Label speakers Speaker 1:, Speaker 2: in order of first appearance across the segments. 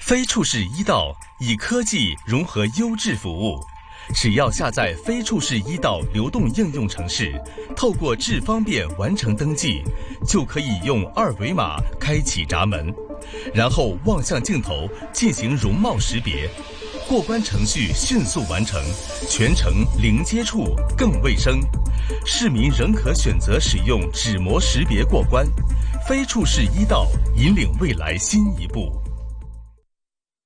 Speaker 1: 非处室医道以科技融合优质服务。只要下载非处室医道流动应用程式，透过智方便完成登记，就可以用二维码开启闸门，然后望向镜头进行容貌识别，过关程序迅速完成，全程零接触更卫生。市民仍可选择使用指模识别过关。非处室医道引领未来新一步。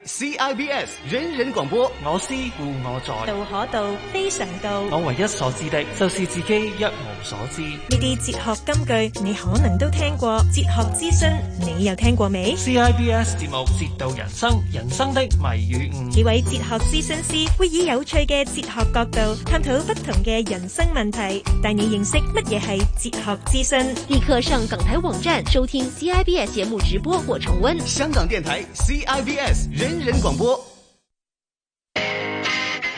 Speaker 2: CIBS 人人廣播，
Speaker 3: 我思故我在，
Speaker 4: 道可道，非常道。
Speaker 3: 我唯一所知的，就是自己一無所知。
Speaker 4: 呢啲哲學金句你可能都聽過，哲學諮詢你又聽過未？
Speaker 3: CIBS 節目《哲道人生》，人生的謎與
Speaker 4: 幾
Speaker 3: 誤。
Speaker 4: 位哲學諮詢師會以有趣嘅哲學角度探討不同嘅人生問題，帶你認識乜嘢係哲學諮詢。
Speaker 5: 立刻上港台网站收听 CIBS 节目直播或重温。
Speaker 2: 香港電台 CIBS 人人廣播。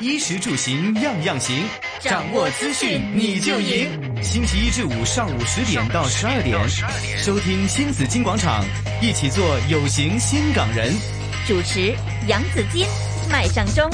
Speaker 2: 衣食住行樣樣行，掌握資訊你就贏。星期一至五上午十点到十二点，收听新紫金廣場，一起做有型新港人。
Speaker 5: 主持杨子金、麦尚中。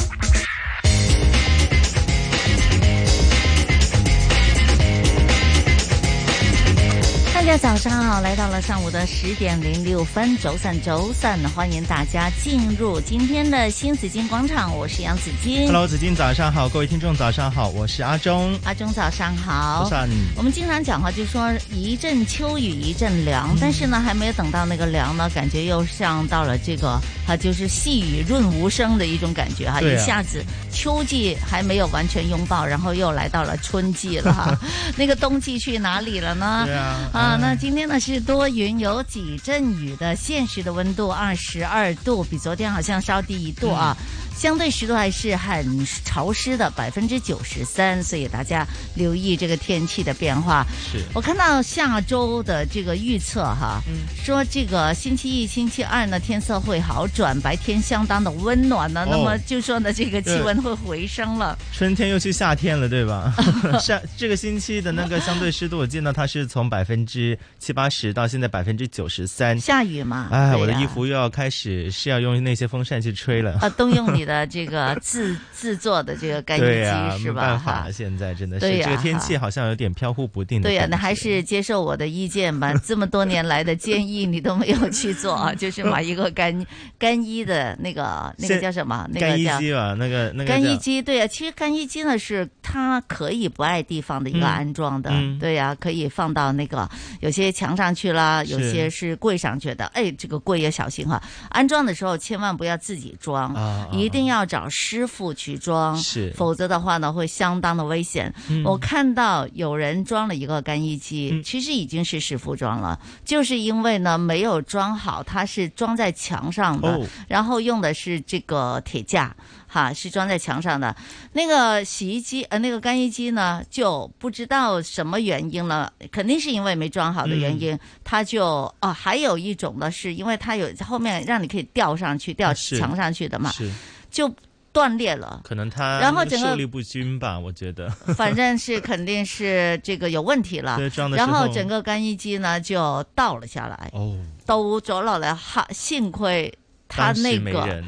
Speaker 6: 大家早上好，来到了上午的十点零六分，走散走散，欢迎大家进入今天的新紫金广场，我是杨紫金。
Speaker 7: Hello，紫金早上好，各位听众早上好，我是阿忠。
Speaker 6: 阿忠早上好。
Speaker 7: 早上
Speaker 6: 我们经常讲话，就说一阵秋雨一阵
Speaker 7: 嗯
Speaker 6: 凉，但是呢，还没有等到那个凉呢，感觉又上到了这个啊，就是细雨润无声的一种感觉哈，
Speaker 7: 对
Speaker 6: 一
Speaker 7: 啊
Speaker 6: 下子秋季还没有完全拥抱，然后又来到了春季了哈。那个冬季去哪里了呢？
Speaker 7: 对啊
Speaker 6: 啊
Speaker 7: 嗯，
Speaker 6: 那今天呢是多云有几阵雨的，现实的温度二十二度，比昨天好像稍低一度啊。
Speaker 7: 嗯
Speaker 6: 相对湿度还是很潮湿的，百分之九十三，所以大家留意这个天气的变化。
Speaker 7: 是
Speaker 6: 我看到下周的这个预测哈，
Speaker 7: 嗯
Speaker 6: 说这个星期一、星期二呢天色会好转，白天相当的温暖呢。
Speaker 7: 哦
Speaker 6: 那么就说呢，这个气温会回升了。
Speaker 7: 春天又去夏天了，对 吧？下这个星期的那个相对湿度，我见到它是从百分之七八十到现在百分之九十三。
Speaker 6: 下雨嘛，
Speaker 7: 哎，我的
Speaker 6: 对呀
Speaker 7: 衣服又要开始是要用那些风扇去吹 了。
Speaker 6: 啊，动用你的这个 自自做的这个干衣
Speaker 7: 对呀、
Speaker 6: 机是
Speaker 7: 没
Speaker 6: 吧？
Speaker 7: 办
Speaker 6: 哈
Speaker 7: 法，。现在真的是
Speaker 6: 对呀
Speaker 7: 这个天气好像有点飘忽不定的
Speaker 6: 对呀、
Speaker 7: 感
Speaker 6: 那还
Speaker 7: 觉
Speaker 6: 是接受我的意见 吧。这么多年来的建议你都没有去做啊，就是买一个干干衣的那个那个
Speaker 7: 现
Speaker 6: 叫什么？那
Speaker 7: 干
Speaker 6: 个
Speaker 7: 衣
Speaker 6: 叫
Speaker 7: 机吧，那个那个
Speaker 6: 干衣
Speaker 7: 叫
Speaker 6: 机。对呀、其实干衣机呢是它可以不爱地方的一个
Speaker 7: 嗯
Speaker 6: 安装的，
Speaker 7: 嗯
Speaker 6: 对呀、可以放到那个有些墙上去啦，有
Speaker 7: 是
Speaker 6: 些是柜上去的。哎，这个柜也小心哈，安装的时候千万不要自己装。
Speaker 7: 啊，
Speaker 6: 一定
Speaker 7: 要
Speaker 6: 要找师傅去装，
Speaker 7: 是
Speaker 6: 否则的话呢会相当的危险。我看到有人装了一个干衣机，
Speaker 7: 嗯
Speaker 6: 其实已经是师傅装了，就是因为呢没有装好，它是装在墙上的，
Speaker 7: 哦，
Speaker 6: 然后用的是这个铁架，哈，是装在墙上的。那个洗衣机，呃，那个干衣机呢，就不知道什么原因了，肯定是因为没装好的原
Speaker 7: 嗯
Speaker 6: 因，它就哦、还有一种呢，是因为它有后面让你可以吊上去，吊
Speaker 7: 啊是
Speaker 6: 墙上去的嘛，
Speaker 7: 是
Speaker 6: 就断裂了。
Speaker 7: 可 能它
Speaker 6: 然后整个
Speaker 7: 受力不均吧，我觉得。
Speaker 6: 反正是肯定是这个有问题了。
Speaker 7: 对，装的时
Speaker 6: 然
Speaker 7: 候
Speaker 6: 后整个干衣机呢就倒了下来，
Speaker 7: 哦，
Speaker 6: 倒咗落嚟，哈，幸亏他
Speaker 7: 当时
Speaker 6: 那
Speaker 7: 没
Speaker 6: 个
Speaker 7: 人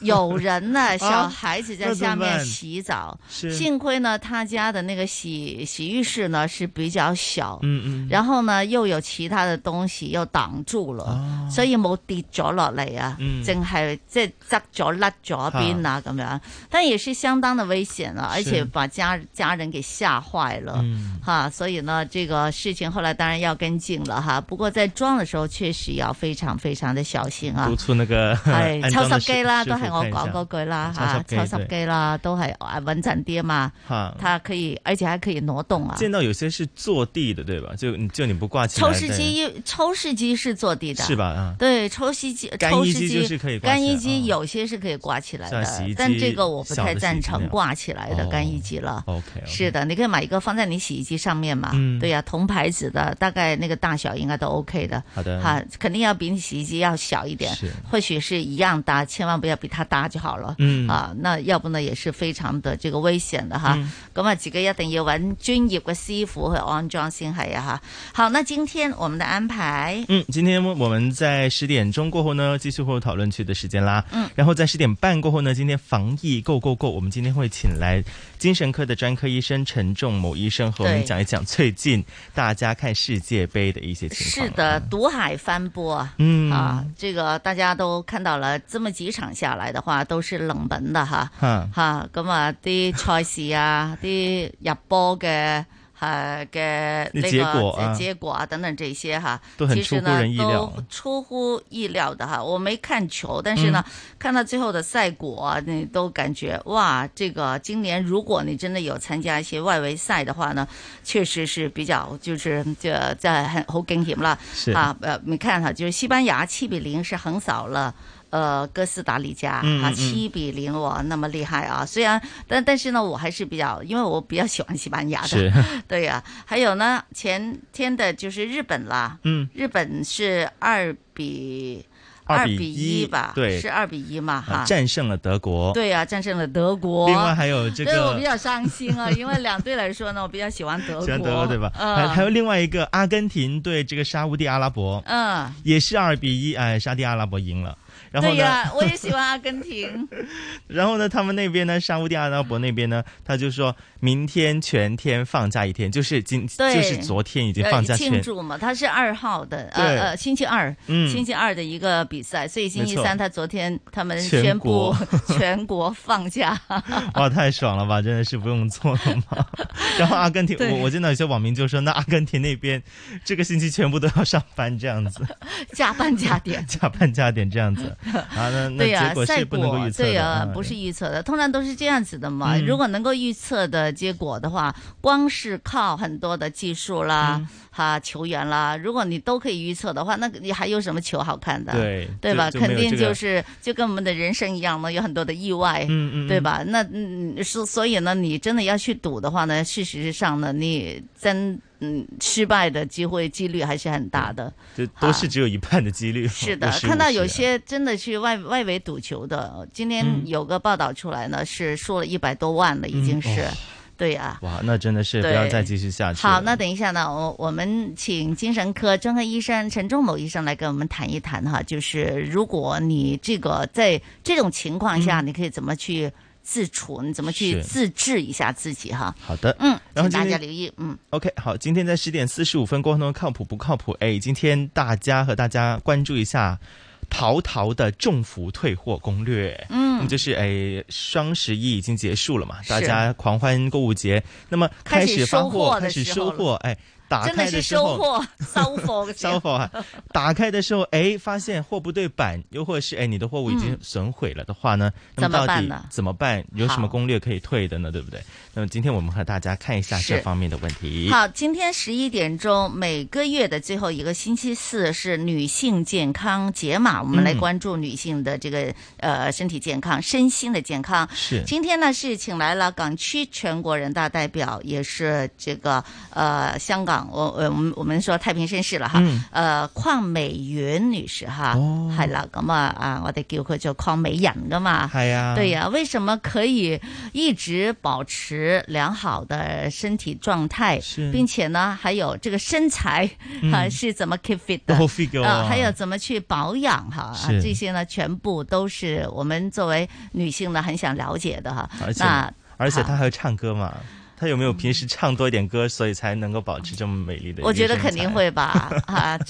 Speaker 6: 有人呢，小孩子
Speaker 7: 啊
Speaker 6: 在下
Speaker 7: 那怎么
Speaker 6: 面
Speaker 7: 办
Speaker 6: 洗澡，
Speaker 7: 是
Speaker 6: 幸亏呢他家的那个洗洗浴室呢是比较小，
Speaker 7: 嗯嗯，
Speaker 6: 然后呢又有其他的东西又擋住了，
Speaker 7: 哦
Speaker 6: 所以冇跌咗落嚟啊，
Speaker 7: 嗯
Speaker 6: 淨係即係側咗甩咗邊啊咁樣，但也是相當的危險了，而且把家家人給嚇壞了。
Speaker 7: 嗯
Speaker 6: 哈，所以呢，这个事情后来当然要跟进了哈。不过在装的时候，确实要非常非常的小心啊
Speaker 7: 督。促那 个
Speaker 6: 系
Speaker 7: 安
Speaker 6: 抽
Speaker 7: 裝
Speaker 6: 濕
Speaker 7: 的
Speaker 6: 機啦，
Speaker 7: 師
Speaker 6: 都係我
Speaker 7: 師傅看一
Speaker 6: 講
Speaker 7: 下啊
Speaker 6: 嗰句啦
Speaker 7: 抽濕
Speaker 6: 吓，
Speaker 7: 機
Speaker 6: 抽濕機啦，都係啊穩陣啲啊嘛。
Speaker 7: 哈。
Speaker 6: 它可以，而且還可以挪動啊。
Speaker 7: 见到有些是坐地的，对吧？就你就你不挂起来
Speaker 6: 抽
Speaker 7: 的，
Speaker 6: 濕機，抽濕機是坐地的，
Speaker 7: 是？吧？啊，
Speaker 6: 对，抽濕機，
Speaker 7: 干
Speaker 6: 抽
Speaker 7: 衣
Speaker 6: 濕
Speaker 7: 机就是可以挂起来
Speaker 6: 干衣
Speaker 7: 哦
Speaker 6: 机有些是可以挂起来的，
Speaker 7: 像洗衣机
Speaker 6: 但这个我不太
Speaker 7: 小的洗衣
Speaker 6: 赞
Speaker 7: 机那
Speaker 6: 成
Speaker 7: 样
Speaker 6: 挂起来的
Speaker 7: 哦
Speaker 6: 干衣机了。
Speaker 7: OK，
Speaker 6: 啊是的，你可以买一个放在你洗衣机上面嘛，
Speaker 7: 嗯
Speaker 6: 对呀、同牌子的，大概那个大小应该都 OK 的，
Speaker 7: 好的，
Speaker 6: 哈、肯定要比你洗衣机要小一点
Speaker 7: 嗯是，
Speaker 6: 或许是一样大，千万不要比它它搭就好了。
Speaker 7: 嗯
Speaker 6: 啊，那要不呢也是非常的這個危險的哈。
Speaker 7: 嗯
Speaker 6: 咁啊、自己一定要揾專業嘅師傅去安裝先係啊哈。好，那今天我們的安排，
Speaker 7: 嗯，今天我们在十点钟过后呢，继续会有讨论区的时间啦。
Speaker 6: 嗯
Speaker 7: 然后在十点半过后呢，今天防疫 Go Go Go，我们今天会请来精神科的专科医生陈仲谋医生和我们
Speaker 6: 对
Speaker 7: 讲一讲最近大家看世界杯的一些情况。
Speaker 6: 是的，毒海翻波啊，
Speaker 7: 嗯
Speaker 6: 啊，这个大家都看到了，這麼幾場下來的話都是冷門的哈。
Speaker 7: 哈，
Speaker 6: 吓咁啊！啲賽事啊，啲入波嘅誒嘅呢個
Speaker 7: 結果啊
Speaker 6: 結果啊等等這些哈，
Speaker 7: 都很
Speaker 6: 其實
Speaker 7: 出乎
Speaker 6: 呢
Speaker 7: 人意料
Speaker 6: 都出乎意料的哈。我沒看球，但是呢，
Speaker 7: 嗯
Speaker 6: 看到最後的賽果啊，你都感覺哇，这个今年如果你真的有參加一些外圍賽的話呢，確實是比較就是就在很好驚險啦。
Speaker 7: 是
Speaker 6: 啊，呃，你看哈，就是西班牙七比零是横扫了。呃，哥斯达黎加
Speaker 7: 嗯
Speaker 6: 啊，
Speaker 7: 嗯嗯
Speaker 6: 七比零哇，那么厉害啊！虽然，但但是呢，我还是比较，因为我比较喜欢西班牙
Speaker 7: 是
Speaker 6: 的， 对呀、还有呢，前天的就是日本啦，
Speaker 7: 嗯，
Speaker 6: 日本是二比
Speaker 7: 2比
Speaker 6: 比一吧，
Speaker 7: 对
Speaker 6: 是二比一嘛
Speaker 7: 啊
Speaker 6: 哈，啊
Speaker 7: 战胜了德国。，
Speaker 6: 对呀、战胜了德国。
Speaker 7: 另外还有这
Speaker 6: 对我
Speaker 7: 个
Speaker 6: 比。较伤心 啊，因为两队来说呢，我比较喜欢德国，
Speaker 7: 喜欢德国对吧？还、
Speaker 6: 嗯，
Speaker 7: 还有另外一个阿根廷对这个沙乌地阿拉伯，
Speaker 6: 嗯，
Speaker 7: 也是二比一，哎，沙地阿拉伯赢了。然后
Speaker 6: 对
Speaker 7: 呢，
Speaker 6: 呀、我也喜欢阿根廷。
Speaker 7: 然后呢，他们那边呢，沙乌地阿拉伯那边呢，他就说明天全天放假一天，就是今
Speaker 6: 对
Speaker 7: 就是昨天已经放假
Speaker 6: 呃、庆
Speaker 7: 全，
Speaker 6: 祝嘛，他是二号的，
Speaker 7: 对
Speaker 6: 呃呃，星期二，
Speaker 7: 嗯
Speaker 6: 星期二的一个比赛，所以星期
Speaker 7: 没错
Speaker 6: 三他昨天他们
Speaker 7: 全
Speaker 6: 宣布
Speaker 7: 国
Speaker 6: 全国放假，
Speaker 7: 哇，太爽了吧！真的是不用做了嘛。 然后阿根廷，
Speaker 6: 对
Speaker 7: 我我见到有些网民就说，那阿根廷那边这个星期全部都要上班，这样子
Speaker 6: 加班加点。
Speaker 7: 加班加点这样子啊，那那
Speaker 6: 对呀、
Speaker 7: 结果
Speaker 6: 赛
Speaker 7: 是不能够
Speaker 6: 果
Speaker 7: 预测
Speaker 6: 对
Speaker 7: 的，
Speaker 6: 呀、
Speaker 7: 嗯
Speaker 6: 不是预测的，通常都是这样子的嘛。
Speaker 7: 嗯
Speaker 6: 如果能够预测的结果的话，光是靠很多的技术啦、
Speaker 7: 嗯
Speaker 6: 哈球员啦，如果你都可以预测的话，那你还有什么球好看的？
Speaker 7: 对
Speaker 6: 对吧？肯定
Speaker 7: 没
Speaker 6: 就。
Speaker 7: 有这个
Speaker 6: 是就跟我们的人生一样嘛，有很多的意外。
Speaker 7: 嗯嗯，嗯
Speaker 6: 对？吧？那嗯，所所以呢，你真的要去赌的话呢，事实上呢，你真嗯失败的机会几率还是很大的。
Speaker 7: 就都是只有一半的几率。
Speaker 6: 啊 是的，
Speaker 7: 50-50
Speaker 6: 看到有些真的去外外围赌球的，
Speaker 7: 嗯
Speaker 6: 今天有个报道出来呢，是输了一百多万了，已经是。对呀、
Speaker 7: 哦哇，那真的是不
Speaker 6: 对
Speaker 7: 要再继续下去了。
Speaker 6: 好，那等一下呢，我我们请精神科专科医生陈仲谋医生来跟我们谈一谈哈，就是如果你这个在这种情况下，你可以怎么去自处，你怎么去
Speaker 7: 嗯是
Speaker 6: 自制一下自己哈？
Speaker 7: 好的，
Speaker 6: 嗯，
Speaker 7: 然后
Speaker 6: 请大
Speaker 7: 今
Speaker 6: 家
Speaker 7: 天
Speaker 6: 留意，嗯，
Speaker 7: OK，好，今天在十点四十五分过后呢，靠谱不靠谱？哎，今天大家和大家关注一下淘淘的中伏退货攻略。嗯，就是哎，双十一已经结束了嘛，
Speaker 6: 是
Speaker 7: 大家狂欢购物节，那么开
Speaker 6: 开始
Speaker 7: 始发
Speaker 6: 收货
Speaker 7: 货，
Speaker 6: 的
Speaker 7: 开始
Speaker 6: 时
Speaker 7: 收
Speaker 6: 候了
Speaker 7: 货，哎，打
Speaker 6: 真的
Speaker 7: 开
Speaker 6: 是
Speaker 7: 的时
Speaker 6: 收
Speaker 7: 候。
Speaker 6: 获 收获的时候
Speaker 7: 烧火啊！打开的时候，哎，发现货不对版，又或者是哎你的货物已经损毁了的话呢，那
Speaker 6: 嗯怎
Speaker 7: 么
Speaker 6: 么
Speaker 7: 到
Speaker 6: 办
Speaker 7: 底
Speaker 6: 呢
Speaker 7: 怎么办？有什
Speaker 6: 好
Speaker 7: 么攻略可以退的呢？对不对？那么今天我们和大家看一下
Speaker 6: 是
Speaker 7: 这方面的问题。
Speaker 6: 好，今天十一点钟，每个月的最后一个星期四是女性健康节嘛，我们来
Speaker 7: 嗯
Speaker 6: 关注女性的这个、呃身体健康、身心的健康。
Speaker 7: 是
Speaker 6: 今天呢是请来了港区全国人大代表，也是这个呃香港，我我我们我们说太平绅士啦吓，
Speaker 7: 嗯
Speaker 6: 呃邝美云女士吓，
Speaker 7: 哦
Speaker 6: 係啦、咁啊啊我哋叫佢做邝美人噶嘛，
Speaker 7: 系啊，
Speaker 6: 对呀、为什么可以一直保持良好的身体状态
Speaker 7: 是，嗯
Speaker 6: 并且呢，还有这个身材啊、是怎么 keep fit
Speaker 7: 都
Speaker 6: 的？
Speaker 7: 好 fit 嘅
Speaker 6: 啊、
Speaker 7: 喎
Speaker 6: 还有怎么去保养哈、啊
Speaker 7: 是
Speaker 6: 这些呢，全部都是我们作为女性呢很想了解的哈。
Speaker 7: 而且
Speaker 6: 那
Speaker 7: 而且他还会唱歌嘛。他有没有平时唱多一点歌，所以才能够保持这么美丽的？
Speaker 6: 我觉得肯定。会 吧，啊，再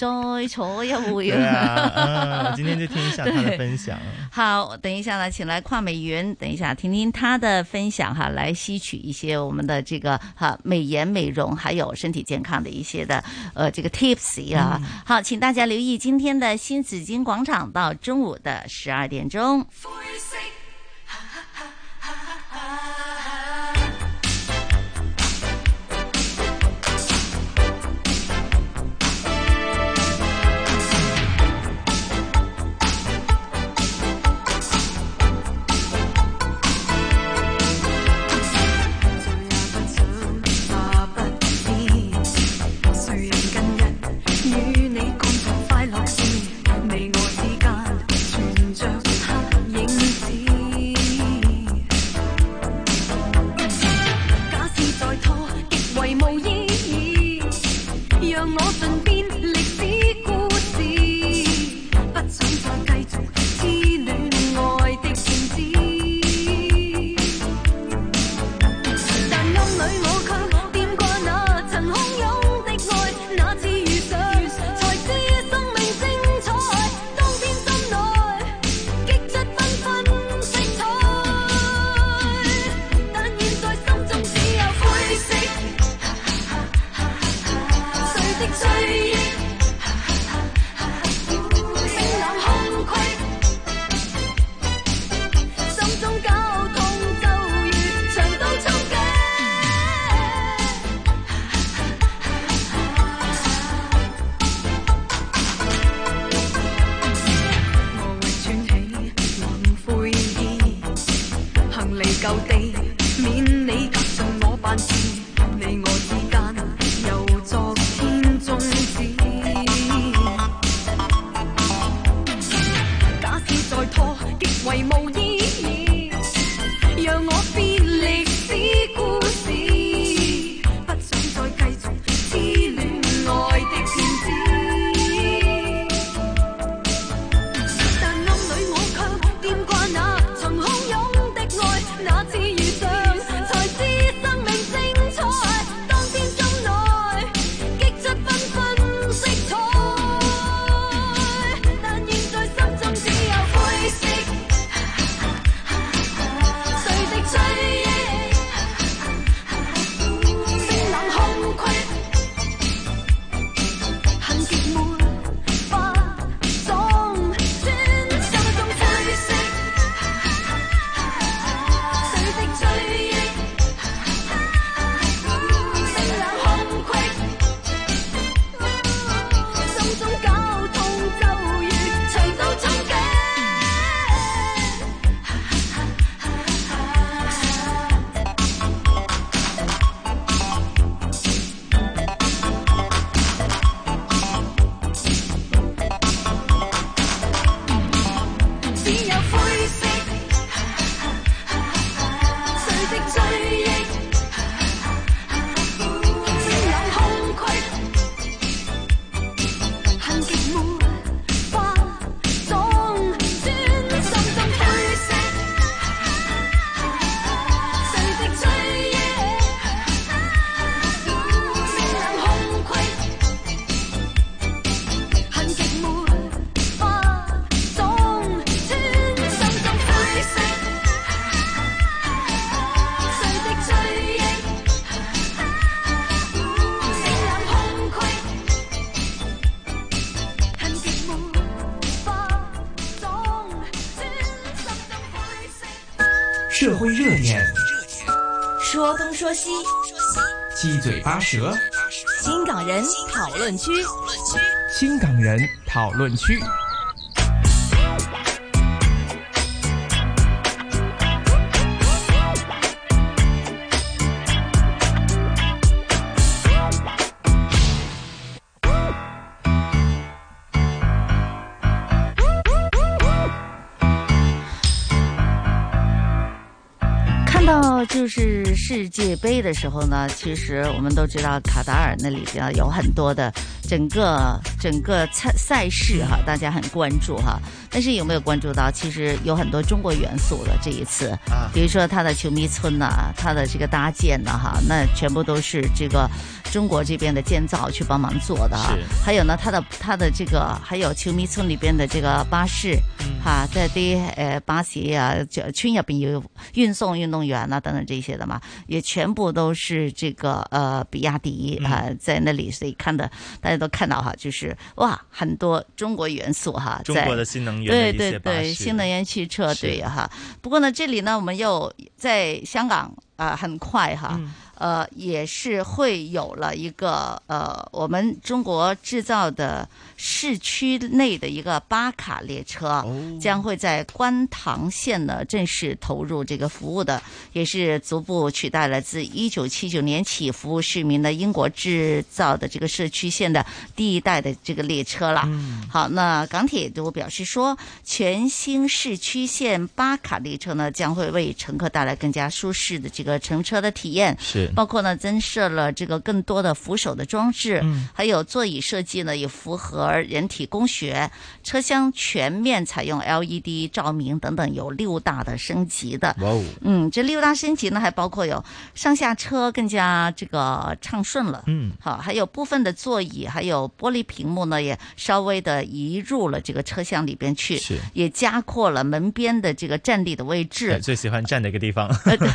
Speaker 6: 坐一回
Speaker 7: 对。啊，嗯，我今天就听一下 他的分享。
Speaker 6: 好，等一下呢，请来邝美云，等一下听听她的分享哈，来吸取一些我们的这个哈美颜美容还有身体健康的一些的呃这个 tips 啊。好，请大家留意今天的新紫金广场到中午的十二点钟。
Speaker 8: 你我之間，存着黑影子，舊地，免你及送我辦事，你我之間由昨天終止。假使再拖，極為無意義，讓我變歷史故事，不想再繼續痴戀愛的騙子。但暗裏我卻惦掛那曾洶湧的愛，那次遇上才知生命精彩。當天心內激出紛紛色彩，但現在心中只有灰色。誰的追憶，冰冷空隙，恨極沒法。總算心中灰色，誰的追憶，冰冷空隙，心中絞痛就如隨刀衝擊。只有灰色，誰的追憶，冰冷空隙，恨極沒法總算心中灰色，誰的追憶，冰冷空隙。恨極沒法總穿心中灰色，誰的追憶，冰冷空隙，恨極沒法總穿心中灰色。
Speaker 2: 社会热点，
Speaker 9: 说东说西，
Speaker 2: 七嘴八舌，
Speaker 9: 新港人讨论区。
Speaker 2: 新港人讨论区。
Speaker 6: 看到就是世界杯的时候呢，其实我们都知道卡塔尔那里边有很多的整个整个赛赛事哈，大家很关注哈。但是有没有关注到，其实有很多中国元素的这一次，
Speaker 7: 啊
Speaker 6: 比如说它的球迷村呐、它的这个搭建呐、哈，那全部都是这个中国这边的建造去帮忙做的哈
Speaker 7: 是。
Speaker 6: 还有呢，它的它的这个还有球迷村里边的这个巴士，
Speaker 7: 嗯
Speaker 6: 哈、即係啲诶巴士啊，就村入边要运送运动员啊等等这些的嘛，也全部都是这个呃比亚迪
Speaker 7: 嗯
Speaker 6: 啊、在那里，所以看的大家都看到哈，就是哇很多中国元素哈，
Speaker 7: 中
Speaker 6: 在
Speaker 7: 国的新能源的
Speaker 6: 对
Speaker 7: 一
Speaker 6: 对
Speaker 7: 些巴士，
Speaker 6: 对，新能源汽车
Speaker 7: 是
Speaker 6: 对哈。不过呢，这里呢，我们又在香港啊、很快哈，呃，也是会有了一个呃，我们中国制造的市区内的一个巴卡列车，将会在观塘县呢正式投入这个服务的，也是逐步取代了自一九七九年起服务市民的英国制造的这个社区线的第一代的这个列车了。好，那港铁都表示说，全新市区线巴卡列车呢，将会为乘客带来更加舒适的这个乘车的体验，
Speaker 7: 是
Speaker 6: 包括呢增设了这个更多的扶手的装置，还有座椅设计呢也符合人体工学，车厢全面采用 LED 照明等等，有六大的升级的。
Speaker 7: 哇哦，
Speaker 6: 嗯，这六大升级呢，还包括有上下车更加这个畅顺了，
Speaker 7: 嗯，
Speaker 6: 好，还有部分的座椅还有玻璃屏幕呢，也稍微的移入了这个车厢里边去，
Speaker 7: 是
Speaker 6: 也加阔了门边的这个站立的位
Speaker 7: 对
Speaker 6: 置。
Speaker 7: 最喜欢站的一个地 方，
Speaker 6: 呃，对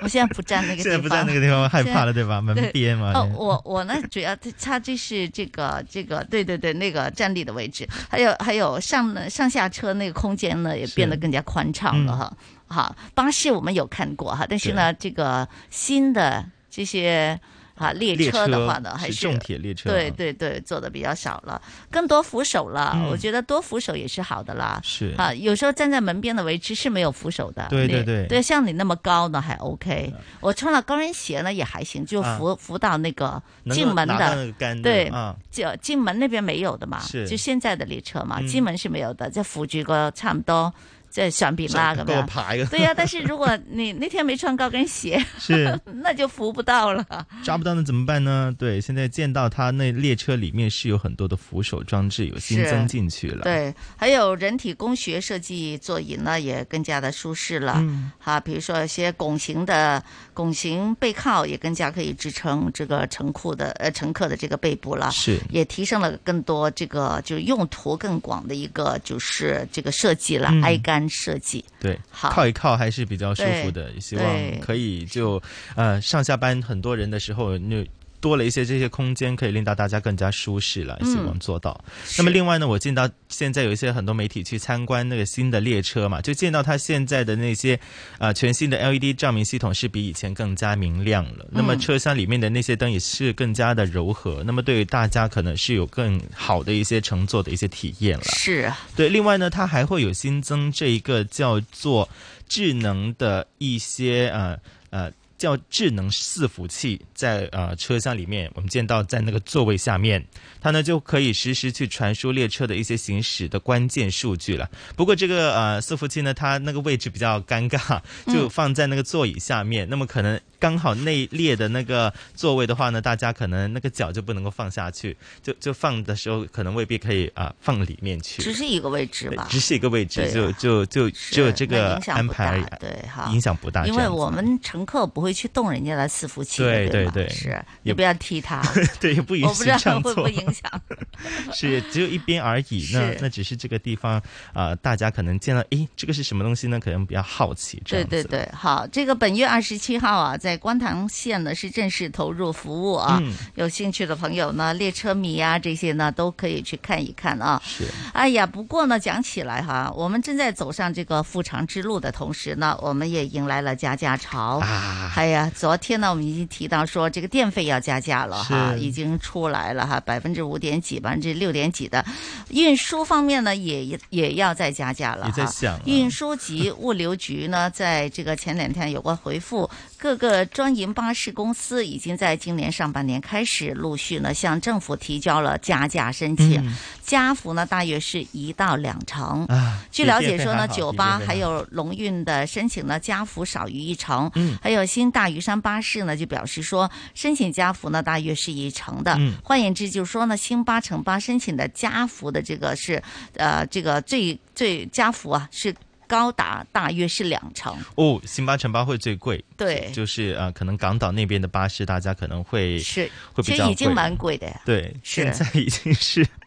Speaker 6: 我现在不站那个地方，
Speaker 7: 现在不站那个地方害怕了对吧？门
Speaker 6: 对
Speaker 7: 边嘛，
Speaker 6: 哦，我我呢，主要它它这是这个这个，对对对，那个站立的位置，还有还有上上下车那个空间呢，也变得更加宽敞了哈。
Speaker 7: 嗯
Speaker 6: 好，巴士我们有看过哈，但是呢，这个新的这些。啊，列
Speaker 7: 列
Speaker 6: 车的
Speaker 7: 车
Speaker 6: 话呢，还
Speaker 7: 是
Speaker 6: 是
Speaker 7: 重铁列车啊
Speaker 6: 对 对对，做的比较少了，更多扶手了。
Speaker 7: 嗯
Speaker 6: 我觉得多扶手也是好的啦。
Speaker 7: 是
Speaker 6: 啊，有时候站在门边的位置是没有扶手的。
Speaker 7: 对对
Speaker 6: 你
Speaker 7: 对嗯
Speaker 6: 对，像你那么高呢还 OK，我穿了高跟鞋呢也还行，就
Speaker 7: 啊
Speaker 6: 扶扶到那个
Speaker 7: 能够
Speaker 6: 进门
Speaker 7: 拿到那个
Speaker 6: 的
Speaker 7: 杆子
Speaker 6: 对
Speaker 7: 啊，
Speaker 6: 就进门那边没有的嘛，
Speaker 7: 是
Speaker 6: 就現在嘅列車嘛，
Speaker 7: 嗯
Speaker 6: 進門是沒有的，即係扶住個差唔多即係上邊啦
Speaker 7: 上嗰
Speaker 6: 咁
Speaker 7: 個
Speaker 6: 樣。
Speaker 7: 牌嘅
Speaker 6: 對呀、但是如果你 那天沒穿高跟鞋，
Speaker 7: 是
Speaker 6: 那就扶不到了。
Speaker 7: 抓不到那怎么办呢？对，现在见到它那列车里面是有很多的扶手装置，有新
Speaker 6: 是
Speaker 7: 增进去了。，
Speaker 6: 对，还有人体工学设计座椅呢，也更加的舒适了。
Speaker 7: 嗯，
Speaker 6: 哈，比如说一些拱形的拱形背靠，也更加可以支撑这个乘客的呃乘客的这个背部了。
Speaker 7: 是
Speaker 6: 也提升了更多这个就是用途更广的一个就是这个设计了，
Speaker 7: 嗯
Speaker 6: 挨杆设计。
Speaker 7: 对，
Speaker 6: 好
Speaker 7: 靠一靠还是比较舒服的。
Speaker 6: 对
Speaker 7: 希望可以就呃上下班很多人的时候，那多了一些这些空间，可以令到大家更加舒适了。
Speaker 6: 嗯
Speaker 7: 希望做到。
Speaker 6: 是
Speaker 7: 那么另外呢，我见到现在有一些很多媒体去参观那个新的列车嘛，就见到它现在的那些呃全新的 LED 照明系统是比以前更加明亮了。
Speaker 6: 嗯
Speaker 7: 那么车厢里面的那些灯也是更加的柔和，那么对于大家可能是有更好的一些乘坐的一些体验了。
Speaker 6: 是
Speaker 7: 对，另外呢，它还会有新增这一个叫做智能的一些呃呃叫智能伺服器，在呃车厢里面，我们见到在那个座位下面，它呢就可以实时去传输列车的一些行驶的关键数据了。不过这个呃伺服器呢，它那个位置比较尴尬，就
Speaker 6: 嗯
Speaker 7: 放在那个座椅下面，那么可能。刚好那一列的那个座位的话呢，大家可能那个脚就不能够放下去，就就放的时候可能未必可以啊、放里面去。
Speaker 6: 只是一个位置吧，
Speaker 7: 只是一个位置，
Speaker 6: 啊对
Speaker 7: 就
Speaker 6: 啊
Speaker 7: 就就只有
Speaker 6: 是
Speaker 7: 这
Speaker 6: 那
Speaker 7: 个
Speaker 6: 影响
Speaker 7: 安
Speaker 6: 不
Speaker 7: 排
Speaker 6: 大
Speaker 7: 而已，
Speaker 6: 对哈，
Speaker 7: 影响不大这
Speaker 6: 因
Speaker 7: 样子。
Speaker 6: 为我们乘客不会去动人家的伺服器的，
Speaker 7: 对
Speaker 6: 对吗
Speaker 7: 对对
Speaker 6: 是
Speaker 7: 也
Speaker 6: 你不要踢他，
Speaker 7: 对也不允
Speaker 6: 我不
Speaker 7: 许
Speaker 6: 知
Speaker 7: 这
Speaker 6: 道
Speaker 7: 样
Speaker 6: 会
Speaker 7: 做，
Speaker 6: 不会影响。
Speaker 7: 是只有一边而已。那
Speaker 6: 是
Speaker 7: 那只是这个地方啊、呃大家可能见到，诶，这个是什么东西呢？可能比较好奇。这
Speaker 6: 对
Speaker 7: 样子
Speaker 6: 对对，好，这个本月二十七号啊，在观塘县呢是正式投入服务啊，
Speaker 7: 嗯
Speaker 6: 有兴趣的朋友呢，列车迷啊这些呢都可以去看一看啊。
Speaker 7: 是，
Speaker 6: 哎呀，不过呢，讲起来哈，我们正在走上这个复常之路的同时呢，我们也迎来了加价潮。
Speaker 7: 啊，
Speaker 6: 哎呀，昨天呢，我们已经提到说这个电费要加价了哈，
Speaker 7: 是
Speaker 6: 已经出来了哈，百分之五点几、百分之六点几的。运输方面呢，也也也要再加价了哈。
Speaker 7: 也在想啊
Speaker 6: 运输及物流局呢，在这个前两天有过回复，各个专营巴士公司已经在今年上半年开始陆续呢向政府提交了加价申请，
Speaker 7: 嗯
Speaker 6: 加幅呢大约是一到两成。
Speaker 7: 啊，
Speaker 6: 据
Speaker 7: 比
Speaker 6: 了
Speaker 7: 电
Speaker 6: 解
Speaker 7: 费
Speaker 6: 说
Speaker 7: 还
Speaker 6: 呢，
Speaker 7: 好
Speaker 6: 九
Speaker 7: 比
Speaker 6: 巴
Speaker 7: 电费还
Speaker 6: 还
Speaker 7: 好
Speaker 6: 有龙运的申请呢，加幅少于一成。
Speaker 7: 嗯
Speaker 6: 还有新大屿山巴士呢，就表示说申请加幅呢大约是一成的。
Speaker 7: 嗯
Speaker 6: 换言之，就是说呢，新八乘八申请的加幅的这个是呃这个最最加幅啊是高达大约是两成。
Speaker 7: 哦，新巴城巴会最贵，
Speaker 6: 对
Speaker 7: 就是呃，可能港岛那边的巴士，大家可能会
Speaker 6: 是
Speaker 7: 会比较
Speaker 6: 其实
Speaker 7: 贵
Speaker 6: 已经蛮贵的呀。
Speaker 7: 对，
Speaker 6: 是
Speaker 7: 现在已经是。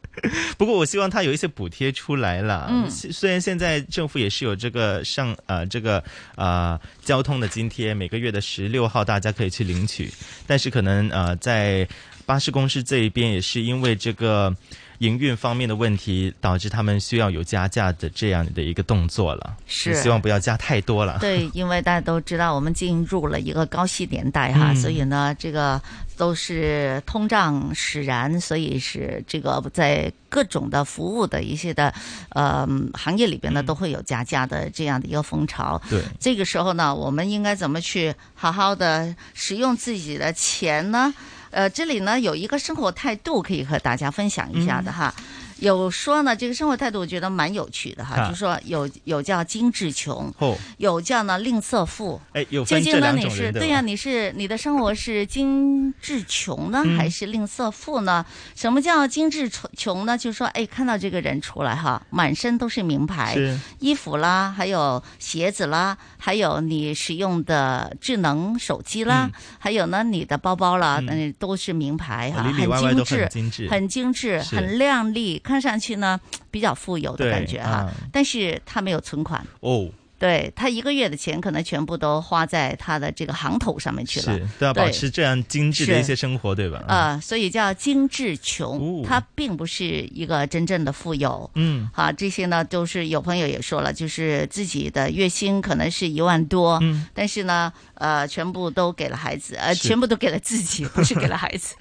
Speaker 7: 不过我希望它有一些补贴出来啦。
Speaker 6: 嗯
Speaker 7: 虽虽然现在政府也是有这个上呃这个呃交通的津贴，每个月的十六号大家可以去领取，但是可能呃在巴士公司这一边也是因为这个营运方面的问题，导致他们需要有加价的这样的一个动作了。
Speaker 6: 是
Speaker 7: 也希望不要加太多 了。
Speaker 6: 对，因为大家都知道，我们进入了一个高息年代哈，
Speaker 7: 嗯
Speaker 6: 所以呢，这个都是通胀使然，所以是这个在各种的服务的一些的呃行业里边呢，都会有加价的这样的一个风潮。
Speaker 7: 嗯对
Speaker 6: 这个时候呢，我们应该怎么去好好的使用自己的钱呢？呃，这里呢有一个生活态度可以和大家分享一
Speaker 7: 嗯
Speaker 6: 下的哈。有说呢，这个生活态度我觉得蛮有趣的哈，
Speaker 7: 啊
Speaker 6: 就说有有叫精致穷，
Speaker 7: 哦，
Speaker 6: 有叫呢吝啬富。
Speaker 7: 哎，有
Speaker 6: 究
Speaker 7: 分这
Speaker 6: 竟呢？
Speaker 7: 两
Speaker 6: 你
Speaker 7: 种
Speaker 6: 是
Speaker 7: 人的
Speaker 6: 对呀、你是你的生活是精致穷呢，
Speaker 7: 嗯
Speaker 6: 还是吝啬富呢？什么叫精致穷穷呢？就是说，哎，看到这个人出来哈，满身都是名牌
Speaker 7: 是
Speaker 6: 衣服啦，还有鞋子啦，还有你使用的智能手机啦，还有呢你的包包啦，
Speaker 7: 嗯
Speaker 6: 嗯，都是名牌哈，
Speaker 7: 里里外外
Speaker 6: 精
Speaker 7: 都
Speaker 6: 致
Speaker 7: 很，精致，
Speaker 6: 很精致，
Speaker 7: 是
Speaker 6: 很靓丽，看上去呢比较富有的
Speaker 7: 对
Speaker 6: 感觉哈
Speaker 7: 啊，
Speaker 6: 但是他没有存款。
Speaker 7: 哦，
Speaker 6: 对他一个月的钱可能全部都花在他的这个行头上面去了
Speaker 7: 是，都要保持这样精致的一些
Speaker 6: 是
Speaker 7: 生活，对吧？
Speaker 6: 啊、所以叫精致穷，
Speaker 7: 嗯哦
Speaker 6: 他并不是一个真正的富有。
Speaker 7: 嗯
Speaker 6: 好，这些呢都是有朋友也说了，就是自己的月薪可能是一万多，
Speaker 7: 嗯
Speaker 6: 但是呢，呃，全部都给了孩子，呃，
Speaker 7: 是
Speaker 6: 全部都给了自 己，不是给了孩子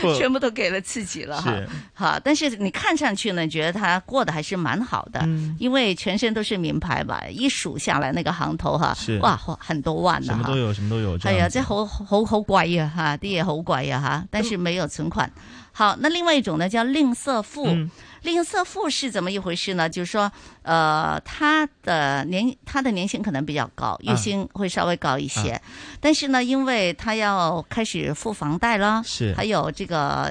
Speaker 7: 或，
Speaker 6: 全部都给了自己了哈
Speaker 7: 是。
Speaker 6: 好，但是你看上去呢，觉得他过得还是蛮好的，
Speaker 7: 嗯
Speaker 6: 因为全身都是名牌吧，一数下来那个行头哈
Speaker 7: 是，
Speaker 6: 哇，很多万呢、
Speaker 7: 什么都有，什么都有。这
Speaker 6: 係啊，
Speaker 7: 样
Speaker 6: 即
Speaker 7: 子
Speaker 6: 係好好好貴啊吓，啲嘢好貴啊吓，但是沒有存款。好，那另外一種呢叫吝啬富。
Speaker 7: 嗯
Speaker 6: 吝啬富是怎麼一回事呢？就是說，呃，他的年他的年薪可能比較高，月薪會稍微高一些，
Speaker 7: 啊
Speaker 6: 但是呢，因為他要開始付房貸啦，
Speaker 7: 是
Speaker 6: 還有這個啊，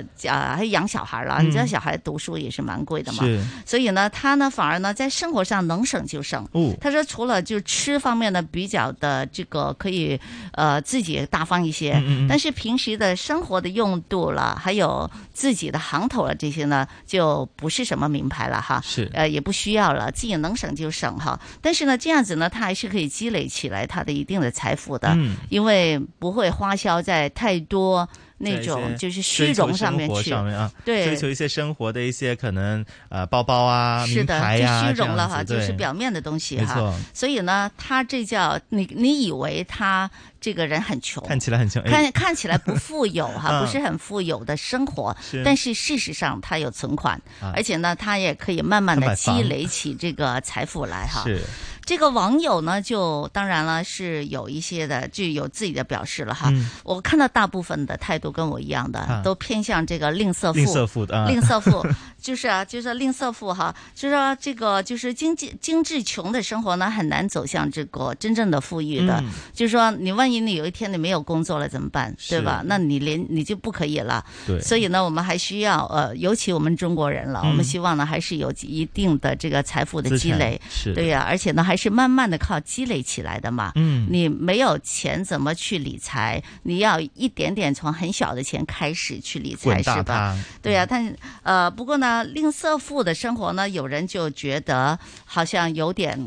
Speaker 6: 還有養小孩啦，
Speaker 7: 嗯
Speaker 6: 你知道小孩讀書也是蠻貴的嘛，
Speaker 7: 是
Speaker 6: 所以呢，他呢反而呢在生活上能省就省。
Speaker 7: 哦
Speaker 6: 他说除了就吃方面呢比较的这个可以呃自己大方一些，
Speaker 10: 嗯嗯嗯
Speaker 6: 但是平时的生活的用度了，还有自己的行头了这些呢，就不是什么名牌了哈。
Speaker 10: 是
Speaker 6: 呃也不需要了，自己能省就省哈。但是呢这样子呢，他还是可以积累起来他的一定的财富的，
Speaker 10: 嗯
Speaker 6: 因为不会花销在太多。那
Speaker 7: 在一
Speaker 6: 种
Speaker 7: 些
Speaker 6: 就是虚
Speaker 7: 追求
Speaker 6: 荣上面
Speaker 7: 生活
Speaker 6: 去，
Speaker 7: 上面啊，
Speaker 6: 对，
Speaker 7: 追求一些生活的一些可能呃包包啊、
Speaker 6: 是
Speaker 7: 名
Speaker 6: 的，
Speaker 7: 牌
Speaker 6: 就
Speaker 7: 呀，
Speaker 6: 虚
Speaker 7: 这
Speaker 6: 荣
Speaker 7: 样
Speaker 6: 了
Speaker 7: 子
Speaker 6: 哈，就
Speaker 7: 对
Speaker 6: 是表面的东西
Speaker 7: 没
Speaker 6: 哈
Speaker 7: 错。
Speaker 6: 所以呢，他这叫你你以为他这个人很穷，
Speaker 7: 看起来很像，哎
Speaker 6: 看看起来不富 有哈，
Speaker 7: 嗯
Speaker 6: 不是很富有的生活，
Speaker 7: 是
Speaker 6: 但是事实上他有存款
Speaker 7: 啊，
Speaker 6: 而且呢，他也可以慢慢
Speaker 7: 他
Speaker 6: 的
Speaker 7: 买
Speaker 6: 积
Speaker 7: 房
Speaker 6: 累起这个财富来哈。
Speaker 7: 是
Speaker 6: 这个网友呢，就当然了是有一些的就有自己的表示了哈。
Speaker 7: 嗯
Speaker 6: 我看到大部分的态度跟我一样的，
Speaker 7: 啊
Speaker 6: 都偏向这个吝啬富。
Speaker 7: 吝啬富的啊
Speaker 6: 吝啬 富就是啊，就是吝啬富哈，就是说这个就是经济精致穷的生活呢，很难走向这个真正的富裕的。
Speaker 10: 嗯
Speaker 6: 就是说，你万一你有一天你没有工作了怎么办，对吧？那你连你就不可以了。
Speaker 10: 对
Speaker 6: 所以呢，我们还需要呃，尤其我们中国人了，
Speaker 10: 嗯
Speaker 6: 我们希望呢还是有一定的这个财富的
Speaker 10: 资
Speaker 6: 积
Speaker 10: 产
Speaker 6: 累，
Speaker 10: 是
Speaker 6: 对呀、而且呢还是慢慢的靠积累起来的嘛。
Speaker 10: 嗯
Speaker 6: 你没有钱怎么去理财？你要一点点从很小的钱开始去理财，
Speaker 10: 滚
Speaker 6: 是
Speaker 10: 大
Speaker 6: 吧
Speaker 10: 它？
Speaker 7: 嗯
Speaker 6: 对呀、但是呃，不过呢，吝啬富的生活呢，有人就觉得好像有点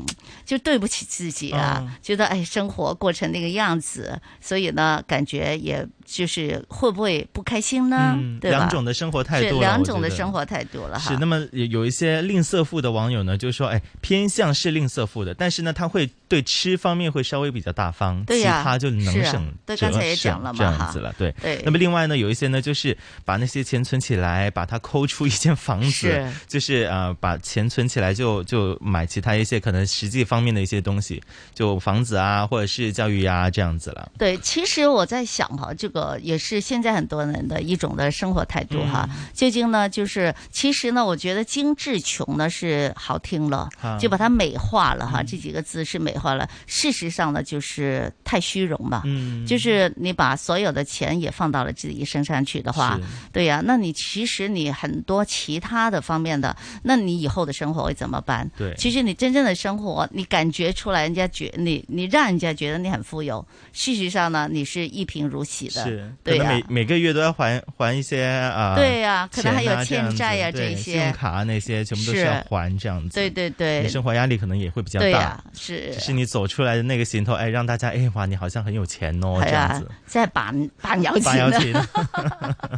Speaker 6: 就对不起自己啊，
Speaker 10: 嗯
Speaker 6: 觉得哎，生活过成那个样子，所以呢，感觉也就是会不会不开心呢？
Speaker 7: 嗯
Speaker 6: 对吧？
Speaker 7: 两种的生活态度
Speaker 6: 是
Speaker 7: 了
Speaker 6: 两
Speaker 7: 我
Speaker 6: 种
Speaker 7: 觉
Speaker 6: 的
Speaker 7: 得
Speaker 6: 生活态度了哈。
Speaker 7: 是，那么有有一些吝啬富的网友呢，就说，哎，偏向是吝啬富的，但是呢，他会对吃方面会稍微比较大方，
Speaker 6: 对呀
Speaker 7: 其他就能
Speaker 6: 是
Speaker 7: 省
Speaker 6: 啊
Speaker 7: 折
Speaker 6: 对刚才也讲了嘛
Speaker 7: 省这
Speaker 6: 哈
Speaker 7: 样子了，对。
Speaker 6: 对
Speaker 7: 那么另外呢，有一些呢，就是把那些钱存起来，把它抠出一间房子，
Speaker 6: 是
Speaker 7: 就是呃，把钱存起来就就买其他一些可能实际方面的一些东西，就房子啊，或者是教育啊这样子了。
Speaker 6: 对，其实我在想哈，这个也是现在很多人的一种的生活态度哈。
Speaker 10: 嗯
Speaker 6: 究竟呢，就是其实呢，我觉得“精致穷呢”是好听了，
Speaker 10: 啊嗯
Speaker 6: 就把它美化了哈。这几个字是美化了，事实上呢，就是太虚荣嘛。
Speaker 10: 嗯
Speaker 6: 就是你把所有的钱也放到了自己身上去的话
Speaker 10: 是，
Speaker 6: 对呀、那你其实你很多其他的方面的，那你以后的生活会怎么办？
Speaker 10: 对
Speaker 6: 其实你真正的生活，你感觉出来，人家觉你你让人家觉得你很富有，事实上呢，你是一贫如洗的，
Speaker 7: 是，可
Speaker 6: 对
Speaker 7: 能
Speaker 6: 呀、
Speaker 7: 每每个月都要还还一些啊，
Speaker 6: 对呀可能
Speaker 7: 钱
Speaker 6: 还有
Speaker 7: 啊这样
Speaker 6: 欠债呀
Speaker 7: 子
Speaker 6: 这
Speaker 7: 对
Speaker 6: 些
Speaker 7: 信用卡啊那些全部都
Speaker 6: 是
Speaker 7: 是要还这样子。
Speaker 6: 对对对
Speaker 7: 你生活压力可能也会比较大。
Speaker 6: 对呀是
Speaker 7: 只是你走出来的那个行头，哎，让大家哎哇，你好像很有钱哦，
Speaker 6: 系
Speaker 7: 这样
Speaker 6: 啊
Speaker 7: 子，，
Speaker 6: 即系 扮扮有
Speaker 7: 扮
Speaker 6: 钱
Speaker 7: 有
Speaker 6: 啦。
Speaker 7: 钱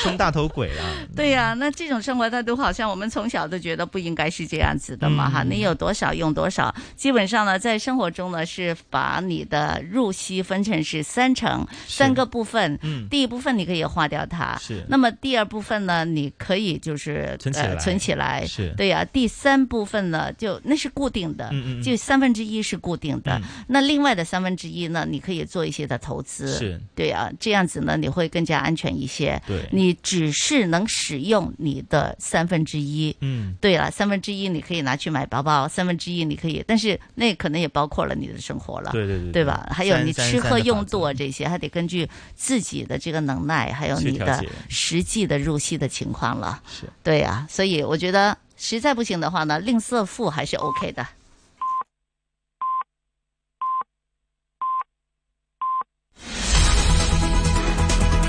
Speaker 7: 充大头鬼啊了。
Speaker 6: 对呀、那这种生活态度好像我们从小都觉得不应该是这样子的嘛哈，
Speaker 10: 嗯
Speaker 6: 你有多少用多少。基本上呢，在生活中呢是把你的入息分成是三成三个部分，
Speaker 10: 嗯
Speaker 6: 第一部分你可以花掉它，
Speaker 10: 是
Speaker 6: 那么第二部分呢，你可以就是
Speaker 10: 存起
Speaker 6: 呃
Speaker 10: 来
Speaker 6: 存起来，
Speaker 10: 是
Speaker 6: 对呀、第三部分呢就那是固定的，
Speaker 10: 嗯嗯嗯
Speaker 6: 就三分之一是固定的，
Speaker 10: 嗯
Speaker 6: 那另外的三分之一呢，你可以做一些的投资，
Speaker 10: 是
Speaker 6: 对呀、这样子呢你会更加安全一些，
Speaker 10: 对
Speaker 6: 你只是能使用你的三分之一。
Speaker 7: 嗯，
Speaker 6: 对了，三分之一你可以拿去买包包，三分之一你可以，但是那可能也包括了你的生活了，
Speaker 10: 对对对对
Speaker 6: 对吧？还有
Speaker 10: 三
Speaker 6: 你
Speaker 10: 三
Speaker 6: 吃
Speaker 10: 三
Speaker 6: 喝
Speaker 10: 的
Speaker 6: 用
Speaker 10: 法则
Speaker 6: 度啊这些，还得根据自己的这个能耐，还有
Speaker 10: 去
Speaker 6: 你
Speaker 10: 调
Speaker 6: 的
Speaker 10: 节
Speaker 6: 实际的入息的情况了。
Speaker 7: 是，
Speaker 6: 对呀、所以我觉得实在不行的话呢，吝啬富还是 OK 的。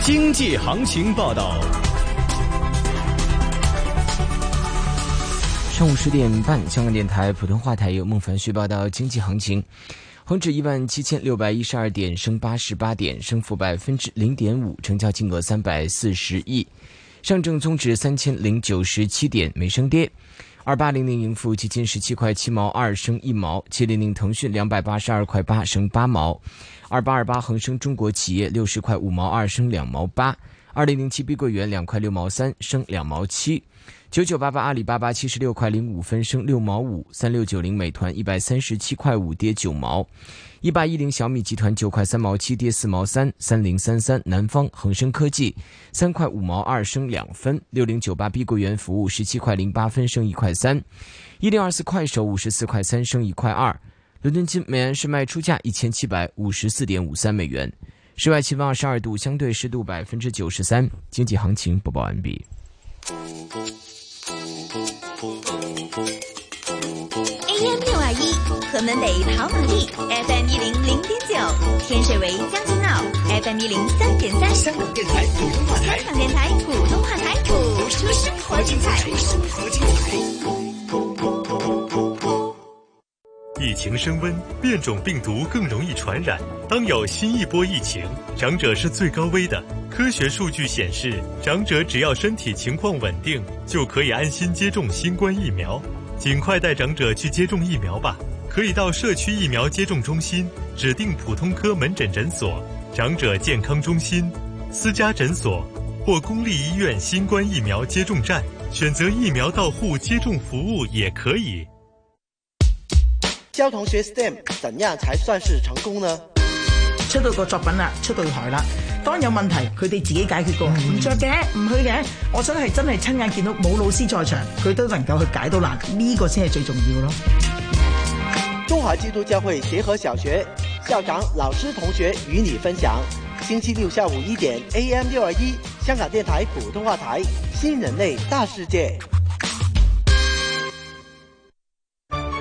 Speaker 2: 经济行情报道。
Speaker 10: 上午十点半，香港电台普通话台由孟凡旭报道经济行情。恒指一万七千六百一十二点，升八十八点，升幅百分之零点五，成交金额三百四十亿。上证综指三千零九十七点，没升跌。二八零零盈富基金十七块七毛二升一毛，七零零腾讯两百八十二块八升八毛，二八二八恒生中国企业六十块五毛二升两毛八，二零零七碧桂园两块六毛三升两毛七。九九八八阿里巴巴七十六块零五分升六毛五，三六九零美团一百三十七块五跌九毛，一八一零小米集团九块三毛七跌四毛三，三零三三南方恒生科技三块五毛二升两分，六零九八碧桂园服务十七块零八分升一块三，一零二四快手五十四块三升一块二，伦敦金美元是卖出价一千七百五十四点五三美元，室外气温二十二度，相对湿度百分之九十三，经济行情播报完毕。
Speaker 9: AM 六二一，河门北跑马地；FM 一零零点九，天水围将军澳；FM 一零三点三，香港电台普通话台。香港电台普通话台，谱出生活精彩。生活精
Speaker 11: 疫情升温，变种病毒更容易传染。当有新一波疫情，长者是最高危的。科学数据显示，长者只要身体情况稳定，就可以安心接种新冠疫苗。尽快带长者去接种疫苗吧，可以到社区疫苗接种中心、指定普通科门诊诊所、长者健康中心、私家诊所或公立医院新冠疫苗接种站，选择疫苗到户接种服务也可以。
Speaker 2: 教同学 STEM 怎樣才算是成功呢？
Speaker 12: 出到個作品啊啦，出到台啦。當有問題，佢哋自己解決過，唔着嘅，唔去嘅。我想係真係親眼見到冇老師在場，佢都能夠去解到難，呢、個先係最重要咯。
Speaker 2: 中华基督教会协和小学校长、老师、同学与你分享。星期六下午一点，AM 六二一，香港电台普通话台，《新人类大世界》。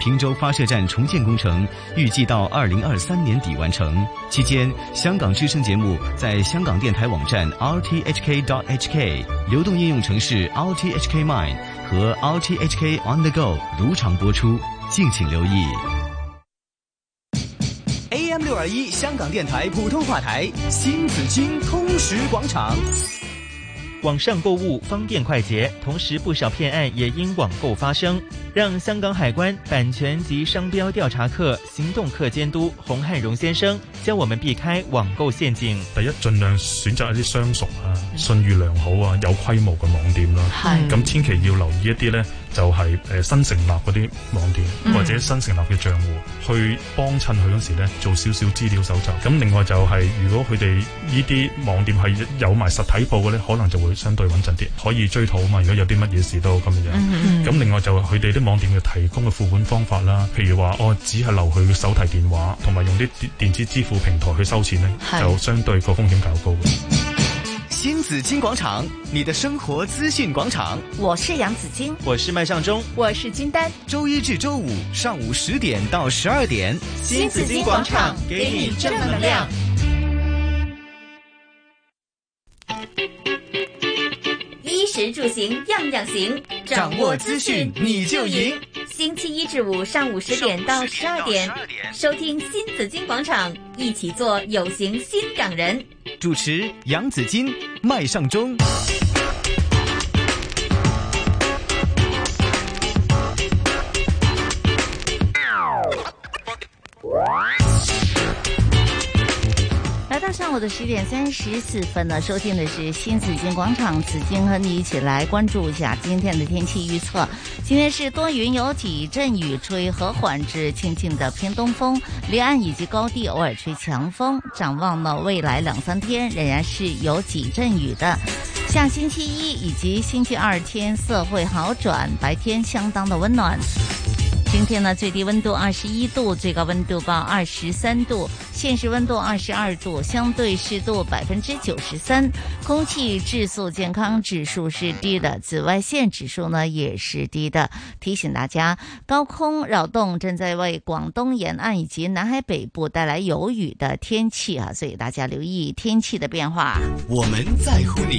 Speaker 13: 平洲发射站重建工程预计到二零二三年底完成。期间，香港之声节目在香港电台网站 rthk.hk、流动应用程式 rthk mine 和 rthk on the go 如常播出，敬请留意。 AM 六二一香港电台普通话台新紫金通识广场。
Speaker 7: 网上购物方便快捷，同时不少骗案也因网购发生，让香港海关版权及商标调查课行动课监督洪汉荣先生教我们避开网购陷阱。
Speaker 14: 第一，盡量選擇一啲相熟啊、信譽良好啊、有規模嘅網店啦。
Speaker 1: 嗯係
Speaker 14: 咁千祈要留意一啲咧，就係、誒新成立嗰啲網店、
Speaker 1: 嗯
Speaker 14: 或者新成立嘅帳戶，去幫襯佢嗰時咧做少少資料搜集。咁另外就係、如果佢哋呢啲網店係有埋實體鋪嘅咧，可能就會相對穩陣啲，可以追討啊嘛。如果有啲乜嘢事都咁樣。
Speaker 1: 嗯嗯
Speaker 14: 咁另外就佢哋啲網店嘅提供嘅付款方法啦，譬如話哦，只係留佢嘅手提電話，同埋用啲電電子支付平台去收錢咧，
Speaker 13: 係
Speaker 14: 就相對個風險較高嘅。
Speaker 13: 新紫金广场，你的生活资讯广场。
Speaker 15: 我是杨子金，
Speaker 7: 我是麦尚中，
Speaker 15: 我是金丹。
Speaker 13: 周一至周五上午十点到十二点，
Speaker 15: 新紫金广场给你正能量。
Speaker 9: 衣食住行样样行，
Speaker 13: 掌握资讯你就赢。
Speaker 9: 星期一至五上午十点到十二点，收听新紫金广场，一起做有型新港人。
Speaker 13: 主持杨紫金、麦尚中。
Speaker 6: 来到上午的十点三十四分呢，收听的是新紫金广场，紫金和你一起来关注一下今天的天气预测。今天是多云，有几阵雨，吹和缓至清劲的偏东风，离岸以及高地偶尔吹强风。展望呢，未来两三天仍然是有几阵雨的。下星期一以及星期二天色会好转，白天相当的温暖。今天呢，最低温度二十一度，最高温度报二十三度，现实温度二十二度，相对湿度百分之九十三，空气质素健康指数是低的，紫外线指数呢也是低的。提醒大家，高空扰动正在为广东沿岸以及南海北部带来有雨的天气啊，所以大家留意天气的变化。
Speaker 2: 我们在乎你，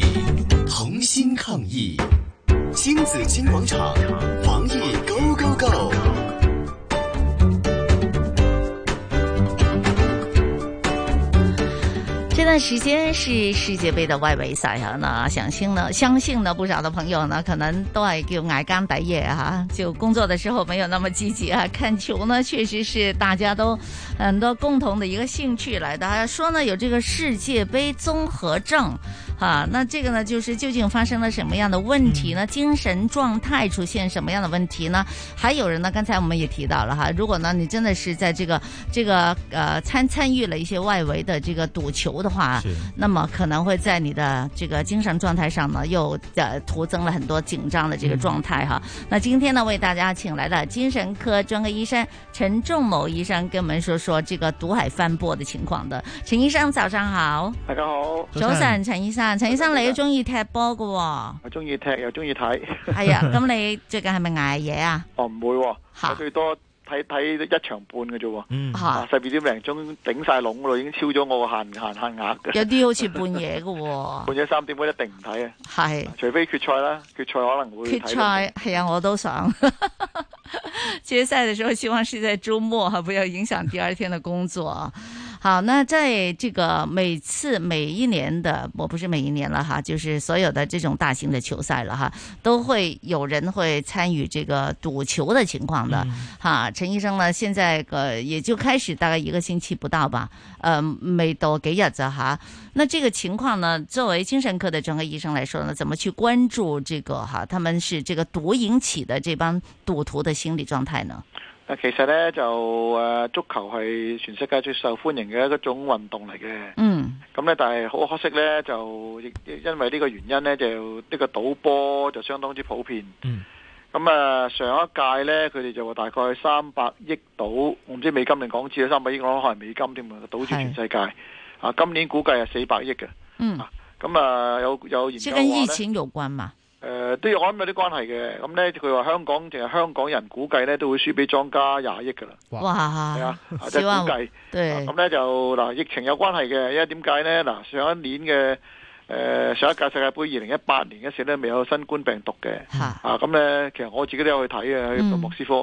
Speaker 2: 同心抗疫。星子金广场，防疫 Go Go Go！
Speaker 6: 这段时间是世界杯的外围赛啊，那相信呢，相信呢，不少的朋友呢，可能都系叫挨更抵夜啊，就工作的时候没有那么积极啊。看球呢，确实是大家都很多共同的一个兴趣来的。还说呢，有这个世界杯综合症啊，那这个呢，就是究竟发生了什么样的问题呢？精神状态出现什么样的问题呢？还有人呢，刚才我们也提到了哈，如果呢，你真的是在这个这个呃参参与了一些外围的这个赌球的。的话
Speaker 3: 是，
Speaker 6: 那么可能会在你的这个精神状态上呢，又呃徒增了很多紧张的这个状态哈。那今天呢，为大家请来了精神科专科医生陈仲谋医生，跟我们说说这个毒海翻波的情况的。陈医生早上好，
Speaker 16: 大家好，
Speaker 6: 早晨，陳醫生，陳醫生你都中意踢波嘅喎，
Speaker 16: 我中意踢又中意睇，
Speaker 6: 係啊，咁你最近係咪捱夜啊？
Speaker 16: 哦唔會喎，我最多睇睇一場半嘅啫喎，
Speaker 6: 嗯
Speaker 16: 啊十二點零鐘頂晒籠咯，已經超咗我個限限限額嘅，
Speaker 6: 有啲好似半夜嘅喎，
Speaker 16: 半夜三點我一定唔睇啊，
Speaker 6: 係。
Speaker 16: 除非決賽啦，決賽可能會
Speaker 6: 决
Speaker 16: 睇到
Speaker 6: 赛系啊，我都想。决赛的时候，希望是在周末哈，不要影响第二天的工作啊。好，那在这个每次每一年的，我不是每一年了哈，就是所有的这种大型的球赛了哈，都会有人会参与这个赌球的情况的、哈。陈医生呢，现在呃也就开始大概一个星期不到吧，呃，未到几日咋哈。那这个情况呢，作为精神科的专科医生来说呢，怎么去关注这个哈？他们是这个毒引起的这帮赌徒的心理状态呢？
Speaker 16: 嗱，啊其實咧就誒、呃足球係全世界最受歡迎嘅一種運動嚟嘅。
Speaker 6: 嗯。
Speaker 16: 咁咧，但係好可惜咧，就亦亦因為呢個原因咧，就呢個賭波就相當之普遍。
Speaker 7: 嗯。
Speaker 16: 咁啊，上一屆咧，佢哋就話大概三百億賭，我唔知美金定港紙啊，三百億我可能美金添啊，賭住全世界。啊，今年估計係四百億嘅。
Speaker 6: 嗯，
Speaker 16: 咁啊，有有研究
Speaker 6: 是
Speaker 16: 話咧
Speaker 6: 跟疫情有關嘛？
Speaker 16: 誒、都有我諗有啲關係嘅，咁咧佢話香港淨係香港人估計咧都會輸俾莊家廿億㗎啦，係
Speaker 6: 哇
Speaker 16: 啊，啊即係
Speaker 6: 希望
Speaker 16: 估計，
Speaker 6: 對
Speaker 16: 啊咁咧就嗱疫情有關係嘅，因為點解咧嗱上一年嘅誒、呃上一屆世界盃二零一八年嗰時咧未有新冠病毒嘅，啊咁咧其實我自己都有去睇嘅去莫斯科，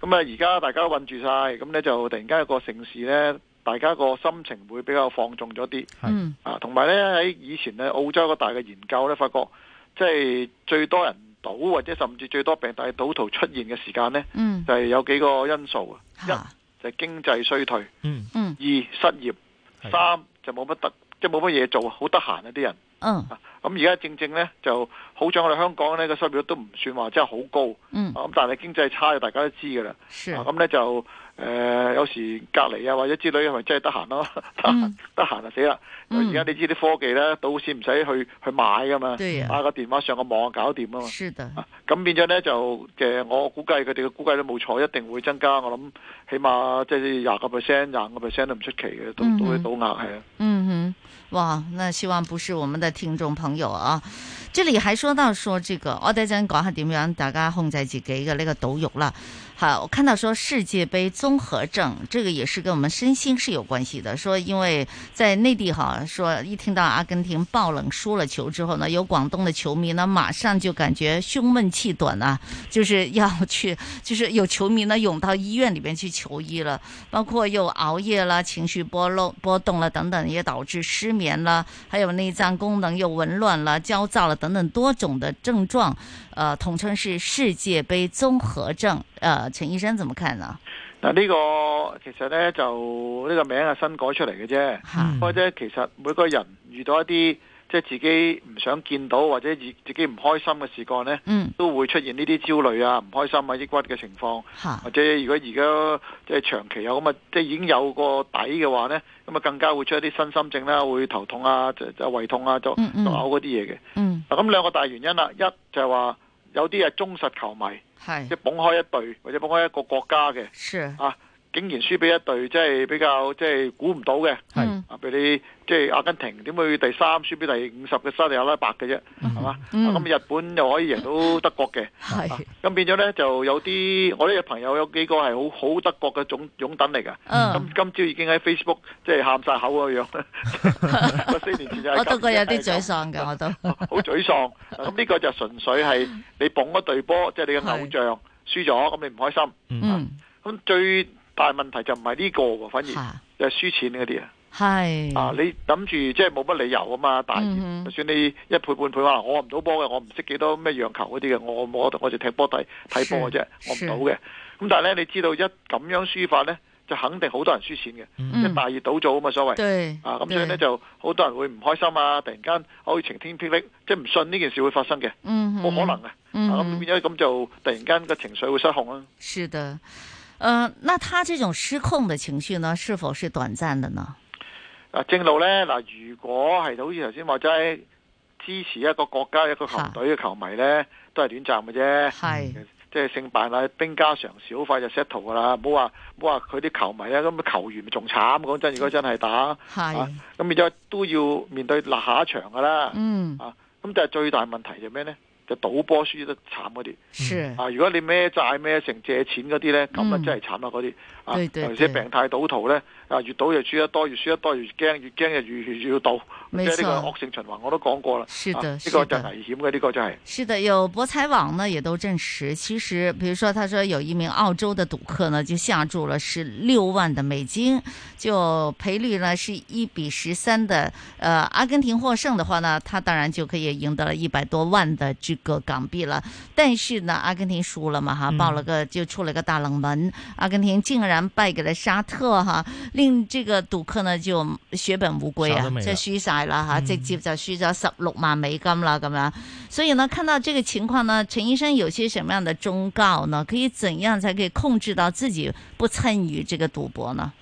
Speaker 16: 咁啊而家大家都困住晒，咁咧就突然間有個城市咧。大家個心情會比較放縱咗啲，
Speaker 6: 嗯
Speaker 16: 啊，同埋咧喺以前咧澳洲一個大嘅研究咧，發覺即係最多人賭或者甚至最多病但係賭徒出現嘅時間呢，
Speaker 6: 嗯
Speaker 16: 就係、有幾個因素啊，
Speaker 6: 嚇
Speaker 16: 一就係、經濟衰退，
Speaker 7: 嗯
Speaker 6: 嗯，
Speaker 16: 二失業，三就冇乜特即係冇乜嘢做，好得閒啊啲人。
Speaker 6: 嗯
Speaker 16: 咁而家正正呢，就好在我哋香港呢個失業率都唔算話真係好高，
Speaker 6: 嗯
Speaker 16: 啊咁但係經濟差大家都知㗎啦，
Speaker 6: 是
Speaker 16: 啊咁呢就誒、呃有時隔離啊或者之類係咪真係得閒咯？得閒 得閒就死啦！
Speaker 6: 嗯
Speaker 16: 而家你知啲科技呢，賭錢唔使去去買㗎嘛，
Speaker 6: 對啊
Speaker 16: 打個電話上個網搞掂啊嘛，
Speaker 6: 是的，
Speaker 16: 咁變咗呢，就嘅我估計佢哋嘅估計都冇錯，一定會增加，我諗起碼即係廿個 percent、廿個 percent 都唔出奇嘅，到
Speaker 6: 嗯
Speaker 16: 到
Speaker 6: 哼
Speaker 16: 啲賭額係啊。
Speaker 6: 嗯哼，哇，那希望不是我们的听众朋友啊。这里还说到说这个，哦我哋一阵讲下点样大家控制自己嘅呢个赌欲啦。好，我看到说世界杯综合症，这个也是跟我们身心是有关系的。说因为在内地哈，说一听到阿根廷爆冷输了球之后呢，有广东的球迷呢，马上就感觉胸闷气短啊，就是要去， 就是有球迷呢涌到医院里边去求医了，包括又熬夜啦、情绪波动波动了等等，也导致失眠啦，还有内脏功能又紊乱了、焦躁了等等多种的症状，呃，统称是世界杯综合症。呃，陈医生怎么看呢？
Speaker 16: 嗱，呢個其實呢，就呢、個名係新改出嚟嘅啫，不過啫其實每個人遇到一啲即係自己唔想見到或者自自己唔開心嘅事幹呢，
Speaker 6: 嗯
Speaker 16: 都會出現呢啲焦慮啊、唔開心啊、抑鬱嘅情況，
Speaker 6: 吓
Speaker 16: 或者如果而家即係長期有咁啊，即係已經有個底嘅話呢，咁啊更加會出一啲身心症啦，會頭痛啊、就就胃痛啊、就就
Speaker 6: 嗯嗯
Speaker 16: 嘔嗰啲嘢嘅。
Speaker 6: 嗯
Speaker 16: 嗱，咁兩個大原因啦，一就係話有啲係忠實球迷，
Speaker 6: 係
Speaker 16: 即係捧開一隊或者捧開一個國家嘅，
Speaker 6: 是
Speaker 16: 啊，竟然輸俾一隊即係比較即係估唔到嘅，
Speaker 6: 嗯
Speaker 16: 啊，譬如你即係阿根廷點會第三輸俾第五十嘅沙地阿拉伯嘅啫，係嘛？
Speaker 6: 嗯
Speaker 16: 啊咁日本又可以贏到德國嘅，
Speaker 6: 係
Speaker 16: 啊咁變咗咧就有啲我呢個朋友有幾個係好好德國嘅總擁躉嚟㗎，咁
Speaker 6: 嗯
Speaker 16: 今朝已經喺 Facebook 即係喊晒口嗰個樣， 我四年前就係咁
Speaker 6: 我都哦覺得有啲沮喪嘅，我都
Speaker 16: 好沮喪。咁呢個就純粹係你捧嗰隊波，即係你嘅偶像輸咗，咁你唔開心。啊
Speaker 6: 嗯
Speaker 16: 咁最大問題就唔係呢個喎，反而就係輸錢嗰啲啊。
Speaker 6: 係
Speaker 16: 啊，你諗住即係冇乜理由啊嘛，大熱
Speaker 6: 嗯嗯哼
Speaker 16: 就算你一倍半倍可能我唔到波嘅，我唔識幾多咩讓球嗰啲嘅，我我我就踢波睇睇波嘅啫，我唔
Speaker 6: 是
Speaker 16: 到嘅。咁但係咧，你知道一咁樣輸法咧，就肯定好多人輸錢嘅，
Speaker 6: 嗯
Speaker 16: 即係大熱倒灶啊嘛，所謂。
Speaker 6: 對
Speaker 16: 啊，咁
Speaker 6: 對
Speaker 16: 所以咧就好多人會唔開心啊，突然間好似晴天霹靂，即係唔信呢件事會發生嘅，
Speaker 6: 嗯哼
Speaker 16: 冇可能嘅。
Speaker 6: 嗯
Speaker 16: 啊，
Speaker 6: 哼
Speaker 16: 咁變咗咁就突然間個情緒會失控啊啦。
Speaker 6: 是的，呃，那他這種失控的情緒呢，是否是短暫的呢？
Speaker 16: 啊，正路咧嗱，如果係好似頭先話齋支持一個國家一個球隊嘅球迷咧，都係短暫嘅啫。
Speaker 6: 係，
Speaker 16: 即係勝敗啦，兵家常事，好快就 settle 噶啦。唔好話唔好話佢啲球迷咧，咁球員咪仲慘。講真，如果真係打，
Speaker 6: 係
Speaker 16: 啊咁變咗都要面對嗱下一場噶啦。
Speaker 6: 嗯
Speaker 16: 啊，咁但係最大問題就咩咧？就賭波輸得慘嗰啲。
Speaker 6: 是
Speaker 16: 啊，如果你孭債孭成借錢嗰啲咧，咁啊
Speaker 6: 嗯
Speaker 16: 真係慘啦嗰啲。啊，
Speaker 6: 對對
Speaker 16: 尤其是
Speaker 6: 對
Speaker 16: 病態賭徒咧，啊越賭越輸得多，越輸得多越驚，越驚就越越越要賭。即
Speaker 6: 沒
Speaker 16: 係呢個
Speaker 6: 錯
Speaker 16: 惡性循環，我都講過啦。
Speaker 6: 是的
Speaker 16: 啊
Speaker 6: 是
Speaker 16: 呢個就
Speaker 6: 的
Speaker 16: 危險嘅，呢個就係。
Speaker 6: 是的，有博彩网呢也都证实，其实比如说他说有一名澳洲的赌客呢就下注了十六万的美金，就赔率呢是一比十三的，呃，阿根廷获胜的话呢，他当然就可以赢得了一百多万的这个港币了。但是呢，阿根廷输了嘛哈，
Speaker 4: 嗯
Speaker 6: 爆了个就出了个大冷门，阿根廷竟然败给了沙特哈，令这个赌客呢就血本无归
Speaker 4: 啥
Speaker 6: 啊
Speaker 4: 都，没
Speaker 6: 即
Speaker 4: 了嗯
Speaker 6: 系輸晒啦嚇，直接就輸咗十六萬美金啦咁樣。所以呢，看到這個情況呢，陳醫生有些什麼樣的忠告呢？可以怎樣才可以控制到自己不參與這個賭博呢？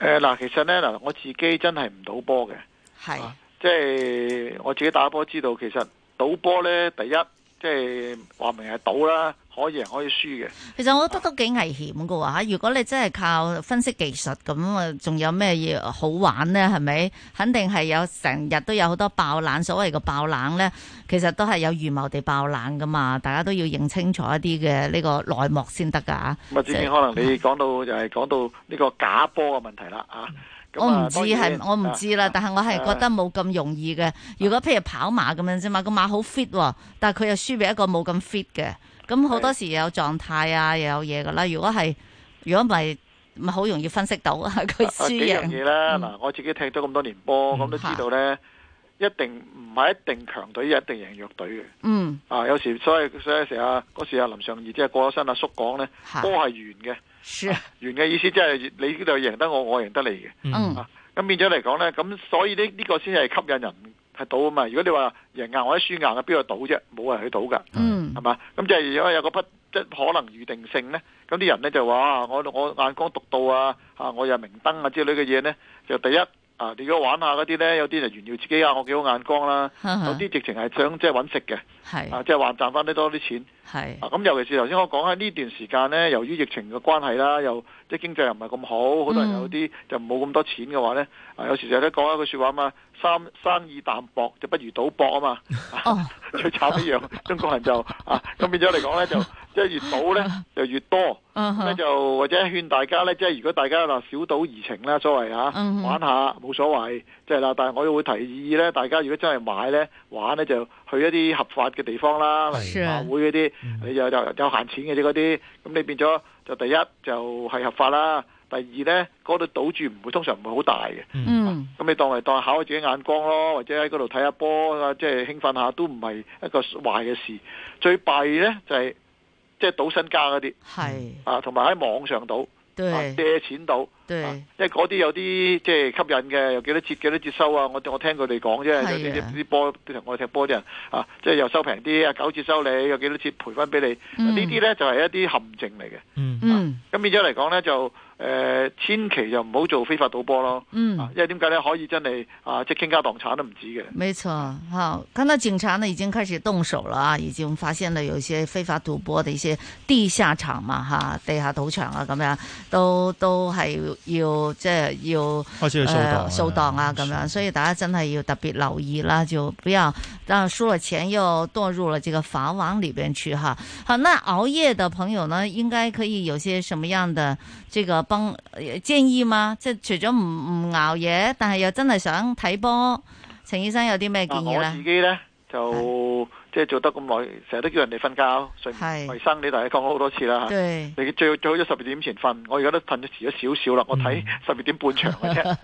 Speaker 16: 誒呃嗱、其實咧嗱，我自己真係唔賭波嘅，啊
Speaker 6: 係
Speaker 16: 即係我自己打波知道，其實賭波咧，第一即係話明係賭啦，可以贏可以輸嘅。
Speaker 6: 其實我覺得都幾危險嘅喎嚇如果你真係靠分析技術咁啊，仲有咩嘢好玩呢？係咪？肯定係有成日都有好多爆冷，所謂嘅爆冷呢，其實都係有預謀地爆冷噶嘛。大家都要認清楚一啲嘅呢個內幕先得㗎嚇
Speaker 16: 咁啊，至
Speaker 6: 即
Speaker 16: 於
Speaker 6: 係
Speaker 16: 可能你講到就係講到呢個假波嘅問題啦啊。咁
Speaker 6: 我
Speaker 16: 啊
Speaker 6: 唔知
Speaker 16: 當然啊
Speaker 6: 係我唔知啦，但係我係覺得冇咁容易嘅。如果譬如跑馬咁樣啫嘛，個馬好 fit 喎，但係佢又輸俾一個冇咁 fit 嘅，咁好多時又有狀態啊，又有嘢噶啦。如果係如果唔係，咪好容易分析到佢
Speaker 16: 啊幾
Speaker 6: 輸
Speaker 16: 樣
Speaker 6: 贏。嗯
Speaker 16: 嘢啦，嗱、我自己踢咗咁多年波，咁、都知道咧，一定唔係一定強隊，一定贏弱隊嘅。
Speaker 6: 嗯，
Speaker 16: 啊，有時所以所以成日嗰時啊林尚義即係過咗身阿叔講咧，
Speaker 6: 嚇
Speaker 16: 波係圓嘅。
Speaker 6: 是，
Speaker 16: 圓嘅意思即係你呢度贏得我，我贏得你嘅。
Speaker 6: 嗯，
Speaker 16: 咁變咗嚟講呢，咁所以呢呢、個先係吸引人係賭啊嘛。如果你話贏硬或者輸硬嘅，邊個賭啫？冇人去賭㗎，
Speaker 6: 嗯
Speaker 16: 係嘛？咁就係因為有個不即係可能預定性呢。咁啲人呢就話啊我我眼光獨到啊，啊我又明燈啊之類嘅嘢呢。就第一啊，你如果玩下嗰啲呢，有啲就炫耀自己啊，我幾好眼光啦、
Speaker 17: 嗯
Speaker 16: 有啲直情係想即係揾食嘅，
Speaker 6: 係
Speaker 16: 啊即係話賺翻啲多啲錢。
Speaker 6: 係
Speaker 16: 啊，咁尤其是頭先我講喺呢段時間呢，由於疫情嘅關係啦，又即係經濟又唔係咁好，好
Speaker 6: 嗯
Speaker 16: 多人有啲就冇咁多錢嘅話呢，啊有時就有得講一句説話啊嘛，三生意淡薄就不如賭博啊嘛，
Speaker 6: 哦、
Speaker 16: 最慘一樣，中國人就啊咁變咗嚟講呢，就即係越賭呢就越多，
Speaker 6: 嗯
Speaker 16: 咁
Speaker 6: 哼
Speaker 16: 咧就或者勸大家呢，即係如果大家嗱小賭怡情啦，所謂嚇、
Speaker 6: 嗯哼
Speaker 16: 玩下冇所謂，即係啦，但係我會提議呢，大家如果真係買呢，玩呢就去一啲合法嘅地方啦，例如
Speaker 6: 是嗯
Speaker 16: 馬會嗰啲。你就就有閒錢嘅啫嗰啲，咁你變咗就第一就係合法啦，第二呢，嗰度賭注唔會通常唔會好大嘅，
Speaker 6: 嗯
Speaker 16: 咁你當嚟當係考下自己眼光咯，或者喺嗰度睇下波啊，即係興奮下都唔係一個壞嘅事。最弊呢，就係即係賭身家嗰啲
Speaker 6: 係
Speaker 16: 啊，同埋喺網上賭，啊
Speaker 6: 對
Speaker 16: 借錢賭。
Speaker 6: 對，
Speaker 16: 因為嗰啲有啲即係吸引嘅，有幾多折幾多折收啊！我我聽佢哋講啫，
Speaker 6: 啊
Speaker 16: 有啲啲波啲我哋踢波啲人啊，即係又收平啲啊，九折收你，有幾多折賠翻俾你。
Speaker 6: 嗯
Speaker 16: 呢啲呢就係一啲陷阱嚟嘅。
Speaker 6: 嗯
Speaker 16: 咁變咗嚟講呢，就诶、千祈就唔好做非法賭波咯。
Speaker 6: 嗯
Speaker 16: 啊因為點解咧？可以真係啊，即係傾家蕩產都唔止嘅。
Speaker 6: 没错，好，看到警察呢已经开始动手了啊，已经发现了有一些非法赌博的一些地下场嘛，哈，地下赌場啊咁樣，都都係要即係要
Speaker 7: 開始去掃蕩啊
Speaker 6: 呃掃蕩啊咁樣，所以大家真係要特別留意啦，就不要让輸了錢又墮入了這個法網里邊去哈。好，那熬夜的朋友呢，應該可以有些什麼樣的這個幫呃建議嗎？即係除咗唔唔熬夜，但係又真係想睇波。陳醫生有啲咩建議
Speaker 16: 啊
Speaker 6: 啊
Speaker 16: 我自
Speaker 6: 咧？
Speaker 16: 己咧就即係做得咁耐，成日都叫人哋瞓覺，睡
Speaker 6: 係
Speaker 16: 眠衞生你大家講咗好多次啦嚇。
Speaker 6: 對
Speaker 16: 你最最好咗十二點前瞓，我而家都褪咗遲咗少少啦，我
Speaker 6: 嗯
Speaker 16: 睇十二點半場嘅啫，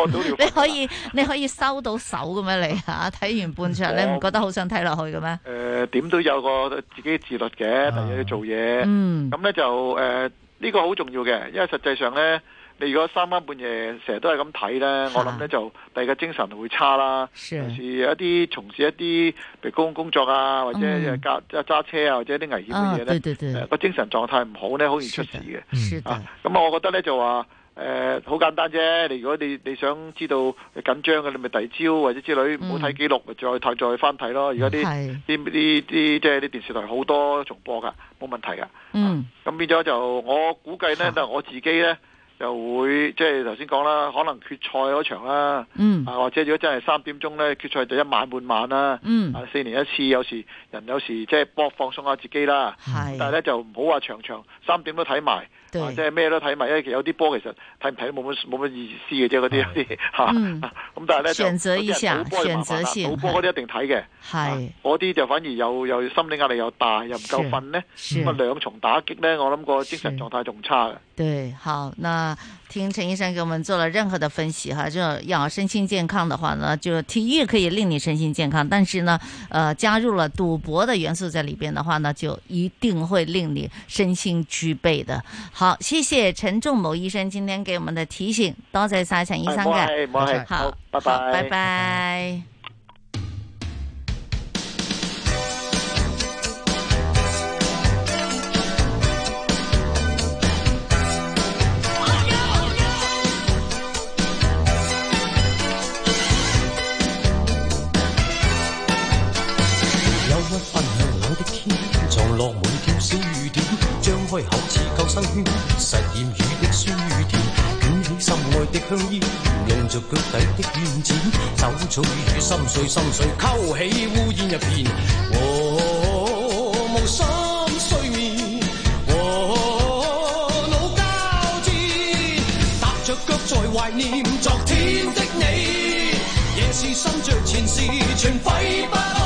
Speaker 16: 我都要
Speaker 6: 你可以你可以收到手嘅咩？你吓啊 睇完半場，你
Speaker 16: 哦
Speaker 6: 唔覺得好想睇落去嘅咩？
Speaker 16: 誒呃點都有個自己自律嘅，第二要做嘢。
Speaker 6: 啊嗯
Speaker 16: 咁咧就誒呢個好重要嘅，因為實際上咧，你如果三更半夜成日都係咁睇咧，我諗咧就第二個精神會差啦。
Speaker 6: 啊是
Speaker 16: 尤其是一啲從事一啲譬如高空工作啊，或者
Speaker 6: 嗯
Speaker 16: 揸揸揸車啊，或者一啲危險嘅嘢
Speaker 6: 啊，對
Speaker 16: 咧，
Speaker 6: 對對，
Speaker 16: 個精神狀態唔好咧，好易出事嘅。
Speaker 6: 是的，嗯
Speaker 16: 咁啊，我覺得咧就話誒好簡單啫。你如果你你想知道緊張嘅，你咪第二朝或者之類唔好睇記錄，咪再睇再翻睇咯。而家啲
Speaker 6: 嗯係
Speaker 16: 啲啲啲即係啲電視台好多重播㗎，冇問題㗎。
Speaker 6: 嗯
Speaker 16: 咁變咗就我估計咧，就我自己咧就會即係頭先講啦，可能決賽嗰場啦，
Speaker 6: 嗯
Speaker 16: 啊或者如果真係三點鐘咧，決賽就一晚半晚啦，
Speaker 6: 嗯
Speaker 16: 啊四年一次，有時人有時即係搏放鬆下自己啦，
Speaker 6: 係
Speaker 16: 但係咧就唔好話場場三點都睇埋。
Speaker 6: 對
Speaker 16: 啊即係咩都睇埋，因為其實有啲波其實睇唔睇都冇乜冇乜意思嘅啫，嗰啲有啲嚇。
Speaker 6: 嗯
Speaker 16: 咁但係咧，就
Speaker 6: 選擇一下
Speaker 16: 有啲人賭波就麻煩啦
Speaker 6: 選擇性
Speaker 16: 賭波嗰啲一定睇嘅。
Speaker 6: 係
Speaker 16: 嗰啲就反而又又心理壓力又大，又唔夠瞓呢。
Speaker 6: 是
Speaker 16: 咁啊兩重打擊呢，我諗個精神狀態仲差嘅。
Speaker 6: 对，好，那听陈医生给我们做了任何的分析哈，就要身心健康的话呢，就体育可以令你身心健康，但是呢，呃，加入了赌博的元素在里边的话呢，就一定会令你身心俱备的。好，谢谢陈仲谋医生今天给我们的提醒，多谢晒陈医生
Speaker 16: 哎
Speaker 6: 嘅，
Speaker 16: 唔好客氣唔好客氣
Speaker 6: 好，
Speaker 16: 好拜拜
Speaker 6: 好拜拜。
Speaker 3: 有一份向往的天，藏落每條書點，張開口似救生圈，實驗語的書田，捲起心愛的香煙，用着腳底的軟剪，走草與心碎心碎，勾起烏煙一片。我無心睡眠，我腦交戰，踏着腳在懷念昨天的你，夜是身着前事，全揮不去。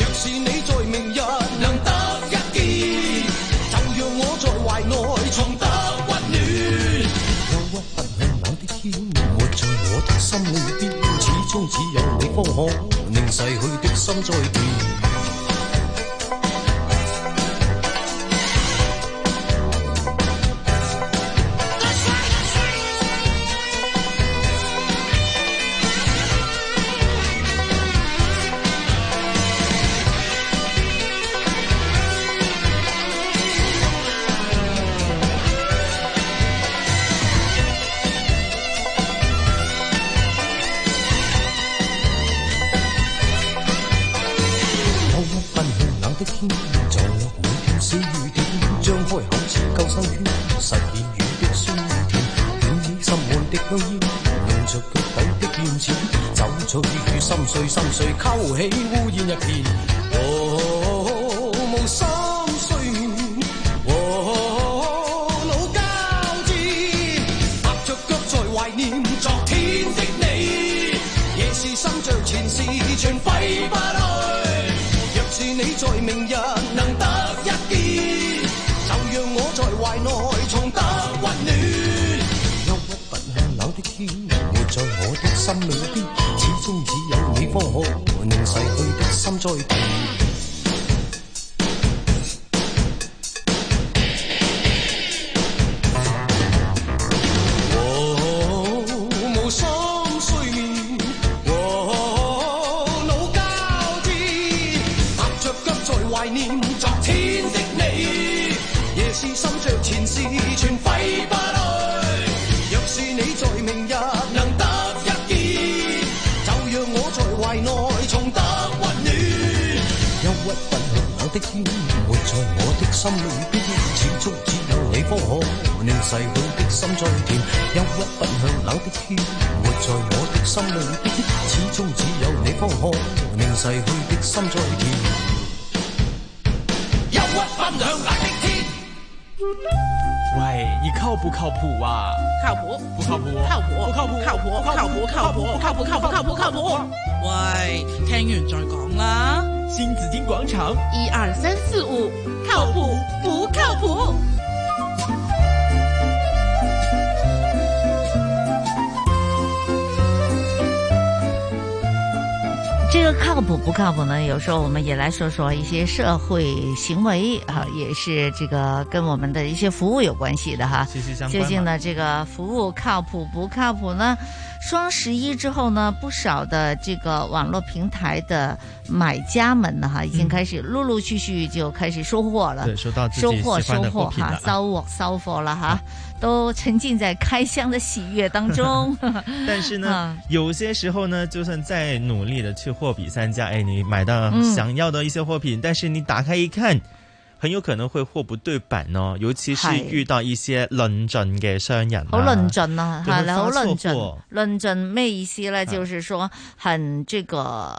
Speaker 3: 若是你在明日能得一見，就讓我在懷內重得溫暖。有一份向冷的天，活在我的心裏邊，始終只有你方可令逝去的心再見。有一份寒冷的天，藏落每片小雨點，張開口似救生圈，實現雨的酸甜，捲起心愛的香煙，用着腳底的怨錢，走出雨心碎心碎，勾起烏煙一片。我無心睡眠，我腦交戰，踏着腳在懷念昨天的你，夜是心着前事全揮不去。若是你在明日能得一見，就讓我在懷內重得溫暖。憂鬱不向冷的天，活在我的心裏邊，始終只有你方可令逝去的心再甜。我無心睡眠，我腦交戰。踏着腳在懷念昨天的你，夜是心着前事全揮不去。的天，活在我的心里边，始終只有你方可暖逝我的心再甜。憂鬱不向冷的天，活在我的心里边，始終只有你方可暖逝去的心再甜。
Speaker 18: 忧郁分享冷的天，
Speaker 19: 喂，你靠不靠谱啊？
Speaker 20: 靠谱
Speaker 19: 不靠谱？
Speaker 20: 靠谱不靠谱靠谱靠谱靠谱靠谱靠谱靠谱靠谱。喂，聽完再講啦。
Speaker 19: 新紫金广场，
Speaker 21: 一二三四五，靠谱不靠谱？
Speaker 6: 这个靠谱不靠谱呢？有时候我们也来说说一些社会行为啊，也是这个跟我们的一些服务有关系的哈。
Speaker 7: 息息相关
Speaker 6: 究
Speaker 7: 嘛
Speaker 6: 竟呢，这个服务靠谱不靠谱呢？双十一之后呢，不少的这个网络平台的买家们呢，哈，已经开始陆陆续续就开始收获了，
Speaker 7: 嗯对收到自己
Speaker 6: 收获
Speaker 7: 喜欢
Speaker 6: 收
Speaker 7: 的
Speaker 6: 获
Speaker 7: 货品
Speaker 6: 哈
Speaker 7: 了，啊
Speaker 6: 收获收获了哈，都沉浸在开箱的喜悦当中。 嗯
Speaker 7: 但是 呢，有些时候呢，就算再努力的去货比三家，哎，你买到
Speaker 6: 嗯
Speaker 7: 想要的一些货品，但是你打开一看。很有可能會貨不對版哦，尤其是
Speaker 6: 係
Speaker 7: 遇到一些論盡嘅商人、啊，
Speaker 6: 好論盡啊，
Speaker 7: 對
Speaker 6: 係
Speaker 7: 會
Speaker 6: 啦，好
Speaker 7: 發
Speaker 6: 論
Speaker 7: 錯
Speaker 6: 盡
Speaker 7: 貨。
Speaker 6: 論盡咩意思
Speaker 7: 啊
Speaker 6: 呢？就是說很這個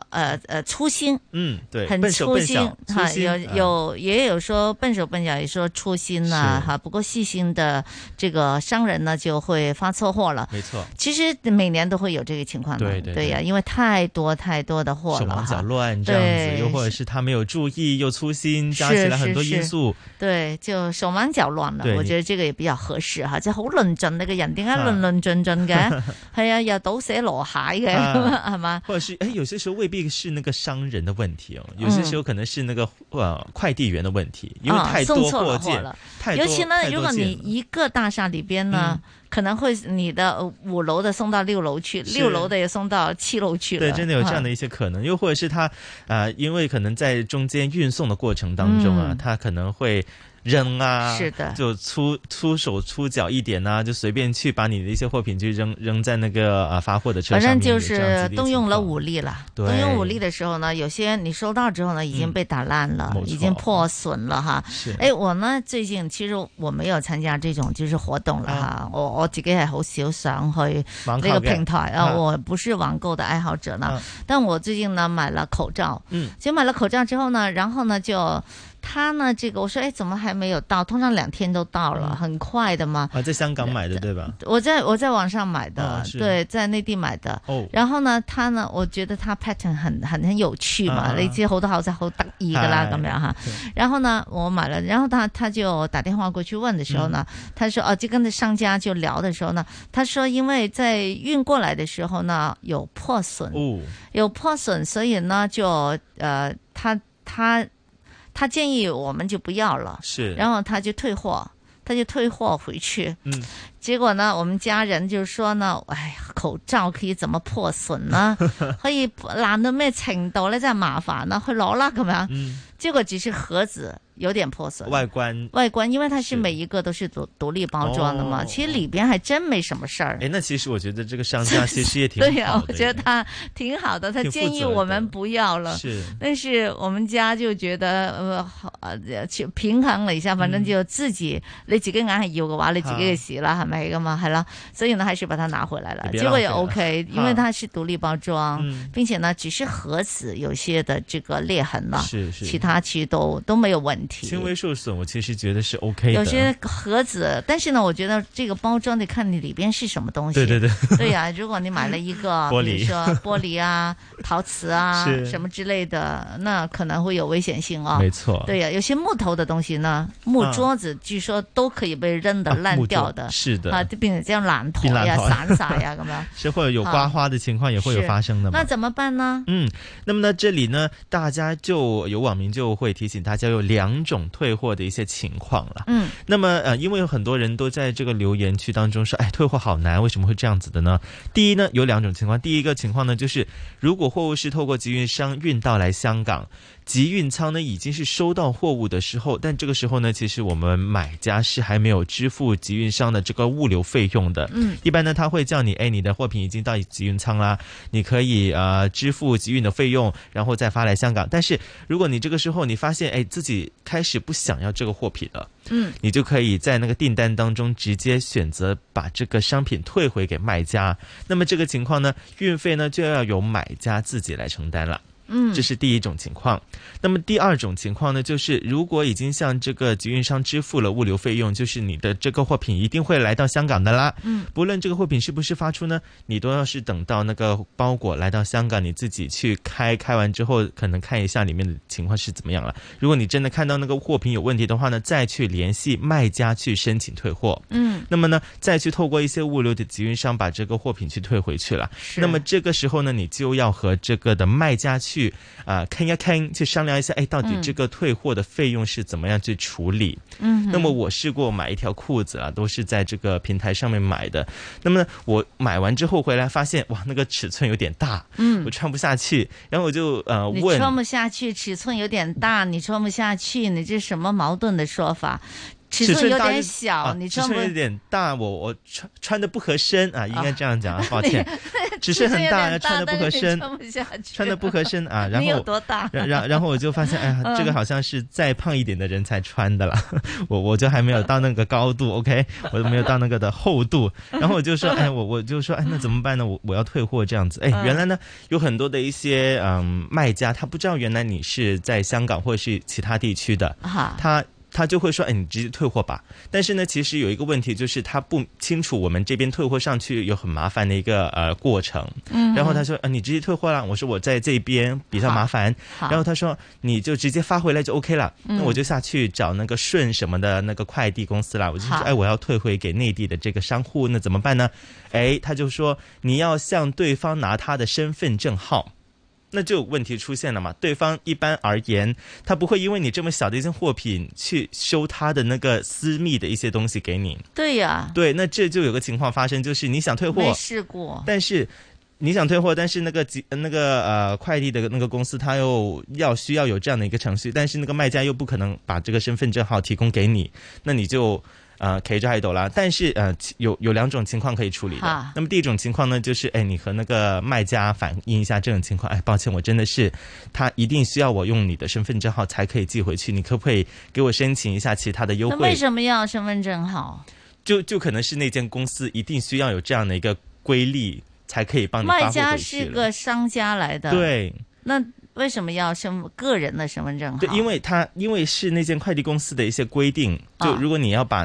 Speaker 6: 呃呃粗心，
Speaker 7: 嗯，对，
Speaker 6: 很
Speaker 7: 笨手
Speaker 6: 粗
Speaker 7: 笨
Speaker 6: 心
Speaker 7: 腳，粗
Speaker 6: 哈，
Speaker 7: 心
Speaker 6: 有
Speaker 7: 嗯
Speaker 6: 有也有说笨手笨腳，也说粗心呐，
Speaker 7: 是
Speaker 6: 哈。不過細心的這個商人呢，就會發錯貨了。
Speaker 7: 没错，
Speaker 6: 其實每年都會有這個情況的，
Speaker 7: 對對
Speaker 6: 對呀，
Speaker 7: 對
Speaker 6: 因為太多太多的貨
Speaker 7: 手
Speaker 6: 了
Speaker 7: 忙腳
Speaker 6: 哈。
Speaker 7: 亂這樣
Speaker 6: 对
Speaker 7: 子，又或者是他沒有注意又粗心，加起
Speaker 6: 是
Speaker 7: 來很
Speaker 6: 是
Speaker 7: 多因
Speaker 6: 是
Speaker 7: 素。
Speaker 6: 對，就手忙腳亂啦
Speaker 7: 對。
Speaker 6: 我
Speaker 7: 你
Speaker 6: 覺得這個也比較合適哈，即係好論盡呢個人，點解
Speaker 7: 啊
Speaker 6: 論論盡 盡嘅？係啊，又倒瀉籮蟹嘅咁 啊係嘛？
Speaker 7: 或者是哎，有些时候未必是那个商人的问题哦，有些时候可能是那个呃快递员的问题，因为
Speaker 6: 啊
Speaker 7: 太
Speaker 6: 嗯送
Speaker 7: 多
Speaker 6: 错了
Speaker 7: 货件
Speaker 6: 了，
Speaker 7: 太多
Speaker 6: 尤其呢
Speaker 7: 太，多
Speaker 6: 如果
Speaker 7: 件
Speaker 6: 你
Speaker 7: 了嗯
Speaker 6: 一个大厦里边呢，可能会你的呃五楼的送到六楼去，
Speaker 7: 是
Speaker 6: 六楼的也送到七楼去了。
Speaker 7: 对，真的有这样的
Speaker 6: 啊
Speaker 7: 一些可能，又或者是他呃，因为可能在中间运送的过程当中啊，
Speaker 6: 嗯
Speaker 7: 他可能会。扔啊，
Speaker 6: 是的
Speaker 7: 就粗粗手粗脚一点呐、就随便去把你的一些货品去扔扔在那个啊发货的车
Speaker 6: 反
Speaker 7: 上面，有
Speaker 6: 正就
Speaker 7: 这样
Speaker 6: 是
Speaker 7: 子的一
Speaker 6: 动
Speaker 7: 些
Speaker 6: 用了武力了。
Speaker 7: 对嗯
Speaker 6: 动用武力的时候呢，有些你收到之后呢，已经被打烂了，
Speaker 7: 没错
Speaker 6: 已经破损了哈。
Speaker 7: 是
Speaker 6: 哎，我呢最近其实我没有参加这种就是活动了哈，我我自己系好少上去
Speaker 7: 嗯网
Speaker 6: 呢
Speaker 7: 购嘅
Speaker 6: 个平台啊，
Speaker 7: 啊
Speaker 6: 我不是网购的爱好者呢，但我最近呢买了口罩，
Speaker 7: 嗯，
Speaker 6: 结果买了口罩之后呢，然后呢就。他呢？这个我说，哎，怎么还没有到？通常两天都到
Speaker 7: 嗯
Speaker 6: 了，很快的嘛。
Speaker 7: 啊，在香港买的对吧？
Speaker 6: 我在我在网上买的，
Speaker 7: 啊是
Speaker 6: 对，在内地买的。
Speaker 7: 哦
Speaker 6: 然後呢，他呢，我覺得他 pattern 很很很有趣嘛，
Speaker 7: 啊哎
Speaker 6: 你知好多口罩好得意噶啦
Speaker 7: 係
Speaker 6: 咁樣哈。然後呢，我買了，然後他他就打電話過去問的時候呢，
Speaker 7: 嗯
Speaker 6: 他說哦，就跟着商家就聊的時候呢，他說因為在運過來的時候呢有破損，
Speaker 7: 哦，
Speaker 6: 有破損，所以呢就呃他他他建議我們就不要了，
Speaker 7: 是
Speaker 6: 然後他就退貨，他就退貨回去，
Speaker 7: 嗯，
Speaker 6: 结果呢，我们家人就说呢，哎呀，口罩可以怎么破 损呢？ 可以烂到咩程度呢？真系麻烦啦，去攞啦咁样。
Speaker 7: 嗯，
Speaker 6: 结果只是盒子有点破损，
Speaker 7: 外观
Speaker 6: 外观，因为它是每一个都是独独立包装的嘛，
Speaker 7: 哦
Speaker 6: 其实里边还真没什么事儿。
Speaker 7: 哎，那其实我觉得这个商家其实也挺
Speaker 6: 对呀、
Speaker 7: 好
Speaker 6: 我
Speaker 7: 的
Speaker 6: 觉得他挺好的，他
Speaker 7: 挺负
Speaker 6: 建议
Speaker 7: 责
Speaker 6: 我们不要了。
Speaker 7: 是
Speaker 6: 但是我们家就觉得呃好呃，去平衡了一下，
Speaker 7: 嗯
Speaker 6: 反正就自己、你自己硬系要嘅话，你自己嘅事啦，系咪咁嘛？系啦，所以呢，还是把它拿回来了
Speaker 22: 也，别
Speaker 6: 结果也
Speaker 22: 浪费
Speaker 6: OK，
Speaker 22: 了
Speaker 6: 因
Speaker 22: 哈
Speaker 6: 为它是独立包装，
Speaker 22: 嗯
Speaker 6: 并且呢，只是盒子有些的这个裂痕了，
Speaker 7: 是是
Speaker 6: 其他其实都都没有问题。
Speaker 7: 轻微受损，我其实觉得是 OK 的。
Speaker 6: 有些盒子，但是呢，我觉得这个包装得看你里边是什么东西。
Speaker 7: 对对对
Speaker 6: 对呀、如果你买了一个，
Speaker 7: 玻璃
Speaker 6: 比 如说玻璃啊、陶瓷啊
Speaker 7: 是
Speaker 6: 什么之类的，那可能会有危险性啊、
Speaker 7: 没错
Speaker 6: 对呀、有些木头的东西呢，木
Speaker 7: 啊
Speaker 6: 桌子据说都可以被扔的、
Speaker 7: 啊
Speaker 6: 烂
Speaker 7: 木
Speaker 6: 掉
Speaker 7: 桌
Speaker 6: 的。
Speaker 7: 是的
Speaker 6: 啊，就变成这样烂头
Speaker 7: 变烂
Speaker 6: 呀、
Speaker 7: 头
Speaker 6: 散撒呀，咁样。
Speaker 7: 是会有刮花的情况也会有
Speaker 6: 啊是
Speaker 7: 发生的嘛？
Speaker 6: 那怎么办呢？
Speaker 7: 嗯，那么呢，这里呢，大家就有网民就会提醒大家有两种退货的一些情况了。
Speaker 6: 嗯，
Speaker 7: 那么呃，因为有很多人都在这个留言区当中说，哎，退货好难，为什么会这样子的呢？第一呢，有两种情况，第一个情况呢，就是如果货物是透过集运商运到来香港。集运仓呢已经是收到货物的时候，但这个时候呢，其实我们买家是还没有支付集运商的这个物流费用的。
Speaker 23: 嗯
Speaker 7: 一般呢，他会叫你，哎，你的货品已经到集运仓啦，你可以呃支付集运的费用，然后再发来香港。但是如果你这个时后，你发现哎自己开始不想要这个货品了，
Speaker 6: 嗯，
Speaker 7: 你就可以在那个订单当中直接选择把这个商品退回给卖家。那么这个情况呢，运费呢就要由买家自己来承担了。
Speaker 6: 嗯
Speaker 7: 这是第一种情况。那么第二种情况呢，就是如果已经向这个集运商支付了物流费用，就是你的这个货品一定会来到香港的啦。
Speaker 6: 嗯
Speaker 7: 不论这个货品是不是发出呢，你都要是等到那个包裹来到香港，你自己去开，开完之后可能看一下里面的情况是怎么样了。如果你真的看到那个货品有问题的话呢，再去联系卖家去申请退货。
Speaker 6: 嗯
Speaker 7: 那么呢，再去透过一些物流的集运商把这个货品去退回去了。
Speaker 6: 是
Speaker 7: 那么这个时候呢，你就要和这个的卖家去啊看一看，去商量一下，哎，到底
Speaker 6: 嗯
Speaker 7: 这个退货的费用是怎么样去处理？
Speaker 6: 嗯哼
Speaker 7: 那么我试过买一条裤子啊，都是在这个平台上面买的。那么呢我买完之后回来发现，哇，那个尺寸有点大，
Speaker 6: 嗯
Speaker 7: 我穿不下去。然后我就呃
Speaker 6: 你
Speaker 7: 问，
Speaker 6: 穿不下去，尺寸有点大，你穿不下去，你这什么矛盾的说法？尺
Speaker 7: 尺寸
Speaker 6: 有
Speaker 7: 大就
Speaker 6: 点小，
Speaker 7: 啊
Speaker 6: 你
Speaker 7: 尺
Speaker 6: 穿不
Speaker 7: 寸有点大，我我穿穿的不合身啊，应该这样讲，啊、抱
Speaker 6: 你
Speaker 7: 歉，尺寸很
Speaker 6: 有
Speaker 7: 大，
Speaker 6: 点
Speaker 7: 穿的不
Speaker 6: 但
Speaker 7: 合
Speaker 6: 是你
Speaker 7: 身，
Speaker 6: 穿不下去，
Speaker 7: 穿的不合身 啊，然
Speaker 6: 你
Speaker 7: 后
Speaker 6: 有多大
Speaker 7: 然然然后我就发 现，哎呀
Speaker 6: 嗯，
Speaker 7: 这个好像是再胖一点的人才穿的啦， 我我就还没有到那个高 度，OK，我都没有到那个的厚度，然后我就说，哎，我我就说，哎，那怎么办呢？我我要退货这样子，哎，
Speaker 6: 嗯
Speaker 7: 原来呢有很多的一些嗯卖家，他不知道原来你是在香港或者是其他地区的，
Speaker 6: 哈
Speaker 7: 他。他就会说：“哎，你直接退货吧。”但是呢，其实有一个问题，就是他不清楚我们这边退货上去有很麻烦的一个呃过程。
Speaker 6: 嗯
Speaker 7: 然后他说：“啊，你直接退货啦。”我说：“我在这边比较麻烦。”
Speaker 6: 好
Speaker 7: 然后他说：“你就直接发回来就 OK 了。
Speaker 6: 嗯
Speaker 7: 那我就下去找那个顺什么的那个快递公司啦。我就说：“
Speaker 6: 好
Speaker 7: 哎，我要退回给内地的这个商户，那怎么办呢？”哎，他就说：“你要向对方拿他的身份证号。”那就有问题出现了嘛？对方一般而言，他不会因为你这么小的一件货品去收他的那个私密的一些东西给你。
Speaker 6: 对呀、
Speaker 7: 对，那这就有个情况发生，就是你想退货
Speaker 6: 没，试过，
Speaker 7: 但是你想退货，但是那个集那个呃快递的那个公司，他又要需要有这样的一个程序，但是那个卖家又不可能把这个身份证号提供给你，那你就。呃，可以抓一斗啦，但是呃，其有有两种情况可以处理的
Speaker 6: 哈。
Speaker 7: 那么第一种情况呢，就是哎，你和那个卖家反映一下这种情况，哎，抱歉，我真的是，他一定需要我用你的身份证号才可以寄回去，你可不可以给我申请一下其他的优
Speaker 6: 那
Speaker 7: 惠？
Speaker 6: 为什么要身份证号？
Speaker 7: 就就可能是那间公司一定需要有这样的一个规例，才可以帮你发
Speaker 6: 卖
Speaker 7: 货
Speaker 6: 家
Speaker 7: 回
Speaker 6: 是
Speaker 7: 去了。
Speaker 6: 个商家来的，，
Speaker 7: 对
Speaker 6: 那为什么要身个人的身份证号？
Speaker 7: 对，因为他因为是那间快递公司的一些规定，就
Speaker 6: 啊
Speaker 7: 如果你要把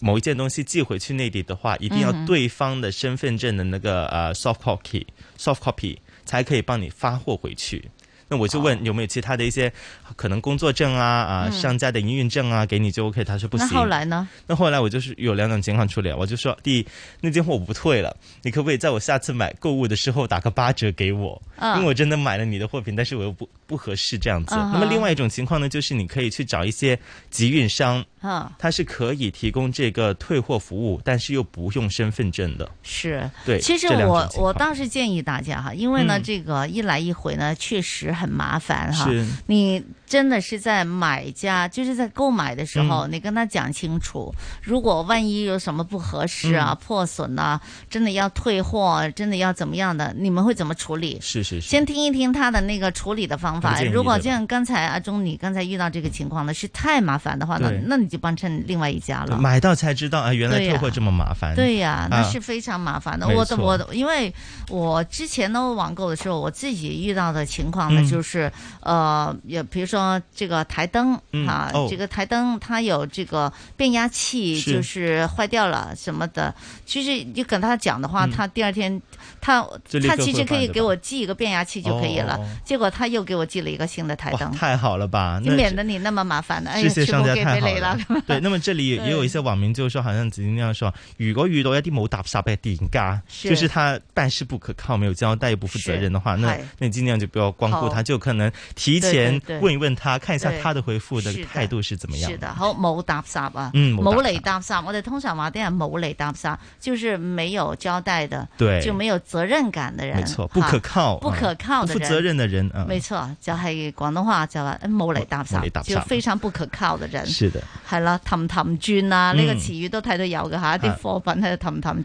Speaker 7: 某一件东西寄回去内地的话，一定要
Speaker 6: 嗯哼
Speaker 7: 对方的身份证的那个呃 soft copy soft copy 才可以帮你发货回去。那我就问有没有其他的一些可能工作证啊啊、
Speaker 6: 哦嗯
Speaker 7: 商家的营运证啊给你就 OK，他说不
Speaker 6: 那
Speaker 7: 行。
Speaker 6: 后来呢？
Speaker 7: 那后来我就是有两种情况处理啊，我就说第一，那件货我不退了，你可不可以在我下次买购物的时候打个八折给我？
Speaker 6: 嗯
Speaker 7: 因为我真的买了你的货品，但是我又不不合适这样子。
Speaker 6: 嗯哼
Speaker 7: 那么另外一种情况呢，就是你可以去找一些集运商，
Speaker 6: 嗯
Speaker 7: 他是可以提供这个退货服务，但是又不用身份证的。
Speaker 6: 是，
Speaker 7: 对
Speaker 6: 其实
Speaker 7: 这两种
Speaker 6: 我
Speaker 7: 情
Speaker 6: 我
Speaker 7: 况
Speaker 6: 倒是建议大家哈，因为呢，
Speaker 7: 嗯
Speaker 6: 这个一来一回呢，确实很麻烦哈
Speaker 7: 是。
Speaker 6: 你真的是在买家，就是在购买的时候，
Speaker 4: 嗯
Speaker 6: 你跟他讲清楚，如果万一有什么不合适啊、
Speaker 4: 嗯
Speaker 6: 破损啊，真的要退货，真的要怎么样的，你们会怎么处理？
Speaker 7: 是是是，
Speaker 6: 先听一听他的那个处理的方
Speaker 7: 他
Speaker 6: 法
Speaker 7: 的建。议
Speaker 6: 如果
Speaker 7: 对吧
Speaker 6: 像刚才阿忠你刚才遇到这个情况呢，是太麻烦的话，那
Speaker 7: 对
Speaker 6: 那你就帮衬另外一家了。
Speaker 7: 买到才知道啊，原来
Speaker 6: 对呀
Speaker 7: 退货这么麻烦。
Speaker 6: 对呀、那
Speaker 7: 啊
Speaker 6: 是非常麻烦的。
Speaker 7: 没
Speaker 6: 我的
Speaker 7: 错
Speaker 6: 我的，因为我之前呢网购的时候，我自己遇到的情况呢，
Speaker 4: 嗯
Speaker 6: 就是、呃，也比如说这个台灯、
Speaker 4: 嗯
Speaker 6: 啊、
Speaker 4: 哦
Speaker 6: 这个台灯它有这个变压器，
Speaker 4: 是
Speaker 6: 就是坏掉了什么的。其实你跟他讲的话，
Speaker 4: 嗯
Speaker 6: 他第二天他
Speaker 7: 就立
Speaker 6: 他
Speaker 7: 刻
Speaker 6: 其
Speaker 7: 会
Speaker 6: 实可
Speaker 7: 换
Speaker 6: 以
Speaker 7: 的
Speaker 6: 给
Speaker 7: 吧
Speaker 6: 我寄一个变压器就可以了。
Speaker 7: 哦
Speaker 6: 结果他又给我寄了一个新的台灯，
Speaker 7: 太好了吧？
Speaker 6: 就
Speaker 7: 那
Speaker 6: 免得你那么麻烦的。哎
Speaker 7: 这
Speaker 6: 呀，
Speaker 7: 些
Speaker 6: 全
Speaker 7: 商
Speaker 6: 部
Speaker 7: 家
Speaker 6: 给
Speaker 7: 太
Speaker 6: 俾
Speaker 7: 好
Speaker 6: 你啦。
Speaker 7: 對，那麼這裡也有一些網民就說，好像子金那樣說，如果遇到一啲冇搭霎嘅店家，
Speaker 6: 是
Speaker 7: 就是他辦事不可靠、沒有交代又不負責任的話，
Speaker 6: 是
Speaker 7: 那
Speaker 6: 係
Speaker 7: 那你盡量就不要光顧
Speaker 6: 好
Speaker 7: 他，就可能提前
Speaker 6: 對對對
Speaker 7: 問一問他，看一下
Speaker 6: 對
Speaker 7: 他的回覆的
Speaker 6: 是的
Speaker 7: 態度是怎麼樣。
Speaker 6: 是的，好冇搭霎啊，
Speaker 7: 嗯冇
Speaker 6: 冇
Speaker 7: 搭
Speaker 6: 嚟搭霎。我哋通常話啲人冇嚟搭霎，就是沒有交代的，
Speaker 7: 對
Speaker 6: 就沒有責任感的人，
Speaker 7: 沒錯，不可靠，
Speaker 6: 哈不
Speaker 7: 啊
Speaker 6: 可靠的
Speaker 7: 不
Speaker 6: 人，
Speaker 7: 負責任的人啊，
Speaker 6: 沒錯，就係廣東話就話冇嚟搭
Speaker 7: 冇嚟搭
Speaker 6: 霎，
Speaker 7: 霎
Speaker 6: 就非常不可靠的人。
Speaker 7: 是的，
Speaker 6: 係啦，氹氹轉啊，呢個
Speaker 7: 嗯
Speaker 6: 詞語都睇到有嘅吓，啲
Speaker 7: 啊
Speaker 6: 貨品喺度氹氹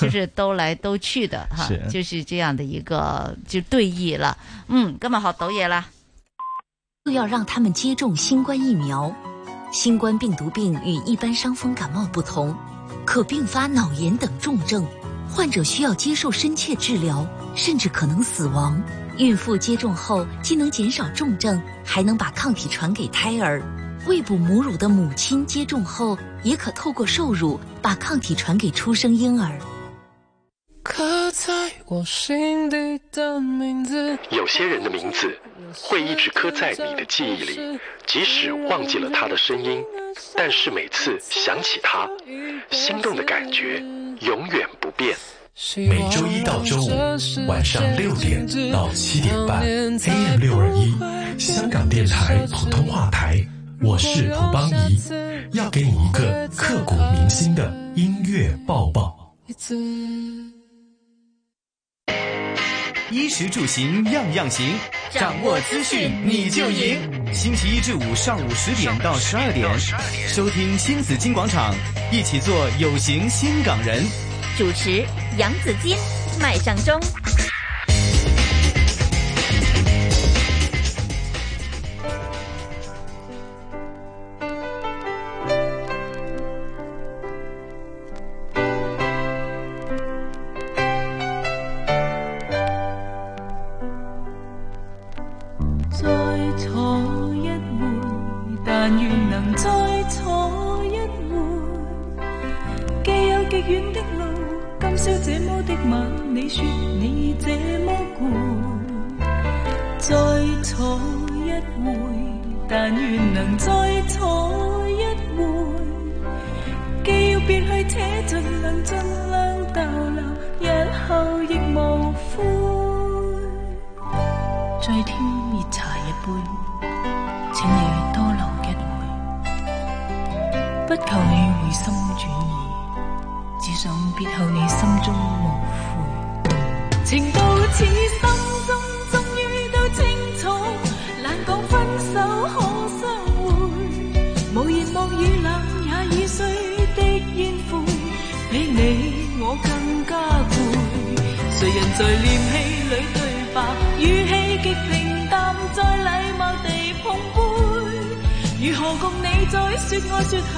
Speaker 6: 就是兜來兜去的哈，
Speaker 7: 是
Speaker 6: 就是這樣的一個就對弈啦。嗯，今日學到嘢啦。
Speaker 9: 就要让他们接种新冠疫苗。新冠病毒病与一般伤风感冒不同，可并发脑炎等重症，患者需要接受深切治疗，甚至可能死亡。孕妇接种后，既能减少重症，还能把抗体传给胎儿。未哺母乳的母亲接种后，也可透过受乳把抗体传给出生婴儿。
Speaker 24: 刻在我心底的名字。
Speaker 25: 有些人的名字会一直刻在你的记忆里，即使忘记了他的声音，但是每次想起他，心动的感觉永远不变。
Speaker 3: 每周一到周五晚上六点到七点半，AM 六二一，香港电台普通话台，我是蒲邦仪，要给你一个刻骨铭心的音乐抱抱。
Speaker 2: 衣食住行样样行，掌握资讯你就赢。星期一至五上午十点到十二点，收听新紫金广场，一起做有型新港人。
Speaker 8: 主持杨紫金，麦上中。
Speaker 12: 再坐一回，但愿能再坐一回。既有極遠的路，今宵這麼的晚，你說你這麼攰。再坐一回，但願能再坐一回。既要別去，且盡量盡量逗留，日後亦無悔。再添熱茶一杯，請你多留一回。不求你回心轉意，只想別後你心中無悔。情到此，心中終於都清楚，懶講分手可相會。無言望雨冷也已碎的煙灰，比你我更加攰。誰人在念戲裏對白，語氣極平淡，再禮貌地碰杯。如何共你再説愛説恨，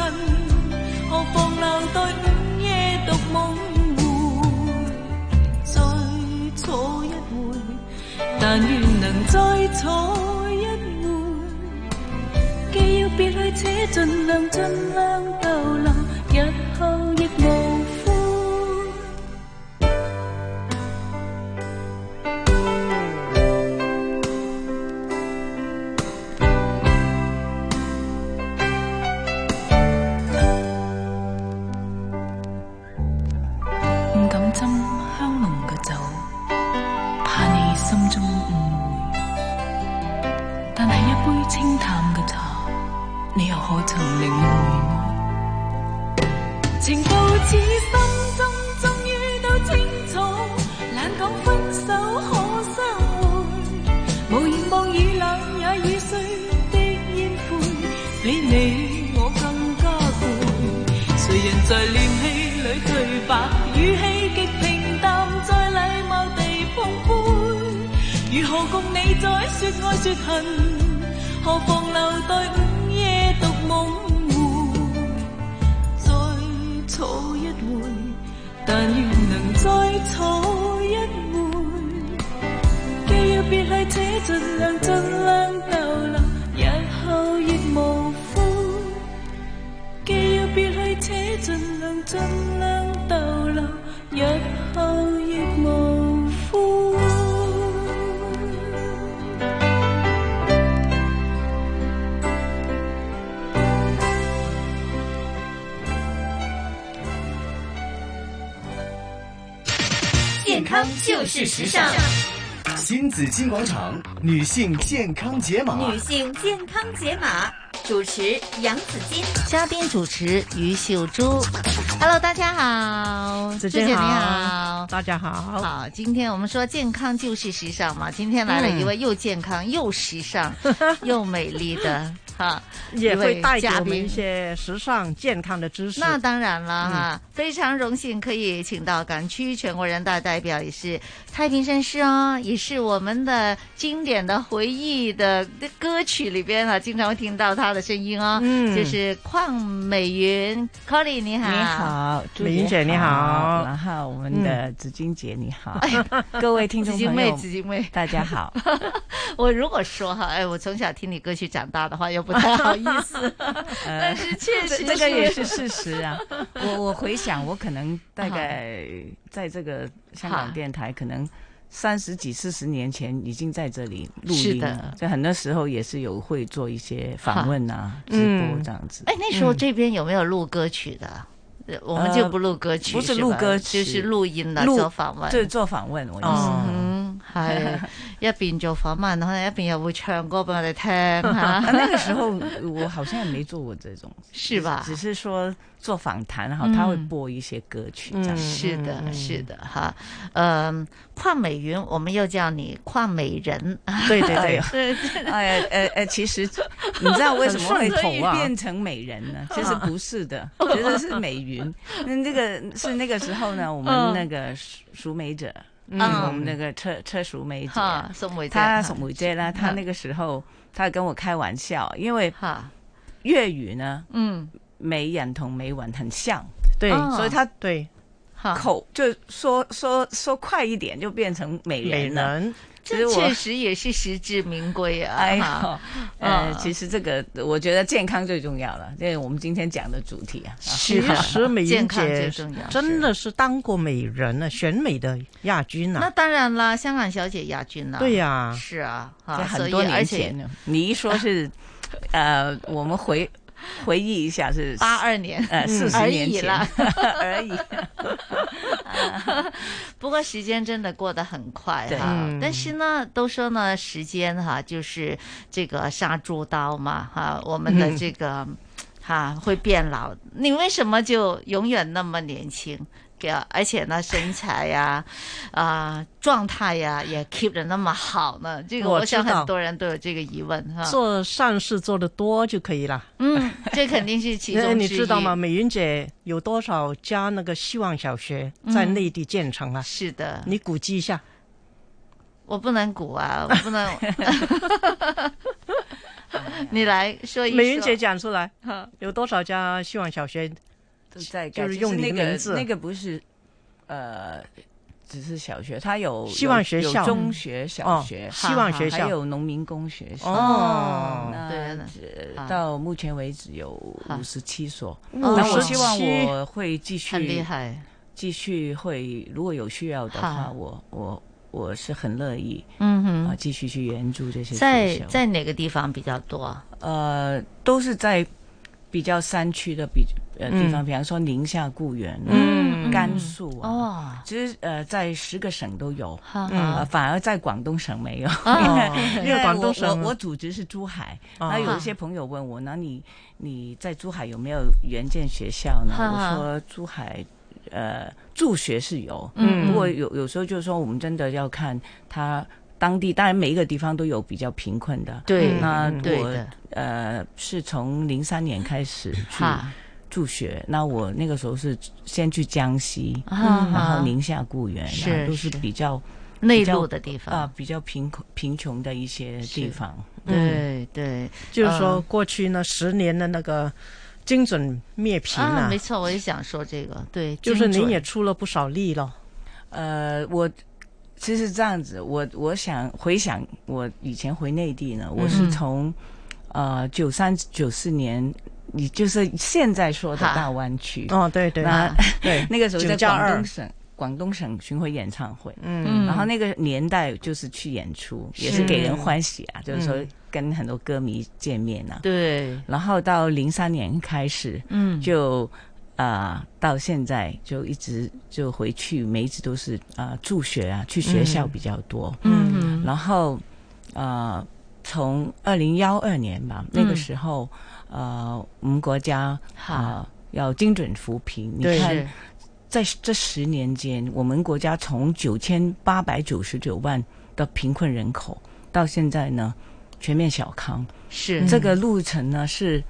Speaker 12: 何妨留待午夜獨夢回。再坐一回，但願能再坐一回。既要別去，且盡量盡量逗留，日後亦無悔。唔敢斟香濃嘅酒，怕你心中誤會。但係一杯清淡嘅茶，你又可曾領會我？情到此，心中終於都清楚，懶講分手可相會。無言望雨冷也已碎的煙灰，比你我更加攰。誰人在念戲裏對白，語氣極平淡，再禮貌地碰杯。如何共你再説愛説恨，何妨留待午夜獨夢回。再坐一回，但願能再坐一回。既要別去，且盡量盡量逗留，日後亦無悔。既要別去，且盡量盡量逗留，日後亦無悔。
Speaker 8: 健康就是时尚，
Speaker 2: 新紫金广场女性健康解码，
Speaker 8: 女性健康解码，主持杨紫金。
Speaker 6: 嘉宾主持于秀珠，Hello，大
Speaker 9: 嗯
Speaker 6: 家好，
Speaker 17: 子
Speaker 6: 你
Speaker 17: 珍好
Speaker 6: 好，
Speaker 17: 大家好。
Speaker 6: 好，今天我们说健康就是时尚嘛，今天来了
Speaker 17: 嗯
Speaker 6: 一位又健康又 时尚又美丽的哈，
Speaker 17: 也
Speaker 6: 一位
Speaker 17: 会带给
Speaker 6: 嘉
Speaker 17: 我们一
Speaker 6: 宾。
Speaker 17: 些时尚健康的知识。嗯
Speaker 6: 那当然了哈，非常荣幸可以请到港区全国人大代表，也是太平绅士哦，也是我们的经典的回忆的歌曲里边啊，经常会听到他的声音哦。
Speaker 17: 嗯
Speaker 6: 就是邝美云 c o l l y 你好，
Speaker 17: 你好，朱
Speaker 6: 美
Speaker 17: 云姐你好，
Speaker 6: 然
Speaker 17: 然后我们的紫金姐你好，
Speaker 6: 哎各
Speaker 17: 哎位 听众
Speaker 6: 紫金
Speaker 17: 朋
Speaker 6: 妹，
Speaker 17: 友
Speaker 6: 紫金妹，
Speaker 17: 大家 好。
Speaker 6: 我如果说哈，哎，我从小听你歌曲长大的话，又不太好意 思。但是确实
Speaker 17: 呃这这个
Speaker 6: 是
Speaker 17: 也是事实啊。我我回想，我可能大
Speaker 6: 啊
Speaker 17: 概在这个香港电台，可能三十几、四十年前已经在这里录
Speaker 6: 是
Speaker 17: 音
Speaker 6: 的
Speaker 17: 了，所以很多时候也是有会做一些访问啊、
Speaker 6: 好
Speaker 17: 直播
Speaker 6: 嗯
Speaker 17: 这样子。
Speaker 6: 哎，那时候这边有没有录歌曲的？呃我们就不录歌曲，
Speaker 17: 呃不
Speaker 6: 是
Speaker 17: 是
Speaker 6: 吧
Speaker 17: 录歌曲，
Speaker 6: 就是录音的
Speaker 17: 录
Speaker 6: 做访问，
Speaker 17: 对，做访问，我哦意思。
Speaker 6: 嗯， 系一邊做訪問，可能一邊又會唱歌俾我哋 聽吓。
Speaker 17: 啊那个时候我好像也没做过这种，
Speaker 6: 是吧
Speaker 17: 只是说做访谈，然后
Speaker 6: 嗯
Speaker 17: 他会播一些歌曲这样。嗯
Speaker 6: 是的，是的，哈，嗯，邝美云，我们又叫你邝美人，
Speaker 17: 对对对
Speaker 6: 对，
Speaker 17: 哎呃呃，其实你知道为什么会
Speaker 6: 很顺口啊
Speaker 17: 变成美人 呢？其实不是的， 其实是美云。那那嗯个是那个时候 呢，我们那个淑淑美者，
Speaker 6: 嗯
Speaker 17: 嗯，我们那个车车淑美姐
Speaker 6: 哈，宋梅姐
Speaker 17: 她
Speaker 6: 哈
Speaker 17: 宋梅姐啦，她那个时候她跟我开玩笑，因为
Speaker 6: 哈
Speaker 17: 粤语呢，
Speaker 6: 嗯，
Speaker 17: 美人同美文很像，
Speaker 6: 对
Speaker 17: 所以她对
Speaker 6: 哈
Speaker 17: 口就说说说快一点就变成美人了。其实
Speaker 6: 这
Speaker 17: 我
Speaker 6: 确实也是实至名归啊！
Speaker 17: 哎
Speaker 6: 哈
Speaker 17: 呦，呃
Speaker 6: 嗯，
Speaker 17: 其实这个我觉得健康最重要了，这是我们今天讲的主题啊。
Speaker 26: 其实美
Speaker 6: 健
Speaker 26: 云
Speaker 6: 康最
Speaker 26: 姐
Speaker 6: 重要
Speaker 26: 真的是当过美人呢、选美的亚军呢、啊
Speaker 6: 那当然啦，香港小姐亚军啦，
Speaker 26: 对呀
Speaker 6: 是啊，
Speaker 17: 在
Speaker 6: 啊，所
Speaker 17: 很
Speaker 6: 以
Speaker 17: 多
Speaker 6: 而
Speaker 17: 年
Speaker 6: 且
Speaker 17: 前呢，你一说 是，呃，我们回回忆一下是
Speaker 6: 82年
Speaker 26: 哎
Speaker 17: 呃，四十
Speaker 6: 嗯
Speaker 17: 年 前
Speaker 6: 而已啦
Speaker 17: 而已。
Speaker 6: 不过时间真的过得很快
Speaker 17: 对
Speaker 6: 哈
Speaker 17: 嗯，
Speaker 6: 但是呢，都说呢，时间哈就是这个杀猪刀嘛哈，
Speaker 26: 嗯
Speaker 6: 我们的这个哈会变老，你为什么就永远那么年轻？给啊而且呢，身材呀、啊，状态呀、也 keep 的那么好呢。这个
Speaker 26: 我
Speaker 6: 我想
Speaker 26: 知道
Speaker 6: 很多人都有这个疑问
Speaker 17: 啊
Speaker 6: 哈。
Speaker 26: 做善事做得多就可以了。
Speaker 6: 嗯，这肯定 是其中
Speaker 26: 那
Speaker 6: 之
Speaker 26: 哎
Speaker 6: 一。
Speaker 26: 你知道吗？？美云姐有多少家那个希望小学在
Speaker 6: 嗯
Speaker 26: 内地建成啊？
Speaker 6: 是的，
Speaker 26: 你估计一下。
Speaker 6: 我不能鼓啊，我 不能。你来说一说。
Speaker 26: 美云姐讲出 来，有多少家希望小学
Speaker 17: 都在改
Speaker 26: 就是
Speaker 17: 其实
Speaker 26: 用你
Speaker 17: 那
Speaker 26: 的
Speaker 17: 个
Speaker 26: 名字？
Speaker 17: 那个不是呃，只是小学，它有
Speaker 26: 希望学
Speaker 17: 有有
Speaker 26: 校
Speaker 17: 中学、小学、
Speaker 26: 哦希望学校
Speaker 17: 还有农民工学校。
Speaker 26: 哦
Speaker 17: 那
Speaker 6: 对啊
Speaker 17: 呃到目前为止有五十七所，
Speaker 6: 好
Speaker 17: 那我
Speaker 6: 57
Speaker 17: 希望我会继续
Speaker 6: 很厉害，
Speaker 17: 继续会如果有需要的话，
Speaker 6: 好
Speaker 17: 我我我是很乐意，
Speaker 6: 嗯哼
Speaker 17: 啊，继续去援助这些学
Speaker 6: 在
Speaker 17: 校。
Speaker 6: 在哪个地方比较多？
Speaker 17: 呃，都是在比较山区的比呃
Speaker 6: 嗯
Speaker 17: 地方，比方说宁夏固原、
Speaker 6: 嗯
Speaker 17: 甘肃啊，
Speaker 6: 哦，
Speaker 17: 其实呃在十个省都有，
Speaker 6: 嗯
Speaker 17: 呃反而在广东省没有，哦
Speaker 6: 哦
Speaker 17: 因为因为广我东省我我组织是珠海，哦
Speaker 12: 啊
Speaker 17: 那有一
Speaker 6: 啊
Speaker 17: 些朋友问我，那你你在珠海有没有援建学校呢？
Speaker 6: 哈
Speaker 17: 我说珠海。呃，助学是有，
Speaker 6: 嗯
Speaker 17: 不过有有时候就是说，我们真的要看他当地，当然每一个地方都有比较贫困的，
Speaker 6: 对
Speaker 17: 那
Speaker 6: 嗯对
Speaker 17: 我
Speaker 6: 的
Speaker 17: 呃是从零三年开始去
Speaker 6: 哈
Speaker 17: 助学，那我那个时候是先去江西，
Speaker 6: 啊
Speaker 17: 然
Speaker 6: 哈
Speaker 17: 后宁夏固原，
Speaker 6: 是
Speaker 17: 然后都是
Speaker 6: 是
Speaker 17: 比较
Speaker 6: 内陆的地方
Speaker 17: 啊、比较贫困贫穷的一些地方。
Speaker 6: 呃对对，
Speaker 26: 嗯就是说
Speaker 17: 呃
Speaker 26: 过去呢十年的那个精准灭贫
Speaker 6: 啊，没错，我也想说这个，对，
Speaker 26: 就是
Speaker 6: 精
Speaker 26: 您
Speaker 6: 准
Speaker 26: 也出了不少力了。
Speaker 17: 呃，我其实这样子，我我想回想我以前回内地呢，我是嗯从、呃九三九四年。你就是现在说的
Speaker 26: 哈
Speaker 17: 大湾区
Speaker 26: 哦对对
Speaker 17: 那
Speaker 26: 对
Speaker 17: 那个时候在
Speaker 26: 9加
Speaker 17: 广
Speaker 26: 2
Speaker 17: 东省广东省巡回演唱会，
Speaker 26: 嗯
Speaker 17: 然后那个年代就是去演出，也是
Speaker 26: 是
Speaker 17: 给人欢喜啊，就是说
Speaker 26: 嗯
Speaker 17: 跟很多歌迷见面啊，
Speaker 6: 对，
Speaker 17: 然后到零三年开始，
Speaker 6: 嗯
Speaker 17: 就啊、呃到现在就一直就回去，每一直都是啊、呃助学啊，去学校嗯比较多，嗯，然后呃从二零幺二年吧，那个嗯时候呃我们国家啊、呃要精准扶贫，你对看是。在这十年间，我们国家从九千八百九十九万的贫困人口到现在呢，全面小康，
Speaker 6: 是
Speaker 17: 这个路程呢是，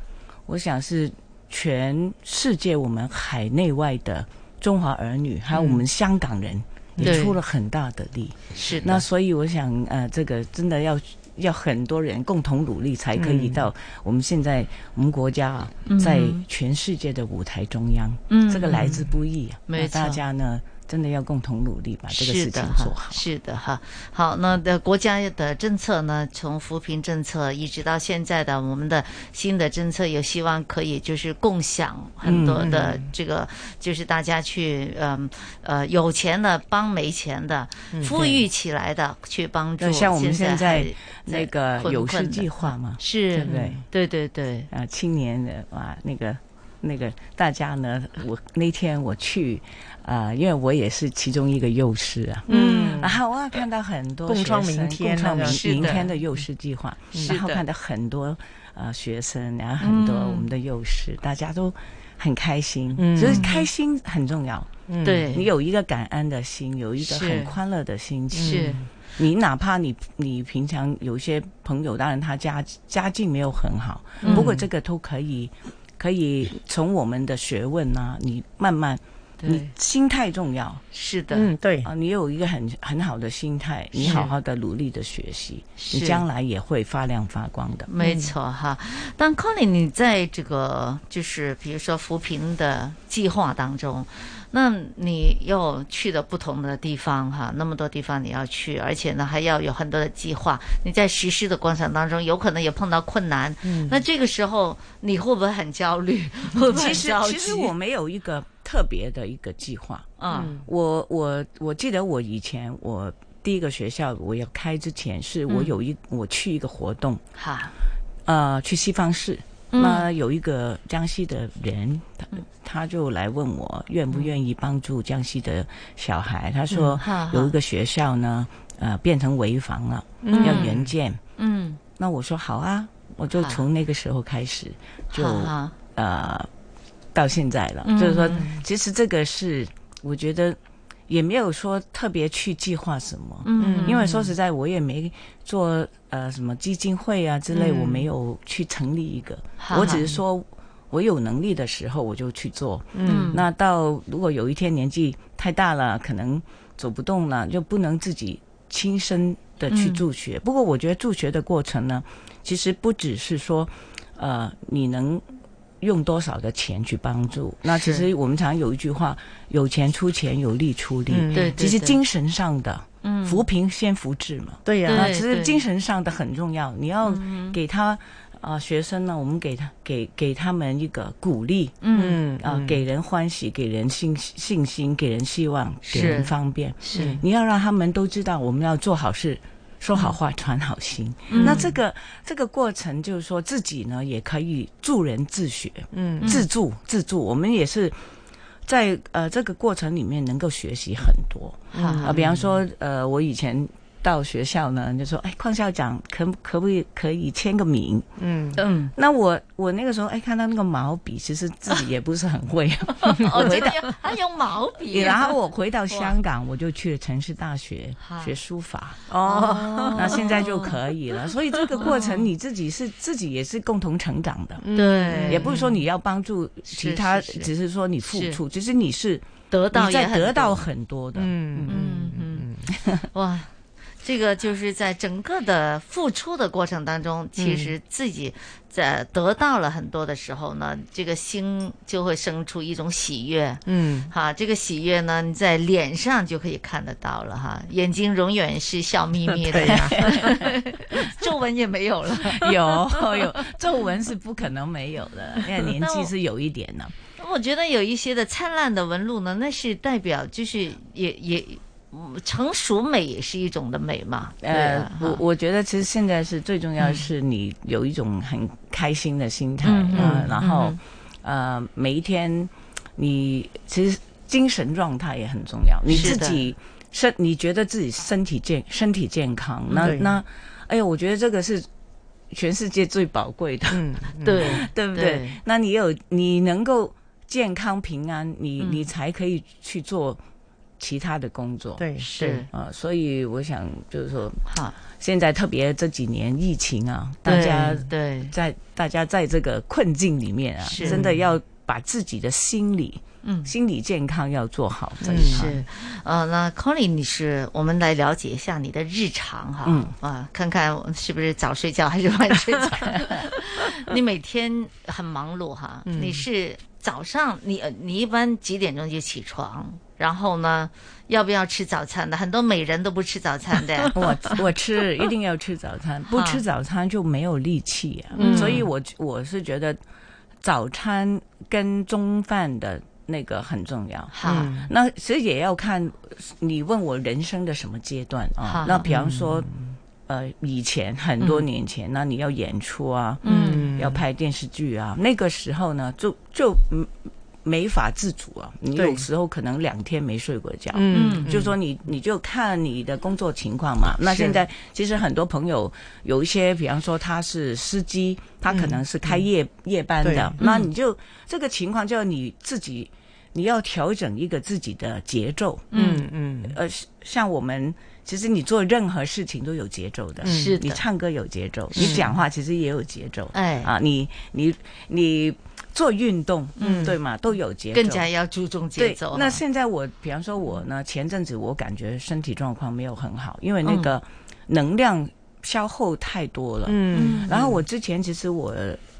Speaker 17: 我想是全世界我们海内外的中华儿女，还有我们香港人，
Speaker 6: 嗯
Speaker 17: 也
Speaker 6: 对
Speaker 17: 出了很大的力。
Speaker 6: 是的
Speaker 17: 那所以我想，呃，这个真的要要很多人共同努力，才可以
Speaker 6: 嗯
Speaker 17: 到我们现在我们国家啊，
Speaker 6: 嗯
Speaker 17: 在全世界的舞台中央，
Speaker 6: 嗯
Speaker 17: 这个来之不易啊。
Speaker 6: 没
Speaker 17: 那大
Speaker 6: 错
Speaker 17: 家呢，真的要共同努力把这个
Speaker 6: 是
Speaker 17: 事情
Speaker 6: 的
Speaker 17: 做
Speaker 6: 哈，是的哈。好，那的国家的政策呢，从扶贫政策一直到现在的我们的新的政策，也希望可以就是共享很多的
Speaker 27: 嗯
Speaker 6: 这个，就是大家去嗯呃有钱的帮没钱的，
Speaker 17: 嗯
Speaker 6: 富裕起来的去帮助。
Speaker 17: 那像我们现在
Speaker 6: 在
Speaker 17: 那个
Speaker 6: 困
Speaker 17: 有事
Speaker 6: 困的
Speaker 17: 计划嘛，
Speaker 6: 是
Speaker 17: 对不对？
Speaker 6: 对对对，
Speaker 17: 啊，青年的哇，那个那个大家呢，我那天我去啊、因为我也是其中一个幼师啊，
Speaker 26: 嗯
Speaker 17: 然后我看到很多
Speaker 26: 共创
Speaker 17: 学生
Speaker 26: 明天
Speaker 17: 共创
Speaker 26: 那
Speaker 17: 明
Speaker 26: 个是的
Speaker 17: 明天的嗯幼师计划，
Speaker 26: 是的
Speaker 17: 然后看到很多呃学生，然后很多
Speaker 26: 嗯
Speaker 17: 我们的幼师，大家都很开心，
Speaker 26: 嗯
Speaker 17: 就是开心很重要，
Speaker 26: 嗯对
Speaker 17: 你有一个感恩的心，有一个
Speaker 26: 是
Speaker 17: 很欢乐的心情，
Speaker 26: 是。
Speaker 17: 你哪怕你你平常有些朋友，当然他家家境没有很好，
Speaker 6: 嗯
Speaker 17: 不过这个都可以，可以从我们的学问啊，你慢慢，
Speaker 6: 对
Speaker 17: 你心态重要。
Speaker 6: 是的，
Speaker 17: 嗯，对啊，你有一个很很好的心态，你
Speaker 6: 是
Speaker 17: 好好的努力的学习，你
Speaker 6: 是
Speaker 17: 将来也会发亮 发光的。
Speaker 6: 没错哈。但 Colin，你在这个就是比如说扶贫的计划当中，那你又去的不同的地方哈，那么多地方你要去，而且呢还要有很多的计划。你在实施的过程当中，有可能也碰到困难，
Speaker 17: 嗯
Speaker 6: 那这个时候你会不会很焦 虑？会不会
Speaker 17: 其
Speaker 6: 很
Speaker 17: 实
Speaker 6: 着
Speaker 17: 其实
Speaker 6: 急
Speaker 17: 我没有一个特别的一个计划
Speaker 6: 啊嗯
Speaker 17: 我我我记得我以前我第一个学校我要开之前，是我
Speaker 6: 嗯
Speaker 17: 有一、我去一个活动，
Speaker 6: 哈，
Speaker 17: 呃，去西方市。
Speaker 6: 嗯
Speaker 17: 那有一个江西的人，他他就来问我愿不愿意帮助江西的小孩。他说
Speaker 6: 嗯哈哈
Speaker 17: 有一个学校呢，呃，变成危房了，
Speaker 6: 嗯
Speaker 17: 要援建。
Speaker 6: 嗯
Speaker 17: 那我说好啊，我就
Speaker 6: 好
Speaker 17: 从那个时候开始就
Speaker 6: 好好
Speaker 17: 呃到现在了，
Speaker 6: 嗯
Speaker 17: 就是说，其实这个是我觉得也没有说特别去计划什么，
Speaker 6: 嗯
Speaker 17: 因为说实在我也没做呃什么基金会啊之类，
Speaker 6: 嗯
Speaker 17: 我没有去成立一个，
Speaker 6: 好
Speaker 17: 我只是说。我有能力的时候我就去做，
Speaker 6: 嗯
Speaker 17: 那到如果有一天年纪太大了，可能走不动了，就不能自己亲身的去
Speaker 6: 嗯
Speaker 17: 助学。不过我觉得助学的过程呢，其实不只是说，呃，你能用多少的钱去帮助。那其实我们常有一句话，有钱出钱，有力出力。
Speaker 6: 嗯对对
Speaker 17: 其实
Speaker 6: 对
Speaker 17: 精神上的，
Speaker 6: 嗯
Speaker 17: 扶贫先扶志嘛。
Speaker 26: 对呀
Speaker 17: 那
Speaker 26: 对
Speaker 17: 其实
Speaker 26: 对
Speaker 17: 精神上的很重要，你要
Speaker 6: 嗯
Speaker 17: 给他。啊、学生呢，我们给他给给他们一个鼓励，
Speaker 26: 嗯
Speaker 17: 啊、
Speaker 26: 嗯
Speaker 17: 给人欢喜，给人信信心，给人希望，给
Speaker 26: 是
Speaker 17: 人方便。嗯
Speaker 26: 是
Speaker 17: 你要让他们都知道，我们要做好事，说好话，传好心。
Speaker 26: 嗯
Speaker 17: 那这个这个过程就是说自己呢也可以助人自学，
Speaker 26: 嗯
Speaker 17: 自助自助，我们也是。在呃这个过程里面能够学习很多，
Speaker 6: 嗯
Speaker 17: 啊、比方说呃我以前到学校呢就说，哎，邝校长可可不可以可以签个名？
Speaker 26: 嗯
Speaker 6: 嗯，
Speaker 17: 那我我那个时候哎看到那个毛笔，其实自己也不是很会，啊
Speaker 6: 哦，
Speaker 17: 回
Speaker 6: 这
Speaker 17: 到
Speaker 6: 个要还用毛笔，啊
Speaker 17: 然后我回到香港，我就去了城市大学
Speaker 6: 哈
Speaker 17: 学书法。
Speaker 6: 哦
Speaker 17: 那现在就可以了。所以这个过程你自己是自己也是共同成长的，
Speaker 6: 嗯对
Speaker 17: 也不是说你要帮助其他，
Speaker 6: 是是是
Speaker 17: 只是说你付出，其实你是
Speaker 6: 得到
Speaker 17: 你
Speaker 6: 也
Speaker 17: 在
Speaker 6: 很
Speaker 17: 得到
Speaker 6: 多
Speaker 17: 很多的，
Speaker 26: 嗯
Speaker 17: 嗯
Speaker 6: 哇，这个就是在整个的付出的过程当中，
Speaker 17: 嗯
Speaker 6: 其实自己在得到了很多的时候呢，这个心就会生出一种喜悦。
Speaker 26: 嗯
Speaker 6: 哈，这个喜悦呢，你在脸上就可以看得到了哈，眼睛永远是笑眯眯的
Speaker 17: 对呀，，
Speaker 6: 皱纹也没有了
Speaker 17: 有 有皱纹是不可能没有的，因为年纪是有一点呢。
Speaker 6: 我觉得有一些的灿烂的纹路呢，那是代表就是也也嗯成熟美也是一种的美嘛。对
Speaker 17: 呃
Speaker 6: 啊，
Speaker 17: 我我觉得其实现在是最重要的是你有一种很开心的心态，
Speaker 6: 嗯
Speaker 17: 呃
Speaker 6: 嗯
Speaker 17: 然后
Speaker 6: 嗯
Speaker 17: 呃每一天你其实精神状态也很重要，你
Speaker 6: 是
Speaker 17: 自
Speaker 6: 的
Speaker 17: 己身你觉得自己身体健身体健康，那
Speaker 6: 嗯对
Speaker 17: 那哎呀，我觉得这个是。全世界最宝贵的， 嗯
Speaker 6: 嗯对
Speaker 17: 对不
Speaker 6: 对
Speaker 17: 对？那你有你能够健康平安，你
Speaker 6: 嗯
Speaker 17: 你才可以去做其他的工作。
Speaker 26: 对是
Speaker 17: 啊、所以我想就是说，
Speaker 6: 好，
Speaker 17: 现在特别这几年疫情啊，大
Speaker 6: 对
Speaker 17: 家
Speaker 6: 对
Speaker 17: 在大家在这个困境里面啊，
Speaker 6: 是
Speaker 17: 真的要把自己的心理。
Speaker 6: 嗯，
Speaker 17: 心理健康要做好这
Speaker 6: 嗯
Speaker 17: 一块。
Speaker 6: 是，呃，那 Colin 你是，我们来了解一下你的日常哈，
Speaker 17: 嗯。
Speaker 6: 啊，看看是不是早睡觉还是晚睡觉。你每天很忙碌哈，
Speaker 4: 嗯
Speaker 6: 你是早上你呃你一般几点钟就起床？然后呢，要不要吃早餐的？很多美人都不吃早餐的
Speaker 17: 我我吃一定要吃早餐，不吃早餐就没有力气啊。
Speaker 6: 嗯
Speaker 17: 所以我我是觉得早餐跟中饭的那个很重要。
Speaker 6: 好嗯
Speaker 17: 那其实也要看你问我人生的什么阶段啊
Speaker 6: 好。
Speaker 17: 那比方说。呃，以前很多年前，那你要演出啊，
Speaker 6: 嗯
Speaker 17: 要拍电视剧啊，那个时候呢，就就嗯没法自主啊，你
Speaker 26: 对
Speaker 17: 有时候可能两天没睡过觉，
Speaker 26: 嗯
Speaker 17: 就说你你就看你的工作情况嘛。那
Speaker 26: 是
Speaker 17: 现在其实很多朋友有一些，比方说他是司机，他可能是开夜、夜班
Speaker 26: 对
Speaker 17: 的
Speaker 26: 嗯，
Speaker 17: 那你就这个情况就要你自己，你要调整一个自己的节奏。
Speaker 26: 嗯嗯
Speaker 17: 呃，像我们其实你做任何事情都有节奏的，
Speaker 6: 是的
Speaker 17: 你唱歌有节奏，
Speaker 6: 是
Speaker 17: 你讲话其实也有节奏，
Speaker 6: 哎
Speaker 17: 啊，你你你做运动，
Speaker 6: 嗯
Speaker 17: 对嘛，都有节奏，
Speaker 6: 更加要注重节奏哈。
Speaker 17: 对，那现在我，比方说我呢，前阵子我感觉身体状况没有很好，因为那
Speaker 6: 嗯
Speaker 17: 个能量消耗太多了。
Speaker 26: 嗯
Speaker 17: 然后我之前其实我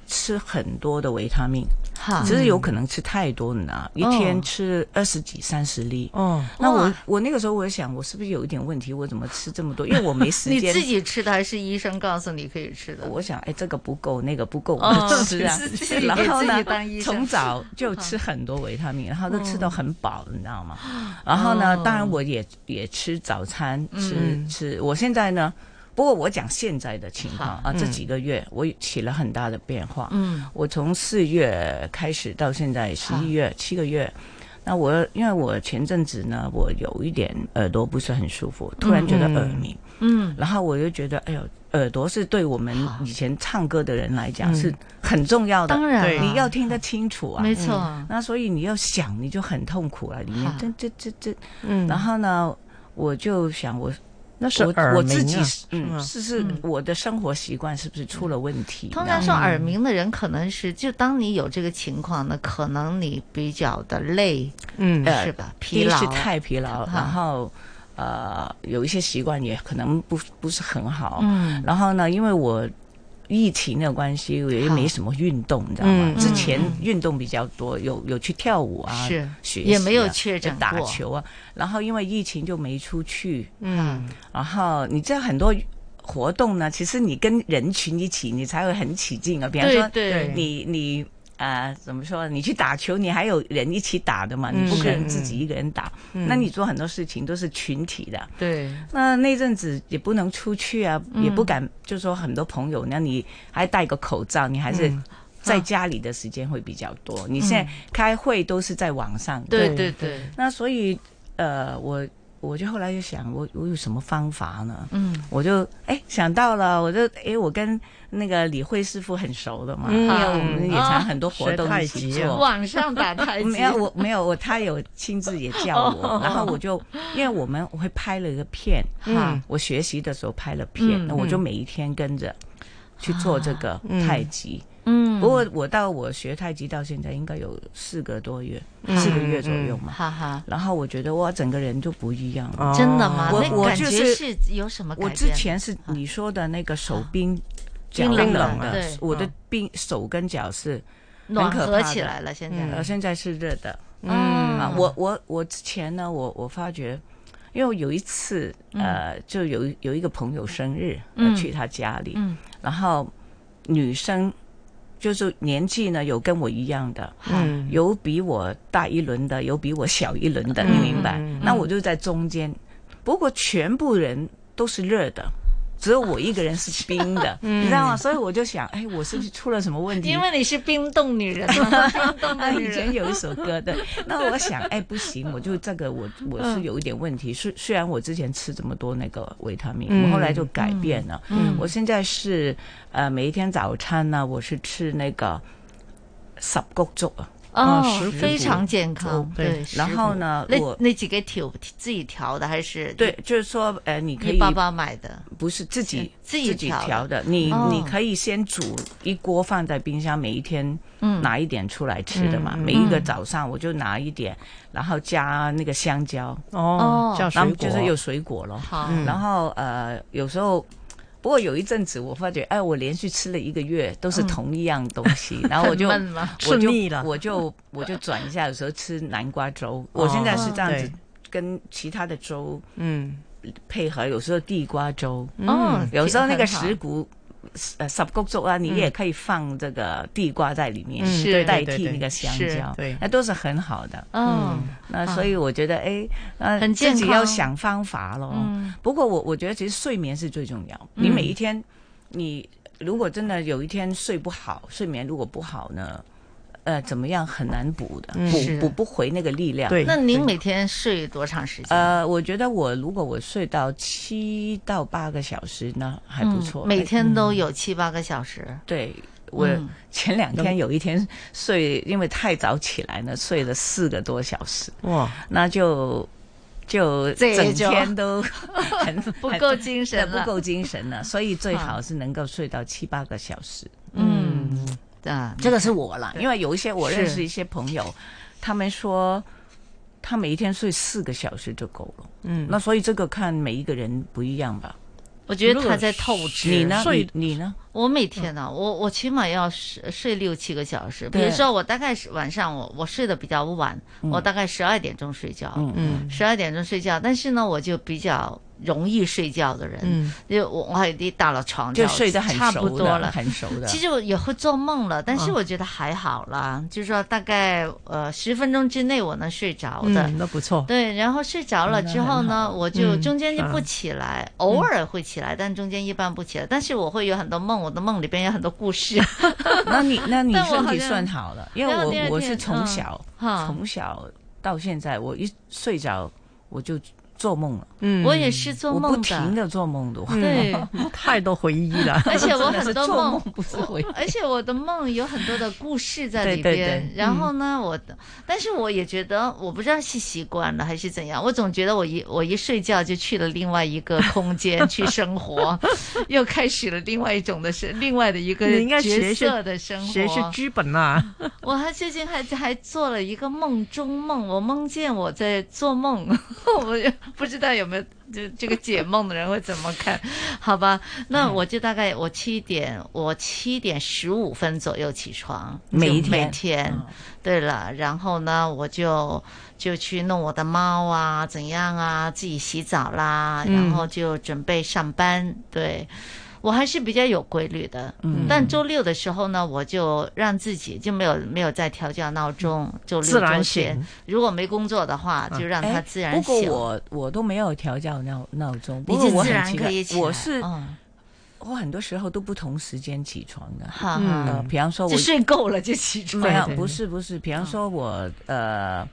Speaker 17: 吃很多的维他命
Speaker 6: 哈，
Speaker 17: 其实有可能吃太多了呢，一天
Speaker 6: 哦
Speaker 17: 吃二十几、三十粒。
Speaker 26: 哦
Speaker 17: 那我
Speaker 6: 哇
Speaker 17: 我那个时候我想，我是不是有一点问题？我怎么吃这么多？因为我没 时
Speaker 6: 你
Speaker 17: 间。
Speaker 6: 自己吃的还是医生告诉你可以吃的？
Speaker 17: 我想，哎，这个不够，那个不够，我
Speaker 6: 哦
Speaker 17: 就吃啊
Speaker 6: 自己自己。
Speaker 17: 然后
Speaker 6: 给自己
Speaker 17: 呢
Speaker 6: 当医，生嗯
Speaker 17: 从早就吃很多维他命，然后都吃到很饱，你知道吗？然后
Speaker 6: 哦
Speaker 17: 呢，当然我也也吃早餐，吃
Speaker 6: 嗯
Speaker 17: 吃。我现在呢，不过我讲现在的情况
Speaker 6: 好
Speaker 17: 啊，这
Speaker 6: 嗯
Speaker 17: 几个月我起了很大的变化。
Speaker 6: 嗯
Speaker 17: 我从四月开始到现在十
Speaker 6: 好
Speaker 17: 一月七个月。那我因为我前阵子呢，我有一点耳朵不是很舒服，突然觉得
Speaker 26: 嗯
Speaker 17: 耳鸣，
Speaker 6: 嗯
Speaker 17: 然后我就觉得，哎呦，耳朵是对我们以前唱歌的人来讲
Speaker 26: 嗯
Speaker 17: 是很重要的，
Speaker 6: 当然
Speaker 17: 对
Speaker 6: 啊
Speaker 17: 你要听得清楚啊，
Speaker 6: 没错啊
Speaker 17: 那所以你要想，你就很痛苦了，里面这这这这，
Speaker 26: 嗯
Speaker 17: 然后呢，我就想我。
Speaker 26: 那是
Speaker 17: 我
Speaker 26: 耳
Speaker 17: 我自
Speaker 26: 鸣
Speaker 17: 己
Speaker 26: 啊
Speaker 17: 是嗯，
Speaker 26: 是
Speaker 17: 是是我的生活习惯是不是出了问题？嗯
Speaker 6: 通常说耳鸣的人，可能是就当你有这个情况呢，可能你比较的累，
Speaker 26: 嗯
Speaker 17: 呃
Speaker 6: 是吧？
Speaker 17: 第
Speaker 6: 疲
Speaker 17: 一
Speaker 6: 劳啊
Speaker 17: 是太疲劳，
Speaker 6: 哈
Speaker 17: 然后呃有一些习惯也可能不不是很好。
Speaker 6: 嗯
Speaker 17: 然后呢，因为我疫情的关系，我也
Speaker 6: 好
Speaker 17: 没什么运动，你知道吗
Speaker 6: 嗯？
Speaker 17: 之
Speaker 6: 嗯
Speaker 17: 前
Speaker 6: 嗯
Speaker 17: 运动比较多，有有去跳舞啊，
Speaker 6: 是
Speaker 17: 学习啊
Speaker 6: 也没有确诊
Speaker 17: 有打
Speaker 6: 过
Speaker 17: 球啊。然后因为疫情就没出去，
Speaker 26: 嗯
Speaker 17: 然后你知道很多。活动呢，其实你跟人群一起，你才会很起劲啊。比方说，
Speaker 6: 对对
Speaker 17: 你你啊，怎么说？你去打球，你还有人一起打的嘛，
Speaker 6: 嗯
Speaker 17: 你不可能
Speaker 6: 是
Speaker 17: 自己一个人打。
Speaker 6: 嗯
Speaker 17: 那你做很多事情都是群体的。
Speaker 6: 对，
Speaker 17: 那那阵子也不能出去啊，
Speaker 6: 嗯
Speaker 17: 也不敢，就说很多朋友，那你还戴个口罩，你还是
Speaker 6: 嗯
Speaker 17: 在家里的时间会比较多。你现在开会都是在网上的，
Speaker 6: 对对对，
Speaker 17: 那所以呃，我我就后来就想，我我有什么方法呢？
Speaker 6: 嗯
Speaker 17: 我就哎想到了，我就哎我跟那个李慧师傅很熟的嘛，
Speaker 6: 嗯
Speaker 17: 因为我们也常很多活动
Speaker 26: 啊
Speaker 17: 一起
Speaker 26: 学太极啊
Speaker 17: 做。
Speaker 6: 网上打太极，
Speaker 17: 没有，我没有我，他有亲自也叫
Speaker 6: 哦
Speaker 17: 我，然后我就因为我们我会拍了一个片，
Speaker 6: 嗯
Speaker 17: 我学习的时候拍了片，
Speaker 6: 嗯
Speaker 17: 那我就
Speaker 6: 嗯
Speaker 17: 每一天跟着去做这个
Speaker 6: 嗯
Speaker 17: 太极。
Speaker 6: 嗯
Speaker 17: 不过我到我学太极到现在应该有四个多月，
Speaker 6: 嗯
Speaker 17: 四个月左右嘛。
Speaker 6: 哈哈，
Speaker 17: 然后我觉得我整个人就不一样了。
Speaker 6: 真的吗？
Speaker 17: 哦我
Speaker 6: 那
Speaker 17: 我
Speaker 6: 感
Speaker 17: 就
Speaker 6: 觉是有什么改
Speaker 17: 我
Speaker 6: 变？嗯
Speaker 17: 之前是你说的那个手冰脚
Speaker 6: 冰冷
Speaker 17: 冷
Speaker 6: 的对
Speaker 17: 的，我的
Speaker 6: 嗯
Speaker 17: 冰手跟脚是很
Speaker 6: 暖
Speaker 17: 可
Speaker 6: 和
Speaker 17: 怕
Speaker 6: 起
Speaker 17: 的
Speaker 6: 来了现在
Speaker 17: 嗯呃现在是热的。
Speaker 6: 嗯
Speaker 17: 啊，我我我之前呢，我我发觉，因为有一次呃，就有一有一个朋友生日，呃
Speaker 6: 嗯
Speaker 17: 去他家里，
Speaker 6: 嗯
Speaker 17: 然后女生就是年纪呢有跟我一样的，
Speaker 26: 嗯
Speaker 17: 有比我大一轮的，有比我小一轮的，
Speaker 26: 嗯
Speaker 17: 你明白？
Speaker 26: 嗯
Speaker 17: 那我就在中间，不过全部人都是热的。只有我一个人是冰的，
Speaker 6: 嗯
Speaker 17: 你知道吗？所以我就想，哎，我是不是出了什么问题？
Speaker 6: 因为你是冰冻女人 嘛，冰冻的
Speaker 17: 啊，
Speaker 6: 女
Speaker 17: 以前
Speaker 6: 人。
Speaker 17: 有一首歌 的，那我想，哎，不行，我就这个，我我是有一点问题。虽、虽然我之前吃这么多那个维他命，
Speaker 6: 嗯
Speaker 17: 我后来就改变了。
Speaker 6: 嗯嗯
Speaker 17: 我现在是呃，每一天早餐呢，我是吃那个十谷粥啊。
Speaker 6: 哦
Speaker 17: 呃食，谱哦
Speaker 6: 非常健康，对。食
Speaker 17: 然后
Speaker 6: 谱
Speaker 17: 呢，
Speaker 6: 那
Speaker 17: 我
Speaker 6: 那几个调自己调的还是
Speaker 17: 对，就是说呃，你可
Speaker 6: 你
Speaker 17: 以
Speaker 6: 爸爸买的，
Speaker 17: 不是自己
Speaker 6: 自己调的
Speaker 17: 调的，你
Speaker 6: 哦
Speaker 17: 你可以先煮一锅放在冰箱，每一天
Speaker 6: 嗯
Speaker 17: 拿一点出来吃的嘛。
Speaker 6: 嗯
Speaker 17: 每一个
Speaker 6: 嗯
Speaker 17: 早上我就拿一点，然后加那个香蕉
Speaker 26: 哦加
Speaker 17: 然后
Speaker 26: 水果
Speaker 17: 就是有水果咯。
Speaker 26: 好嗯
Speaker 17: 然后呃有时候。不过有一阵子，我发觉，哎，我连续吃了一个月都是
Speaker 6: 嗯
Speaker 17: 同一样东西，然后我就
Speaker 6: 很闷吗
Speaker 17: 我
Speaker 6: 吃
Speaker 17: 就
Speaker 6: 腻了
Speaker 17: 我就我就转一下，有时候吃南瓜粥。我现在是这样
Speaker 26: 哦
Speaker 17: 子
Speaker 26: 对，
Speaker 17: 跟其他的粥
Speaker 26: 嗯
Speaker 17: 配合，有时候地瓜粥，
Speaker 26: 哦
Speaker 17: 有时候那个
Speaker 26: 挺很好
Speaker 17: 石谷。呃，十谷粥啊，你也可以放这个地瓜在里面，
Speaker 26: 嗯
Speaker 17: 对
Speaker 26: 是
Speaker 17: 代
Speaker 26: 对
Speaker 17: 替
Speaker 26: 对
Speaker 17: 那个香
Speaker 26: 是
Speaker 17: 蕉，
Speaker 26: 对
Speaker 17: 那都是很好的。嗯
Speaker 26: 哦
Speaker 17: 那
Speaker 26: 好
Speaker 17: 所以我觉得，哎，呃，
Speaker 26: 很健
Speaker 17: 自己要
Speaker 26: 康
Speaker 17: 想方法咯。
Speaker 26: 嗯
Speaker 17: 不过我我觉得其实睡眠是最重要，你
Speaker 26: 嗯
Speaker 17: 每一天，你如果真的有一天睡不好，睡眠如果不好呢，呃，怎么样很难补的，
Speaker 6: 嗯是
Speaker 17: 补补不回那个力量。
Speaker 6: 那您每天睡多长时间？
Speaker 17: 呃，我觉得我如果我睡到七到八个小时呢，还不
Speaker 6: 嗯
Speaker 17: 错。
Speaker 6: 每
Speaker 17: 哎
Speaker 6: 天都有七八个小时。
Speaker 17: 对我
Speaker 6: 嗯
Speaker 17: 前两天
Speaker 6: 能
Speaker 17: 有一天睡，因为太早起来呢，睡了四个多小时，
Speaker 26: 哇，
Speaker 17: 那就就
Speaker 6: 这
Speaker 17: 整
Speaker 6: 就
Speaker 17: 天 都很
Speaker 6: 不够精神
Speaker 17: 对
Speaker 6: 了
Speaker 17: 不够精神了。所以最好
Speaker 6: 啊
Speaker 17: 是能够睡到七八个小时。
Speaker 6: 嗯啊，
Speaker 17: 这个是我啦，因为有一些我认
Speaker 6: 是
Speaker 17: 识一些朋友，他们说他每一天睡四个小时就够了。
Speaker 26: 嗯
Speaker 17: 那所以这个看每一个人不一样吧。
Speaker 6: 我觉得他在透支。嗯
Speaker 17: 你呢？你你呢？
Speaker 6: 我每天呢、我我起码要睡睡六七个小时。比
Speaker 17: 嗯对
Speaker 6: 如说，我大概是晚上我我睡得比较晚，我大概十二点钟睡觉，
Speaker 17: 嗯嗯
Speaker 6: 十二点钟睡觉。但是呢，我就比较容易睡觉的人，
Speaker 17: 嗯
Speaker 6: 就我我有啲大落床
Speaker 17: 就睡得很
Speaker 6: 差
Speaker 17: 熟
Speaker 6: 不多
Speaker 17: 的
Speaker 6: 了，
Speaker 17: 很熟的
Speaker 6: 其实我也会做梦了，但是
Speaker 17: 嗯
Speaker 6: 我觉得还好啦，就是说大概呃十分钟之内我能睡着的。
Speaker 26: 嗯，那不
Speaker 17: 哦
Speaker 26: 错。
Speaker 6: 对，然后睡着了之
Speaker 17: 嗯
Speaker 6: 后呢，我就中间就不起来，偶尔会起来，但中间一般不起来。但是我会有很多梦，我的梦里边有很多故事。
Speaker 17: 那你那你
Speaker 6: 但我
Speaker 17: 身
Speaker 6: 好
Speaker 17: 体
Speaker 6: 像
Speaker 17: 算好了，因为
Speaker 6: 然后第二
Speaker 17: 我我是
Speaker 6: 天
Speaker 17: 从
Speaker 6: 嗯
Speaker 17: 小、
Speaker 6: 哈
Speaker 17: 从小到现在，我一睡着我就做梦了。
Speaker 26: 嗯
Speaker 6: 我也是做梦的
Speaker 17: 我不停的做梦的。我
Speaker 6: 对。
Speaker 26: 太多回忆了
Speaker 6: 而且
Speaker 17: 真
Speaker 6: 我
Speaker 17: 的
Speaker 6: 很
Speaker 17: 是
Speaker 6: 多
Speaker 17: 做
Speaker 6: 梦
Speaker 17: 梦，不是 回忆
Speaker 6: 我而且我的梦有很多的故事在里边。
Speaker 17: 对对嗯对
Speaker 6: 然后呢，我的，但是我也觉得，我不知道是习惯了还是怎样，我总觉得我一我一睡觉就去了另外一个空间去生 活，又开始了另外一种的是另外的一个
Speaker 26: 你应该学
Speaker 6: 角
Speaker 26: 一
Speaker 6: 色
Speaker 26: 学
Speaker 6: 的生活。
Speaker 26: 学一学剧本啊。
Speaker 6: 我还最近还还做了一个梦中梦，我梦见我在做梦， 我也不知道有没有这这个解梦的人会怎么看，好吧？那我就大概我七点，我七点十五分左右起床，
Speaker 17: 每一天
Speaker 6: 就
Speaker 17: 嗯
Speaker 6: 每天。对了，然后呢，我就就去弄我的猫啊，怎样啊，自己洗澡啦，
Speaker 4: 嗯
Speaker 6: 然后就准备上班，对。我还是比较有规律的，
Speaker 4: 嗯
Speaker 6: 但周六的时候呢，我就让自己就没有没有再调校闹钟，周六
Speaker 17: 自然
Speaker 6: 周天
Speaker 17: 醒。
Speaker 6: 如果没工作的话，就让它
Speaker 17: 哎
Speaker 6: 自然
Speaker 17: 不
Speaker 6: 醒。
Speaker 17: 过我我都没有调教闹闹钟，不
Speaker 6: 你
Speaker 17: 过
Speaker 6: 就
Speaker 17: 我
Speaker 6: 自
Speaker 17: 很
Speaker 6: 然
Speaker 17: 奇
Speaker 6: 可
Speaker 17: 怪
Speaker 6: 以起
Speaker 17: 我
Speaker 6: 来
Speaker 17: 是
Speaker 6: 嗯
Speaker 17: 我很多时候都不同时间起床的。
Speaker 6: 哈哈
Speaker 17: 呃，比方说我
Speaker 6: 就睡够了就起床
Speaker 17: 没有
Speaker 6: 嗯对，对
Speaker 17: 不是不是，比方说我呃。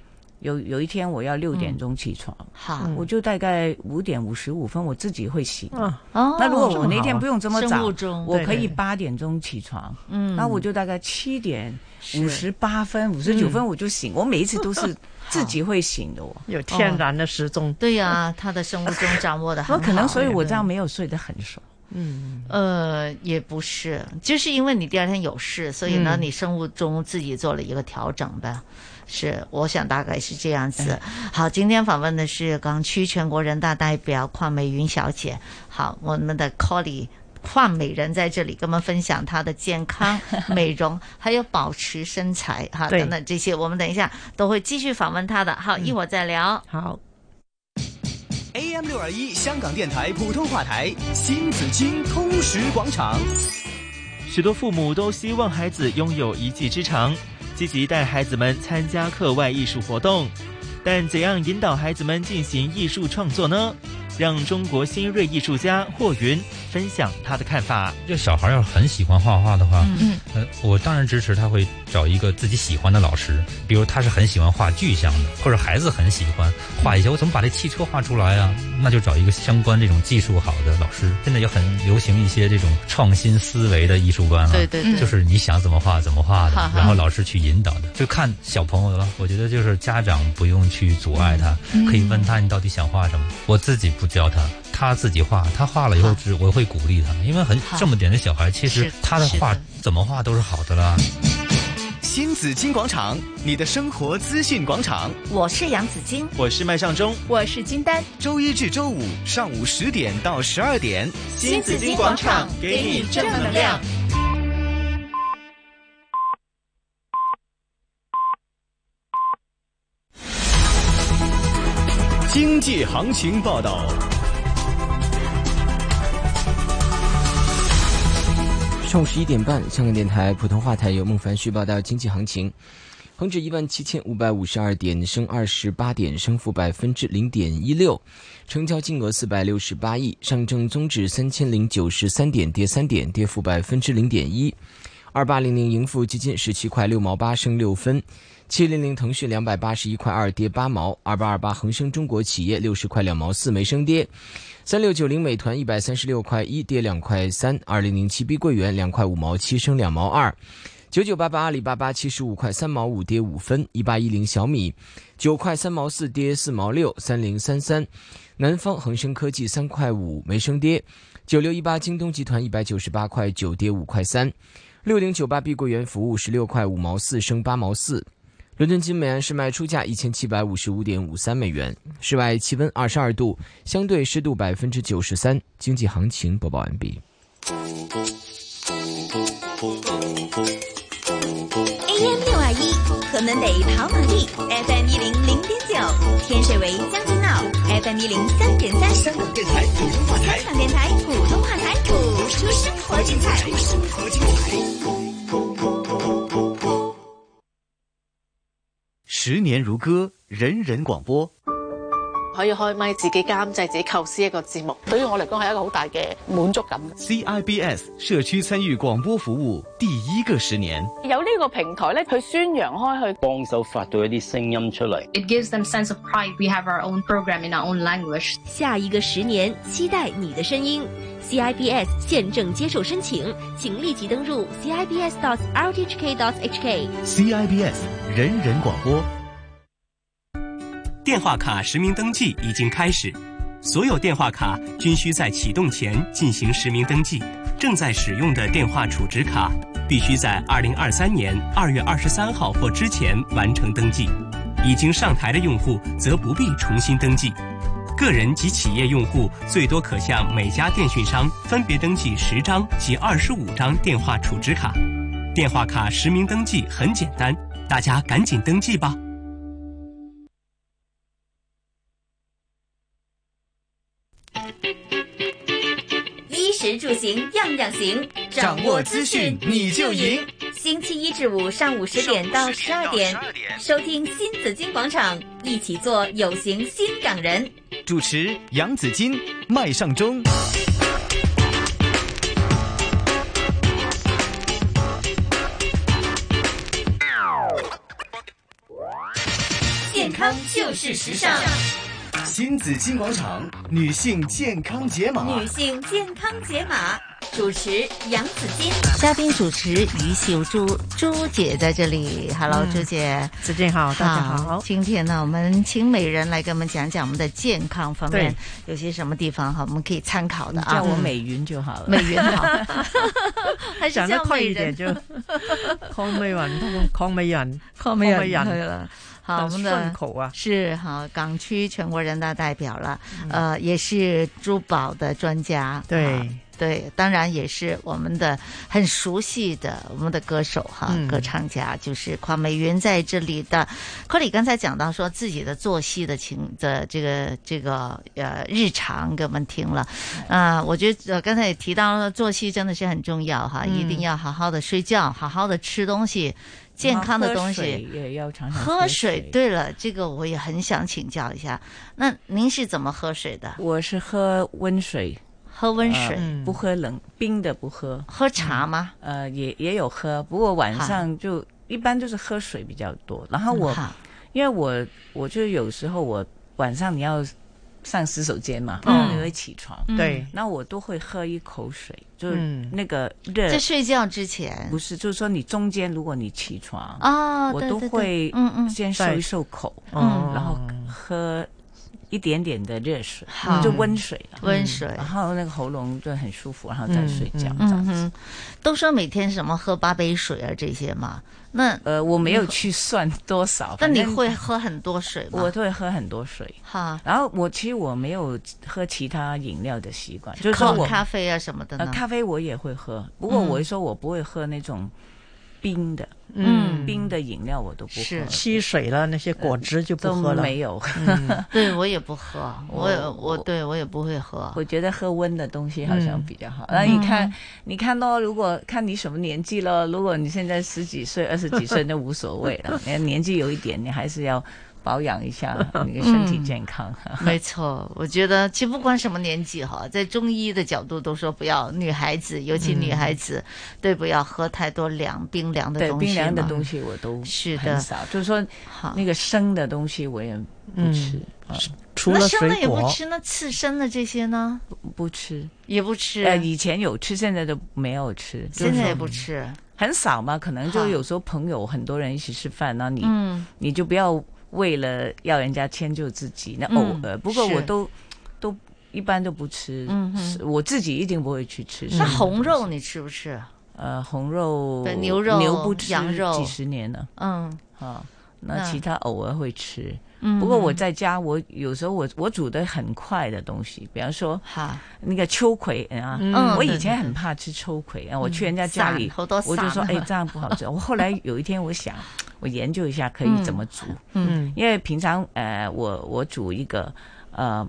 Speaker 17: 有有一天我要六
Speaker 6: 嗯
Speaker 17: 点钟起床，
Speaker 6: 好
Speaker 17: 我就大概五点五十五分我自己会醒。
Speaker 26: 啊
Speaker 6: 哦
Speaker 17: 那如果
Speaker 6: 这
Speaker 17: 我
Speaker 6: 么
Speaker 17: 那
Speaker 6: 好
Speaker 17: 天
Speaker 6: 啊
Speaker 17: 不用这么
Speaker 6: 生
Speaker 17: 早
Speaker 6: 物钟，
Speaker 17: 我
Speaker 6: 对
Speaker 17: 可以
Speaker 6: 对对
Speaker 17: 八点钟起床，
Speaker 6: 嗯
Speaker 17: 那我就大概七点五十八分、五十九分我就醒。我每一次 都是自己会醒的，我
Speaker 26: 嗯有天然的时钟。
Speaker 6: 对呀、他的生物钟 掌握的很
Speaker 17: 我
Speaker 6: 好。
Speaker 17: 可能所以我这样没有睡得很熟。
Speaker 26: 嗯，
Speaker 6: 呃，也不是，就是因为你第二天有事，所以呢，
Speaker 17: 嗯
Speaker 6: 你生物钟自己做了一个调整的。是，我想大概是这样子。
Speaker 26: 嗯
Speaker 6: 好，今天访问的是港区全国人大代表邝美云小姐。好，我们的 Colly 邝美人在这里跟我们分享她的健康、美容，还有保持身材哈
Speaker 26: 对
Speaker 6: 等等这些，我们等一下都会继续访问她的。好，一会儿再聊。
Speaker 26: 好。
Speaker 2: AM 六二一香港电台普通话台新紫金通识广场。
Speaker 7: 许多父母都希望孩子拥有一技之长，积极带孩子们参加课外艺术活动。但怎样引导孩子们进行艺术创作呢？让中国新锐艺术家霍云分享他的看法。
Speaker 27: 这小孩要是很喜欢画画的话，
Speaker 6: 嗯
Speaker 27: 呃，我当然支持他会找一个自己喜欢的老师，比如他是很喜欢画具象的，或者孩子很喜欢画一些，我怎么把这汽车画出来啊？那就找一个相关这种技术好的老师。现在也很流行一些这种创新思维的艺术班啊，
Speaker 6: 对对对
Speaker 27: 就是你想怎么画怎么画的，
Speaker 6: 哈哈
Speaker 27: 然后老师去引导的，就看小朋友了。我觉得就是家长不用去阻碍他，
Speaker 6: 嗯
Speaker 27: 可以问他你到底想画什么。我自己不教他，他自己画，他画了以后只我会鼓励他，因为很
Speaker 2: 好
Speaker 27: 这么点的小孩，其
Speaker 2: 是
Speaker 27: 实他的
Speaker 2: 是的
Speaker 27: 画怎么画都是好的啦。
Speaker 2: 新紫金广场，你的生活资讯广场。
Speaker 8: 我是杨子晶，
Speaker 7: 我是麦尚中，
Speaker 8: 我是金丹。
Speaker 2: 周一至周五上午十点到十二点，
Speaker 8: 新紫金广场给你正能量。
Speaker 2: 经济行情报道。
Speaker 10: 上午十一点半，香港电台普通话台由孟凡旭报道经济行情。恒指一万七千五百五十二点，升二十八点，升幅百分之零点一六，成交金额四百六十八亿。上证综指三千零九十三点，跌三点，跌幅百分之零点一。二八零零盈富基金十七块六毛八升六分，七零零腾讯两百八十一块二跌八毛，二八二八恒生中国企业六十块两毛四没升跌，三六九零美团一百三十六块一跌两块三，二零零七碧桂园两块五毛七升两毛二。九九八八阿里巴巴七十五块三毛五跌五分，一八一零小米九块三毛四跌四毛六，三零三三南方恒生科技三块五没升跌，九六一八京东集团一百九十八块九跌五块三，六零九八碧桂园服务十六块五毛四升八毛四。伦敦金美安市卖出价一千七百五十五点五三美元，室外气温二十二度，相对湿度百分之九十三。经济行情播报完毕。
Speaker 9: AM 六二一，河门北跑马地；FM 一零零点九，天水围将军澳；FM 一零三点三，香港电台普通话台。香港电台普通话台，谱出生活精彩。生活精彩。
Speaker 2: 十年如歌，人人广播。
Speaker 10: 可以開咪自己監製、自己構思一個節目，對於我嚟講係一個好大嘅滿足感。
Speaker 2: CIBS 社区参与广播服务第一个十年，
Speaker 10: 有呢個平台咧，佢宣揚開去。
Speaker 11: 幫手發到一啲聲音出嚟。
Speaker 28: It gives them sense of pride. We have our own program in our own language.
Speaker 4: 下一个十年，期待你的声音。CIBS 现正接受申请，请立即登入 cibs.rthk.hk。
Speaker 2: CIBS 人人广播。
Speaker 29: 电话卡实名登记已经开始，所有电话卡均需在启动前进行实名登记。正在使用的电话储值卡必须在二零二三年二月二十三号或之前完成登记，已经上台的用户则不必重新登记。个人及企业用户最多可向每家电讯商分别登记十张及二十五张电话储值卡。电话卡实名登记很简单，大家赶紧登记吧。
Speaker 9: 衣食住行样样行，
Speaker 2: 掌握资讯你就赢。
Speaker 9: 星期一至五上午十点到十二点，收听新紫金广场，一起做有型新港人。
Speaker 2: 主持杨紫金、麦尚中。
Speaker 9: 健康就是时尚，
Speaker 2: 新紫金广场女性健康解码，
Speaker 9: 女性健康解码，主持杨紫金。
Speaker 6: 嘉宾主持于秀珠，朱姐在这里，Hello，、
Speaker 10: 嗯
Speaker 6: 朱姐，
Speaker 10: 子健好，大家好。
Speaker 6: 今天呢，我们请美人来给我们讲讲我们的健康方面
Speaker 17: 对
Speaker 6: 有些什么地方哈，我们可以参考的啊。
Speaker 17: 叫我美云就好了。
Speaker 6: 美云好， 还是
Speaker 17: 想得
Speaker 6: 叫
Speaker 17: 快
Speaker 6: 美
Speaker 17: 一
Speaker 6: 人
Speaker 17: 点就
Speaker 26: 抗美援通，抗美援，
Speaker 6: 抗
Speaker 26: 美
Speaker 6: 美
Speaker 26: 援
Speaker 6: 援对了。好，我们的
Speaker 26: 顺口啊，
Speaker 6: 是好港区全国人大代表了，呃，也是珠宝的专家，
Speaker 26: 对
Speaker 6: 啊对，当然也是我们的很熟悉的我们的歌手哈，
Speaker 10: 嗯
Speaker 6: 歌唱家就是邝美云在这里的。克里刚才讲到说自己的作息的情的这个这个呃日常给我们听了，啊、我觉得呃刚才也提到了作息真的是很重要哈，一定
Speaker 10: 嗯
Speaker 6: 要好好的睡觉，好好的吃东西。健康
Speaker 17: 啊
Speaker 6: 的东西。
Speaker 17: 也要常常
Speaker 6: 喝
Speaker 17: 嗯水。
Speaker 6: 对了，这个我也很想请教一下，那您是怎么喝水的？
Speaker 17: 我是喝温水，
Speaker 6: 喝温水，
Speaker 17: 呃不喝冷冰的，不喝。
Speaker 6: 喝茶吗？
Speaker 17: 呃，也也有喝，不过晚上就一般就是喝水比较多。然后我
Speaker 6: 嗯好，
Speaker 17: 因为我我就有时候我晚上你要上洗手间嘛，
Speaker 6: 嗯
Speaker 17: 你会起床，
Speaker 6: 嗯对
Speaker 17: 那我都会喝一口水，就是
Speaker 6: 嗯
Speaker 17: 那个热。
Speaker 6: 在睡觉之前
Speaker 17: 不是，就是说你中间如果你起床
Speaker 6: 哦
Speaker 17: 我
Speaker 6: 对
Speaker 17: 都
Speaker 6: 对对
Speaker 17: 会
Speaker 6: 嗯嗯
Speaker 17: 先漱一漱口，
Speaker 6: 对嗯
Speaker 17: 然后喝一点点的热水
Speaker 6: 好，
Speaker 17: 就温水了，嗯
Speaker 6: 温水
Speaker 17: 然后那个喉咙就很舒服，然后再睡觉。
Speaker 6: 嗯哼，都说每天什么喝八杯水啊这些嘛，那
Speaker 17: 呃我没有去算多少，
Speaker 6: 那
Speaker 17: 反
Speaker 6: 你
Speaker 17: 正
Speaker 6: 会喝很多水吗？
Speaker 17: 我都会喝很多水。
Speaker 6: 哈，
Speaker 17: 然后我其实我没有喝其他饮料的习惯，就是说
Speaker 6: 喝
Speaker 17: 我
Speaker 6: 咖啡啊什么的
Speaker 17: 呃
Speaker 6: 呢？嗯
Speaker 17: 咖啡我也会喝，不过我说我不会喝那种冰的，
Speaker 26: 嗯
Speaker 17: 冰的饮料我都不喝。
Speaker 26: 汽水了那些果汁就不喝了，嗯
Speaker 17: 都没有 哦
Speaker 6: 对我也不喝，我也我对我也不会喝。
Speaker 17: 我觉得喝温的东西好像比较好。
Speaker 6: 嗯
Speaker 17: 那、你看，你看到如果看你什么年纪了，如果你现在十几岁、二十几 岁，那无所谓了。你年纪有一点，你还是要保养一 下你的身体健康。
Speaker 6: 嗯 没错，我觉得其实不管什么年纪哈，在中医的角度都说不要女孩子，尤其女孩子，对不要喝太多凉冰凉的
Speaker 17: 嗯对
Speaker 6: 东西嘛。
Speaker 17: 冰凉的东西我都
Speaker 6: 是的
Speaker 17: 很少，就是说那个生的东西我也不吃，啊
Speaker 26: 嗯除
Speaker 6: 那生的也不吃，那刺身的这些呢？
Speaker 17: 不吃，
Speaker 6: 也不吃。
Speaker 17: 呃，以前有吃，现在都没有吃，
Speaker 6: 现在也不吃，
Speaker 17: 很少嘛。可能
Speaker 6: 好
Speaker 17: 就有时候朋友很多人一起吃饭，那你、
Speaker 6: 嗯
Speaker 17: 你就不要为了要人家迁就自己，那
Speaker 6: 嗯
Speaker 17: 偶尔。不过
Speaker 6: 是
Speaker 17: 我都都一般都不吃，
Speaker 6: 嗯哼
Speaker 17: 是我自己一定不会去吃。
Speaker 6: 那红肉你吃不吃？
Speaker 17: 呃红肉
Speaker 6: 对牛肉
Speaker 17: 牛不吃，
Speaker 6: 羊肉
Speaker 17: 几十年了。
Speaker 6: 嗯，
Speaker 17: 啊，那
Speaker 6: 那
Speaker 17: 其他偶尔会吃。
Speaker 6: 嗯
Speaker 17: 不过我在家，我有时候我我煮的很快的东西，比方说那个秋葵啊，
Speaker 6: 嗯
Speaker 17: 我
Speaker 6: 对
Speaker 17: 以
Speaker 6: 对
Speaker 17: 前很怕吃秋葵啊，我去人家家里
Speaker 6: 嗯散好多，
Speaker 17: 我就说
Speaker 6: 散
Speaker 17: 哎这样不好吃。我后来有一天我想，我研究一下可以怎么煮，
Speaker 6: 嗯
Speaker 17: 因为平常呃我我煮一个呃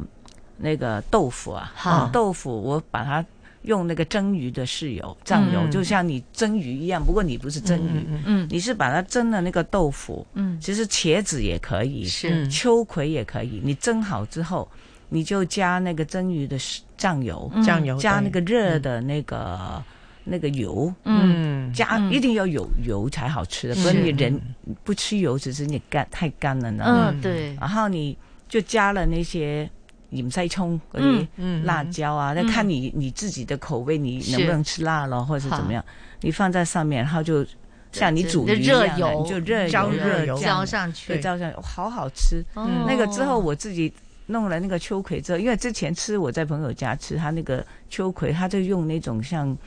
Speaker 17: 那个豆腐啊，
Speaker 6: 好
Speaker 17: 豆腐我把它。用那个蒸鱼的豉油、酱油，
Speaker 6: 嗯
Speaker 17: 就像你蒸鱼一样，不过你不是蒸鱼，
Speaker 6: 嗯
Speaker 17: 你是把它蒸的那个豆腐，
Speaker 6: 嗯
Speaker 17: 其实茄子也可以，
Speaker 6: 是
Speaker 17: 秋葵也可以。你蒸好之后，你就加那个蒸鱼的豉酱油
Speaker 26: 嗯，酱油
Speaker 17: 加那个热的那个。那个油，
Speaker 26: 嗯
Speaker 17: 加一定要有油才好吃的，
Speaker 6: 嗯
Speaker 26: 是
Speaker 17: 不然你人不吃油，只是你干太干了呢。
Speaker 6: 嗯对
Speaker 17: 然后你就加了那些盐西葱嗰
Speaker 6: 嗯
Speaker 17: 啲
Speaker 6: 嗯
Speaker 17: 辣椒啊，那
Speaker 6: 嗯
Speaker 17: 看你你自己的口味，你
Speaker 6: 是
Speaker 17: 能不能吃辣咯，或者是怎么样，你放在上面，然后就像你煮
Speaker 6: 就
Speaker 17: 鱼一样
Speaker 6: 热
Speaker 17: 的
Speaker 6: 油
Speaker 17: 你就热
Speaker 6: 浇
Speaker 17: 油
Speaker 6: 热油
Speaker 17: 油
Speaker 6: 浇上去
Speaker 17: 对，浇上去，哦好好吃。
Speaker 6: 哦
Speaker 17: 那个之后我自己。弄了那个秋葵之后，因为之前吃我在朋友家吃，他那个秋葵，他就用那种像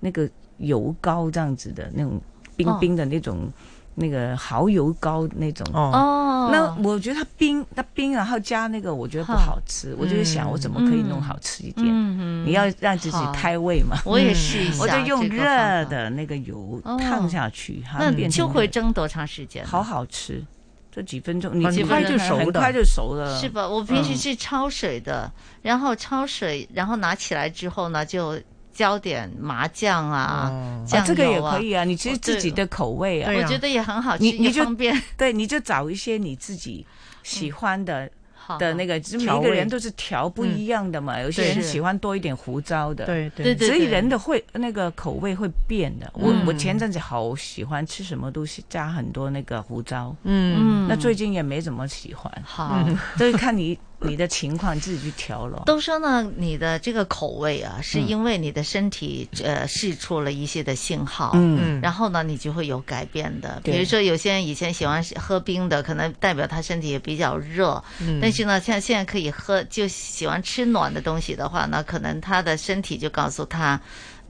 Speaker 17: 那个油膏这样子的那种冰
Speaker 6: 哦
Speaker 17: 冰的那种、那个蚝油膏那种。
Speaker 6: 哦
Speaker 17: 那我觉得它冰，它冰，然后加那个，我觉得不好吃。我就想，我怎么可以弄好吃一点？
Speaker 6: 嗯嗯
Speaker 17: 你要让自己
Speaker 6: 好
Speaker 17: 开胃嘛。嗯
Speaker 6: 我也试一下
Speaker 17: 我就用
Speaker 6: 这
Speaker 17: 热
Speaker 6: 个方法
Speaker 17: 的那个油
Speaker 6: 哦
Speaker 17: 烫下去，它
Speaker 6: 那
Speaker 17: 变成
Speaker 6: 秋葵蒸多长时间呢？
Speaker 17: 嗯好好吃，这几分钟你
Speaker 6: 很
Speaker 17: 几
Speaker 6: 快
Speaker 17: 分钟
Speaker 6: 就熟的
Speaker 17: 很快就熟了，
Speaker 6: 是吧？我平时
Speaker 17: 嗯
Speaker 6: 是焯水的，然后焯水，然后拿起来之后呢，就浇点麻酱啊、酱油
Speaker 17: 啊
Speaker 6: 啊，
Speaker 17: 这个也可以啊，你其实
Speaker 6: 我对
Speaker 17: 自己的口味啊，
Speaker 6: 我觉得也很好吃，
Speaker 17: 你你
Speaker 6: 也
Speaker 17: 就
Speaker 6: 方便。
Speaker 17: 对，你就找一些你自己喜欢的。
Speaker 6: 嗯好
Speaker 17: 的那个，就是
Speaker 6: 调
Speaker 17: 每个
Speaker 6: 味
Speaker 17: 人都是调不一样的嘛，有些人
Speaker 6: 对
Speaker 17: 喜欢多一点胡椒的，
Speaker 26: 对对对对
Speaker 17: 所以人的会那个口味会变的。我
Speaker 26: 嗯
Speaker 17: 我前阵子好喜欢吃什么都是加很多那个胡椒，
Speaker 6: 嗯
Speaker 17: 那最近也没怎么喜欢，
Speaker 6: 好
Speaker 17: 嗯， 就是看你你的情况自己去调咯。
Speaker 6: 都说呢，你的这个口味啊，是
Speaker 17: 嗯
Speaker 6: 因为你的身体、呃试出了一些的信号，
Speaker 17: 嗯
Speaker 6: 然后呢，你就会有改变的。比
Speaker 17: 对
Speaker 6: 如说，有些人以前喜欢喝冰的，可能代表他身体也比较热，
Speaker 17: 嗯
Speaker 6: 但是呢，像现在可以喝，就喜欢吃暖的东西的话呢，可能他的身体就告诉他。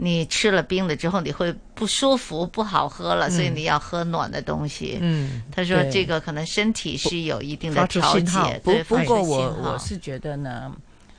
Speaker 6: 你吃了冰的之后，你会不舒服、不好喝了，
Speaker 26: 嗯
Speaker 6: 所以你要喝暖的东西。
Speaker 26: 嗯
Speaker 6: 他说
Speaker 17: 对
Speaker 6: 这个可能身体是有一定的
Speaker 17: 发出
Speaker 6: 调
Speaker 17: 信号
Speaker 6: 节。
Speaker 17: 不
Speaker 6: 对
Speaker 17: 不
Speaker 6: 发出
Speaker 17: 过
Speaker 6: 信
Speaker 17: 我
Speaker 6: 号
Speaker 17: 我是觉得呢，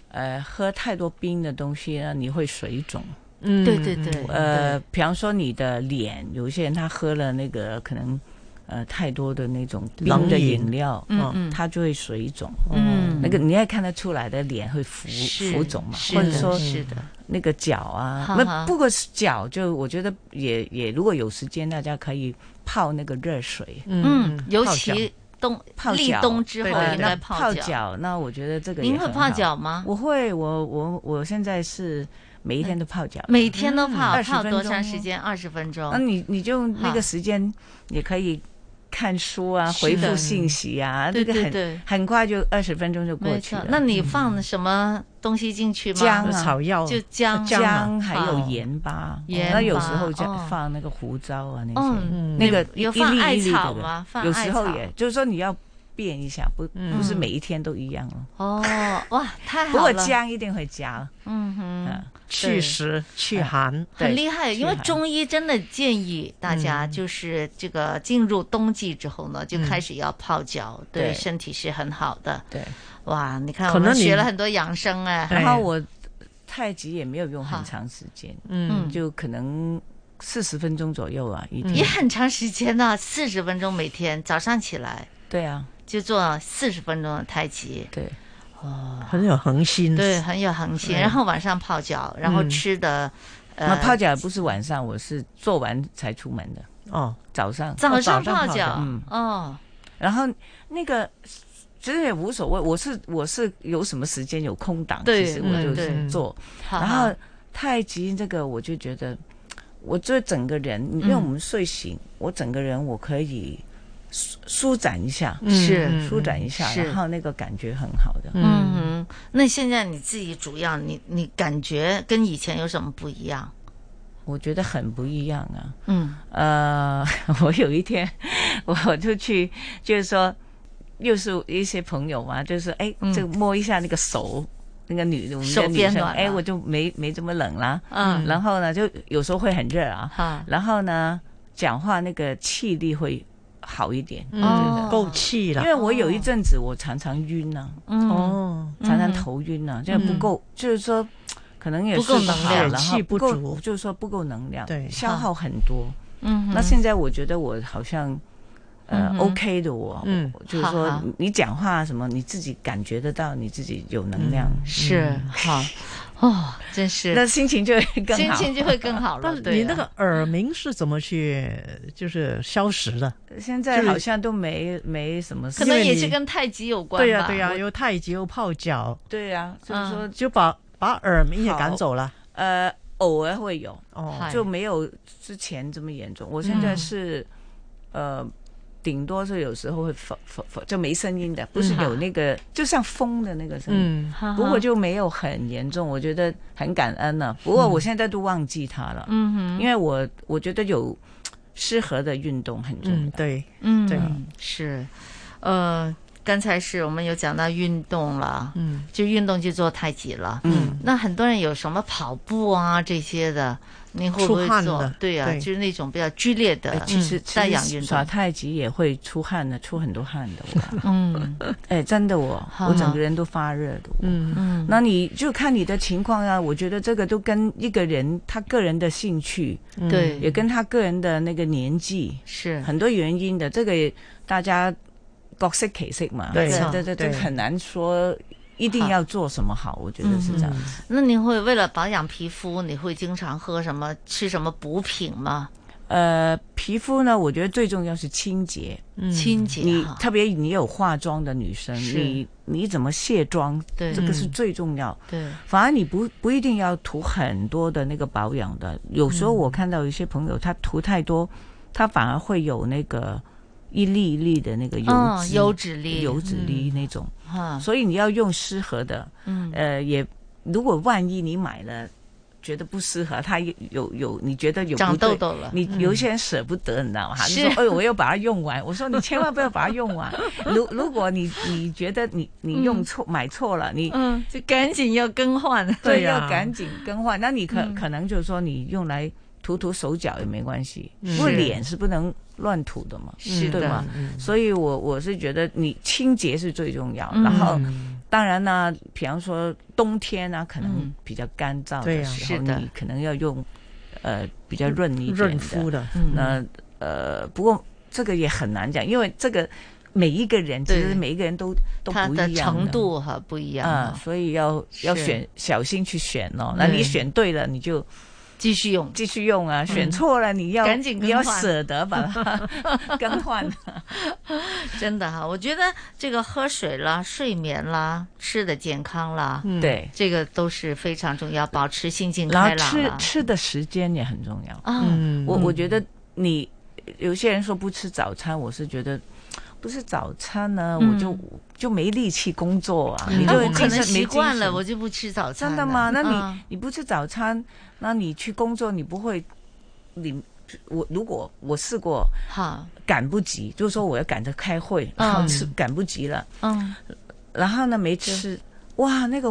Speaker 17: 呃，喝太多冰的东西呢，你会水肿。
Speaker 6: 嗯对对对
Speaker 17: 呃，比方说你的脸，有些人他喝了那个可能。呃太多的那种
Speaker 26: 冷
Speaker 17: 冰的
Speaker 26: 饮
Speaker 17: 饮料，哦
Speaker 26: 嗯嗯
Speaker 17: 它就会水肿，
Speaker 26: 嗯
Speaker 17: 那个你也看得出来的脸会浮
Speaker 6: 是
Speaker 17: 浮肿嘛，
Speaker 6: 是
Speaker 17: 或者
Speaker 6: 的
Speaker 17: 说
Speaker 6: 是的
Speaker 17: 那个脚啊，
Speaker 6: 哈哈
Speaker 17: 那不过是脚就我觉得也也如果有时间大家可以泡那个热水，
Speaker 6: 嗯，尤
Speaker 17: 泡脚
Speaker 6: 其冬
Speaker 17: 泡
Speaker 6: 立
Speaker 17: 脚
Speaker 6: 冬之后
Speaker 17: 对对
Speaker 6: 应该
Speaker 17: 那泡
Speaker 6: 脚。
Speaker 17: 脚，那我觉得这个
Speaker 6: 您
Speaker 17: 也
Speaker 6: 会
Speaker 17: 很
Speaker 6: 泡
Speaker 17: 好
Speaker 6: 脚吗？
Speaker 17: 我会，我我我现在是每一天都泡脚的，
Speaker 6: 嗯每天都
Speaker 17: 嗯
Speaker 6: 泡，
Speaker 17: 20
Speaker 6: 泡
Speaker 17: 分
Speaker 6: 多
Speaker 17: 钟
Speaker 6: 长
Speaker 17: 哦
Speaker 6: 时间？二十分钟。
Speaker 17: 那你你就那
Speaker 6: 好
Speaker 17: 个时间也可以看书啊，
Speaker 6: 是
Speaker 17: 回
Speaker 6: 的
Speaker 17: 复信息啊，
Speaker 6: 对
Speaker 17: 这个
Speaker 6: 对
Speaker 17: 很
Speaker 6: 对
Speaker 17: 很快就二十分钟就过
Speaker 6: 没
Speaker 17: 去
Speaker 6: 错
Speaker 17: 了。。嗯
Speaker 6: 那你放什么东西进去吗？
Speaker 17: 姜啊
Speaker 6: 就姜、
Speaker 17: 姜
Speaker 6: 啊
Speaker 17: 还有。盐巴，
Speaker 6: 盐
Speaker 17: 那有
Speaker 6: 巴
Speaker 17: 时候就
Speaker 6: 哦
Speaker 17: 放那个胡椒啊那些
Speaker 6: 嗯，
Speaker 17: 那个
Speaker 6: 有有
Speaker 17: 一
Speaker 6: 放
Speaker 17: 粒一
Speaker 6: 艾
Speaker 17: 粒
Speaker 6: 草
Speaker 17: 的
Speaker 6: 吗放
Speaker 17: 有
Speaker 6: 艾
Speaker 17: 时候
Speaker 6: 草
Speaker 17: 也就是说你要变一下，不不是每一天都一样哦。
Speaker 6: 好哦，哇，太
Speaker 17: 不
Speaker 6: 好
Speaker 17: 过
Speaker 6: 了！
Speaker 17: 姜啊一定会加，
Speaker 6: 嗯哼，
Speaker 26: 祛湿祛寒，
Speaker 6: 很厉害，因为
Speaker 26: 中。
Speaker 6: 中医真的建议大家
Speaker 17: 嗯
Speaker 6: 就是这个进入冬季之后呢，就开始要泡脚，对
Speaker 17: 对
Speaker 6: 身体是很好的。
Speaker 17: 对，
Speaker 6: 哇，你看
Speaker 17: 可
Speaker 6: 我们
Speaker 17: 能你
Speaker 6: 学了很多养生哎，
Speaker 17: 然后我太极也没有用很长时间，
Speaker 6: 嗯
Speaker 17: 就可能四十分钟左右啊，一天。
Speaker 6: 也很长时间呢，四十分钟每天早上起来
Speaker 17: 对啊，
Speaker 6: 就做四十分钟的太极，
Speaker 17: 对，
Speaker 6: 哦，
Speaker 26: 很有恒心，
Speaker 6: 对，很有恒心。
Speaker 26: 对
Speaker 6: 然后晚上泡脚，然后
Speaker 17: 嗯
Speaker 6: 吃的，
Speaker 17: 那
Speaker 6: 呃，
Speaker 17: 泡脚不是晚上，我是做完才出门的。
Speaker 26: 哦，
Speaker 17: 早上，
Speaker 6: 早
Speaker 17: 哦
Speaker 6: 上泡脚
Speaker 17: 嗯，，
Speaker 6: 哦，
Speaker 17: 然后那个其实也无所谓，我是我是有什么时间有空档，
Speaker 6: 对
Speaker 17: 其实我
Speaker 6: 嗯
Speaker 17: 就
Speaker 6: 对
Speaker 17: 是做。
Speaker 6: 好
Speaker 17: 然
Speaker 6: 好
Speaker 17: 后太极这个，我就觉得我这整个人，
Speaker 6: 嗯
Speaker 17: 因为我们睡醒，我整个人我可以。舒舒展一下，
Speaker 6: 是
Speaker 17: 嗯舒展一下，
Speaker 6: 是
Speaker 17: 然后那个感觉很好的。
Speaker 6: 嗯哼，那现在你自己主要，你你感觉跟以前有什么不一样？
Speaker 17: 我觉得很不一样啊。
Speaker 6: 嗯，
Speaker 17: 呃， 我有一天我就去，就是说，又是一些朋友嘛，就是说哎，
Speaker 6: 嗯
Speaker 17: 就摸一下那个手。那个女，我们
Speaker 6: 手
Speaker 17: 的女
Speaker 6: 变
Speaker 17: 生，
Speaker 6: 暖
Speaker 17: 哎，
Speaker 6: 了
Speaker 17: 我就没没这么冷啦。
Speaker 6: 嗯
Speaker 17: 然后呢，就有时候会很热啊
Speaker 6: 哈。
Speaker 17: 然后呢，讲话那个气力会好一点，
Speaker 26: 嗯
Speaker 17: 我觉得
Speaker 26: 够气了
Speaker 17: 因为我有一阵子我常常晕呐，
Speaker 6: 嗯
Speaker 26: 哦
Speaker 17: 常常头晕呐，就是不够，就是说可能也
Speaker 26: 不够
Speaker 17: 睡
Speaker 26: 能
Speaker 17: 好
Speaker 26: 量
Speaker 17: 然
Speaker 26: 气
Speaker 17: 后
Speaker 26: 不
Speaker 17: 不够
Speaker 26: 足
Speaker 17: 就是说不够能量，
Speaker 26: 对
Speaker 17: 消
Speaker 26: 哈
Speaker 17: 耗很多。
Speaker 6: 嗯哼
Speaker 17: 那现在我觉得我好像。呃、
Speaker 6: 嗯哼
Speaker 17: o k 的我，
Speaker 6: 嗯
Speaker 17: 我就是
Speaker 6: 好好
Speaker 17: 说你讲话什么，你自己感觉得到，你自己有能量，
Speaker 6: 嗯
Speaker 17: 嗯
Speaker 6: 是 好，哦，真是，
Speaker 17: 那心情就会更
Speaker 6: 心
Speaker 17: 好
Speaker 6: 情就会更好
Speaker 26: 但
Speaker 6: 了。
Speaker 26: 是
Speaker 6: 对
Speaker 26: 你那
Speaker 6: 啊
Speaker 26: 个耳鸣是怎么去就是
Speaker 17: 呃
Speaker 26: 消食的？
Speaker 17: 现在
Speaker 26: 就是
Speaker 17: 好像都没没什么事，
Speaker 6: 可能也是
Speaker 26: 你
Speaker 6: 跟太极有关吧。
Speaker 26: 对呀对呀，
Speaker 6: 我嗯
Speaker 26: 又太极又泡脚，
Speaker 17: 对呀、就是说、
Speaker 26: 就把把耳鸣也赶走了。
Speaker 17: 呃偶尔会有，
Speaker 26: 哦
Speaker 17: 就没有之前这么严重。我现在是、
Speaker 26: 嗯
Speaker 17: 呃。顶多是有时候会发发发就没声音的，不是
Speaker 6: 嗯
Speaker 17: 有那个、就像风的那个声音，
Speaker 6: 嗯
Speaker 17: 不过就没有很严重，我觉得很感恩
Speaker 26: 嗯
Speaker 17: 了、不过我现在都忘记它了，
Speaker 6: 嗯哼
Speaker 17: 因为我我觉得有适合的运动很重要。
Speaker 26: 嗯，对，
Speaker 6: 嗯，
Speaker 26: 对，
Speaker 6: 是，呃，刚才是我们有讲到运动了，
Speaker 26: 嗯，
Speaker 6: 就运动就做太极了，
Speaker 17: 嗯，
Speaker 6: 那很多人有什么跑步啊这些的，你会不会
Speaker 17: 出汗
Speaker 6: 做
Speaker 17: 的？
Speaker 6: 对呀、
Speaker 17: 对
Speaker 6: 就是那种比较剧烈的嗯
Speaker 17: 呃其实
Speaker 6: 带氧
Speaker 17: 其实
Speaker 6: 运
Speaker 17: 耍
Speaker 6: 动，
Speaker 17: 太极也会出汗的，出很多汗的。我
Speaker 6: 嗯，
Speaker 17: 哎，真的我，
Speaker 6: 好
Speaker 17: 我整个人都发热的。
Speaker 26: 嗯
Speaker 6: 嗯
Speaker 17: 那你就看你的情况啊，我觉得这个都跟一个人他个人的兴趣，
Speaker 6: 对
Speaker 17: 也跟他个人的那个年纪
Speaker 6: 嗯是
Speaker 17: 很多原因的。这个大家各色其色嘛，
Speaker 6: 对
Speaker 17: 这
Speaker 6: 没错
Speaker 17: 这这
Speaker 6: 对
Speaker 17: 这很难说一定要做什么好，我觉得是这样
Speaker 6: 嗯
Speaker 17: 子。
Speaker 6: 那你会为了保养皮肤，你会经常喝什么、吃什么补品吗？
Speaker 17: 呃，皮肤呢，我觉得最重要是清洁，
Speaker 6: 嗯清洁
Speaker 17: 你
Speaker 6: 哈
Speaker 17: 特别你有化妆的女生，
Speaker 6: 是
Speaker 17: 你你怎么卸妆，
Speaker 6: 对
Speaker 17: 这个是最重要。
Speaker 6: 对，
Speaker 17: 反而你不不一定要涂很多的那个保养的，有时候我看到有一些朋友他涂太多，他反而会有那个一粒一粒的那个油脂、
Speaker 6: 哦油脂粒
Speaker 17: 油脂粒那种。
Speaker 6: 哈，
Speaker 17: 所以你要用适合的，
Speaker 6: 嗯
Speaker 17: 呃，也如果万一你买了。觉得不适合，它有有有，你觉得有不
Speaker 6: 长
Speaker 17: 对
Speaker 6: 痘痘了
Speaker 17: 你
Speaker 6: 嗯
Speaker 17: 有一些人舍不得，你知道吗？
Speaker 6: 是
Speaker 17: 你说，哎呦，我要把它用完。我说你千万不要把它用 完。如如果你你觉得你你用错、买错了，你
Speaker 6: 嗯，就赶紧要更换。
Speaker 17: 对，
Speaker 6: 呀
Speaker 17: 要赶紧更换。那你可、
Speaker 6: 嗯
Speaker 17: 可能就是说，你用来涂涂手脚也没关系，
Speaker 6: 嗯
Speaker 17: 不过脸是不能乱涂的嘛，
Speaker 6: 是的
Speaker 17: 对吗？
Speaker 6: 嗯
Speaker 17: 所以我我是觉得你清洁是最重要。
Speaker 6: 嗯
Speaker 17: 然后，当然呢，比方说冬天啊，可能
Speaker 6: 嗯
Speaker 17: 比较干燥
Speaker 6: 对
Speaker 17: 的
Speaker 6: 呀
Speaker 17: 时候，
Speaker 6: 是的
Speaker 17: 你可能要用呃比较润一点
Speaker 6: 嗯
Speaker 26: 润肤的
Speaker 17: 那呃，不过这个也很难讲，因为这个每一个人其实
Speaker 6: 对
Speaker 17: 每一个人都都
Speaker 6: 它
Speaker 17: 不一
Speaker 6: 的
Speaker 17: 样，
Speaker 6: 程度哈不一样
Speaker 17: 啊、
Speaker 6: 哈嗯
Speaker 17: 所以要要
Speaker 6: 是
Speaker 17: 选小心去选哦。那
Speaker 6: 对
Speaker 17: 你选对了，你就
Speaker 6: 继续用，
Speaker 17: 继续用啊。
Speaker 6: 嗯
Speaker 17: 选错了，你要
Speaker 6: 赶紧更
Speaker 17: 你要
Speaker 6: 换
Speaker 17: 舍得把 它更换。
Speaker 6: 真的哈，我觉得这个喝水啦、睡眠啦、吃的健康啦，
Speaker 17: 嗯对
Speaker 6: 这个都是非常重要，保持心境
Speaker 17: 然后
Speaker 6: 开朗
Speaker 17: 吃
Speaker 6: 啦
Speaker 17: 吃的时间也很重要
Speaker 6: 啊
Speaker 17: 嗯，我
Speaker 6: 嗯
Speaker 17: 我觉得你有些人说不吃早餐，我是觉得不是早餐呢，
Speaker 6: 嗯
Speaker 17: 我就就没力气工作啊，
Speaker 6: 嗯
Speaker 17: 你
Speaker 6: 啊
Speaker 17: 就
Speaker 6: 我可
Speaker 17: 精神
Speaker 6: 能
Speaker 17: 没
Speaker 6: 习惯
Speaker 17: 精
Speaker 6: 了，
Speaker 17: 神
Speaker 6: 我就不吃早餐
Speaker 17: 真
Speaker 6: 了。
Speaker 17: 的吗？那你、
Speaker 6: 嗯
Speaker 17: 你不吃早餐，那你去工作你不会，你我如果我试过，
Speaker 6: 哈，
Speaker 17: 赶不及，就是说我要赶着开会，
Speaker 6: 嗯
Speaker 17: 然后吃赶不及了，
Speaker 6: 嗯，
Speaker 17: 然后呢没吃，哇，那个